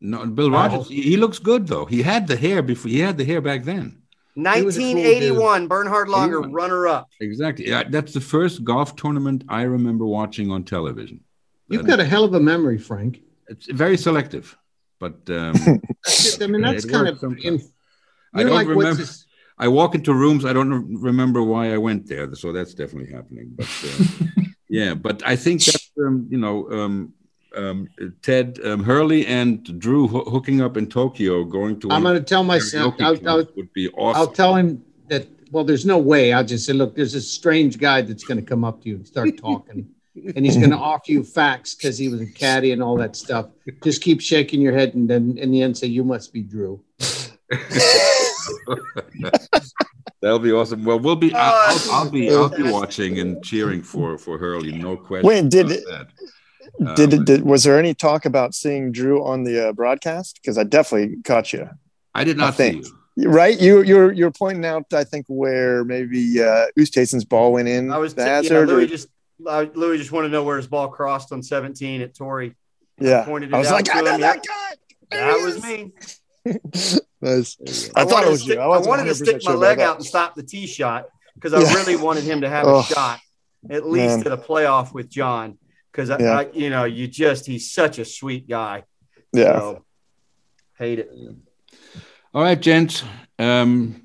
No, Bill Rogers. He he looks good though. He had the hair before. He had the hair back then.
was a cool dude.
1981, Bernhard Langer, runner up.
Exactly. Yeah, that's the first golf tournament I remember watching on television.
You've got a hell of a memory, Frank.
It's very selective, but um,
That's it. I mean,
Yeah,
that's
it
kind
works
of.
sometimes. I
You're
don't
like, what's
remember.
this-
I walk into rooms. I don't re- remember why I went there, so that's definitely happening. But uh, yeah, but I think that um, you know, um, um, Ted um, Hurley and Drew ho- hooking up in Tokyo, going to. one
I'm going
of
to tell my
their
son.
karaoke
I'll, I'll,
clubs would be
I'll
awesome.
tell him that. Well, there's no way. I'll just say, look, there's a strange guy that's going to come up to you and start talking, and he's going to offer you facts because he was a caddy and all that stuff. Just keep shaking your head, and then in the end, say you must be Drew.
That'll be awesome. Well, we'll be. I'll, I'll, I'll be. I'll be
Uh,
watching and cheering for for Hurley. No question.
Wait, did
about
it-
that.
Did,
Um,
it did was there any talk about seeing Drew on the uh, broadcast? Because I definitely caught you.
I did
I
not see
think.
you.
Right, you you're you're pointing out, I think, where maybe uh, Ustason's ball went in.
I was,
the
t- yeah,
hazard,
Louis
or-
just, uh, Louis just wanted to know where his ball crossed on 17 at Torrey.
yeah.
Pointed it
I was
out
like,
to
I know
him.
that
Yep,
guy. There
That
he
was
is.
me.
Nice. I,
I
thought
wanted
it
to
was
stick-
you.
I
I, wasn't
wanted to
100%
stick my
sure about
leg
that.
out and stop the tee shot because I
Yeah.
really wanted him to have
Oh.
a shot at least
Man.
at a playoff with John because I,
Yeah.
I, you know, you just he's such a sweet guy.
Yeah.
So, hate it.
All right, gents. Um,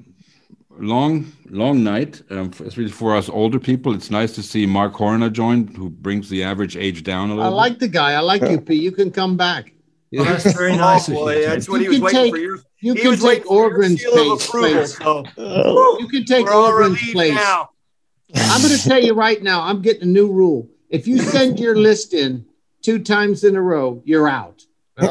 long, long night, um, for- especially for us older people. It's nice to see Mark Horner join, who brings the average age down a
I
little.
like the guy. I like you, P. You can come back.
bit. Yeah.
that's very nice
Oh
of you,
boy,
Ted.
that's what he
You
was
can
waiting
take-
for. Your,
You
he
can
was
take
waiting for your
Orgrin's
seal of
face.
approval.
place.
So,
Oh.
You can take
we're all
Orgrin's
relieved
place.
now.
I'm going to tell you right now, I'm getting a new rule. If you send your list in two times in a row, you're out.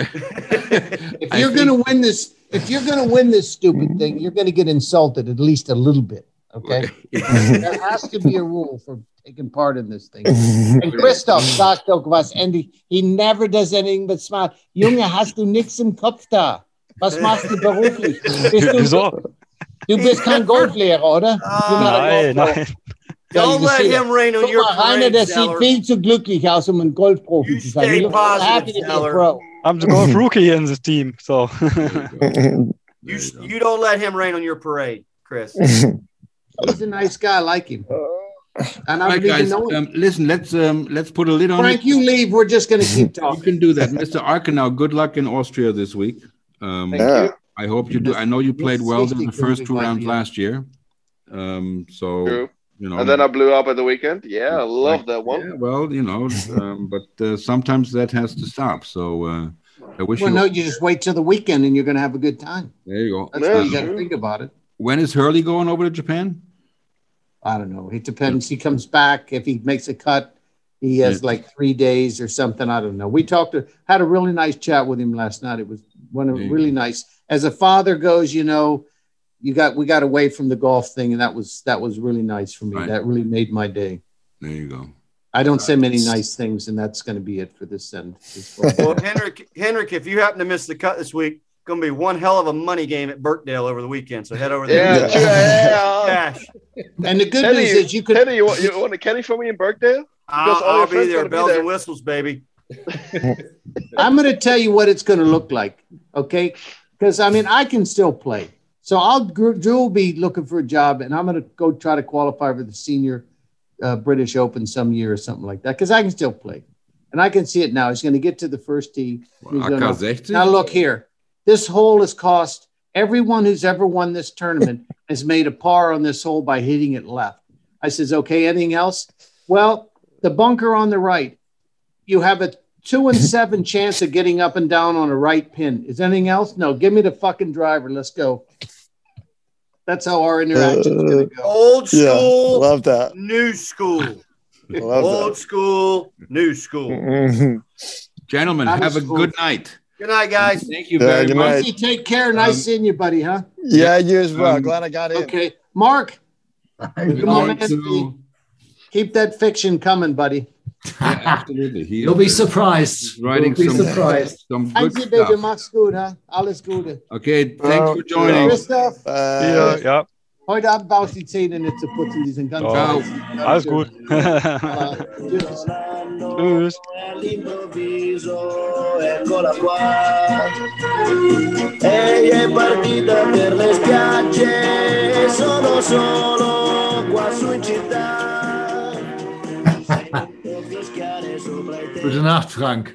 Okay. if
I
you're
think-
going to win this, if you're going to win this
Mm-hmm.
stupid thing, you're going to get insulted at least a little bit. Okay. there has to be a rule for taking part in this thing. And Christoph sagt doch was, Andy. He never does anything but smile. Junge, hast du nix im Kopf da? Was machst du beruflich? Bist du,
Wieso?
du bist kein Golflehrer, oder? You're not a
Nein,
golfer.
nein.
Ja,
Ah, Don't
ich
let
sehe.
him rain on
Guck
your
mal, Rainer, der
parade,
sieht
Zeller.
viel zu glücklich aus, um ein Golfprofi
You
zu sein.
stay
He looks so happy to
positive,
be a
Zeller.
pro.
I'm the golf rookie in this team, so
There you go.
You,
There you
s-
go.
you don't let him rain on your parade, Chris.
He's a nice guy. I like
Uh,
him. And
All
I
right,
believe in
guys.
knowing him.
Um, listen, let's um, let's put a lid on
Frank,
it.
you leave. We're just going to keep
You
talking.
can do that, Mr. Arkenau. Good luck in Austria this week. Um,
Thank
Yeah.
you.
I hope you do. I know you played
Mrs.
well in the
Richtig
first
will
two
be
rounds
back
last
here.
year. Um, so
True.
you know,
And then I blew up at the weekend. Yeah, I love
Like,
that one.
Yeah, well, you know, um, but uh, sometimes that has to stop. So uh, I wish
Well,
you.
no, you just wait till the weekend and you're going to have a good time.
There you go.
That's all you got
Yeah,
to
sure.
think about it.
When is Hurley going over to Japan?
I don't know. It depends. He comes back. If he makes a cut, he has like three days or something. I don't know. We talked, to, had a really nice chat with him last night. It was one of
There you
really nice. As a father goes, you know, you got we got away from the golf thing, and that was that was really nice for me.
Right.
That really made my day.
There you go.
I don't say many nice things, and that's going to be it for this end. This
Well,
podcast.
Henrik, Henrik, if you happen to miss the cut this week, gonna be one hell of a money game at Burkdale over the weekend. So head over there.
Yeah,
Oh,
Yeah.
true. yeah.
Cash.
and the good
Teddy,
news is you could.
Teddy, you want, you want a caddy for me in Burkdale?
I'll,
all your
I'll be
friends
there.
gonna be
Bells
there.
and whistles, baby.
I'm going to tell you what it's going to look like, okay? Because I mean, I can still play. So I'll Drew will be looking for a job, and I'm going to go try to qualify for the senior uh, British Open some year or something like that because I can still play, and I can see it now. He's going to get to the first tee. He's
AK
gonna-
60?
Now look here. This hole has cost everyone who's ever won this tournament has made a par on this hole by hitting it left. I says, okay, anything else? Well, the bunker on the right, you have a two and seven chance of getting up and down on a right pin. Is anything else? No, give me the fucking driver. Let's go. That's how our interaction's gonna go.
Old school,
love that.
new school.
Love
Old school, new school.
Mm-hmm.
Mhm.
Gentlemen,
That
have a
was
good night.
Good night, guys.
Thank you
Yeah,
very
good
much.
night.
Monty, take care. Nice
Um,
seeing you, buddy, huh?
Yeah, you as well.
Um,
Glad I got in.
Okay. Mark,
Good
Oh,
night
man.
to-
keep that fiction coming, buddy.
Yeah, absolutely. He
You'll be
is uh,
surprised.
writing
You'll be
some,
surprised.
some
Ein
good
Sie, Baby,
stuff.
mach's gut, huh? Alles Gute.
Okay, thanks
Ciao.
for
Genau.
joining.
Christoph,
Äh,
Ja, ja,
heute Abend baust du die Zähne nicht zu putzen, die sind ganz
Ja.
Ciao.
weiß.
alles gut.
Ah, tschüss.
Tschüss.
All'improvviso, eccola qua. Ehi, è partita per le spiagge, sono solo qua su in città. Sento fischiare sopra i
Gute Nacht, Frank.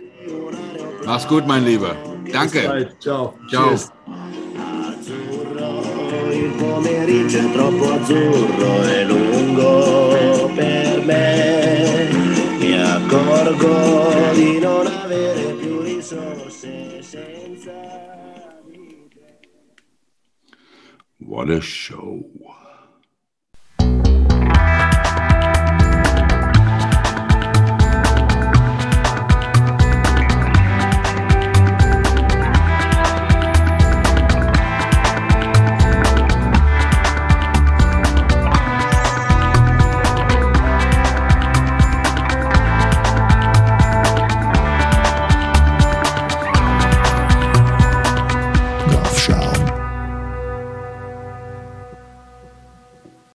Mach's gut, mein Lieber. Danke.
Bye. Ciao.
Ciao.
Cheers.
azzurro, il pomeriggio è troppo azzurro e lungo per me. Mi accorgo di non avere più risorse senza di te.
What a show.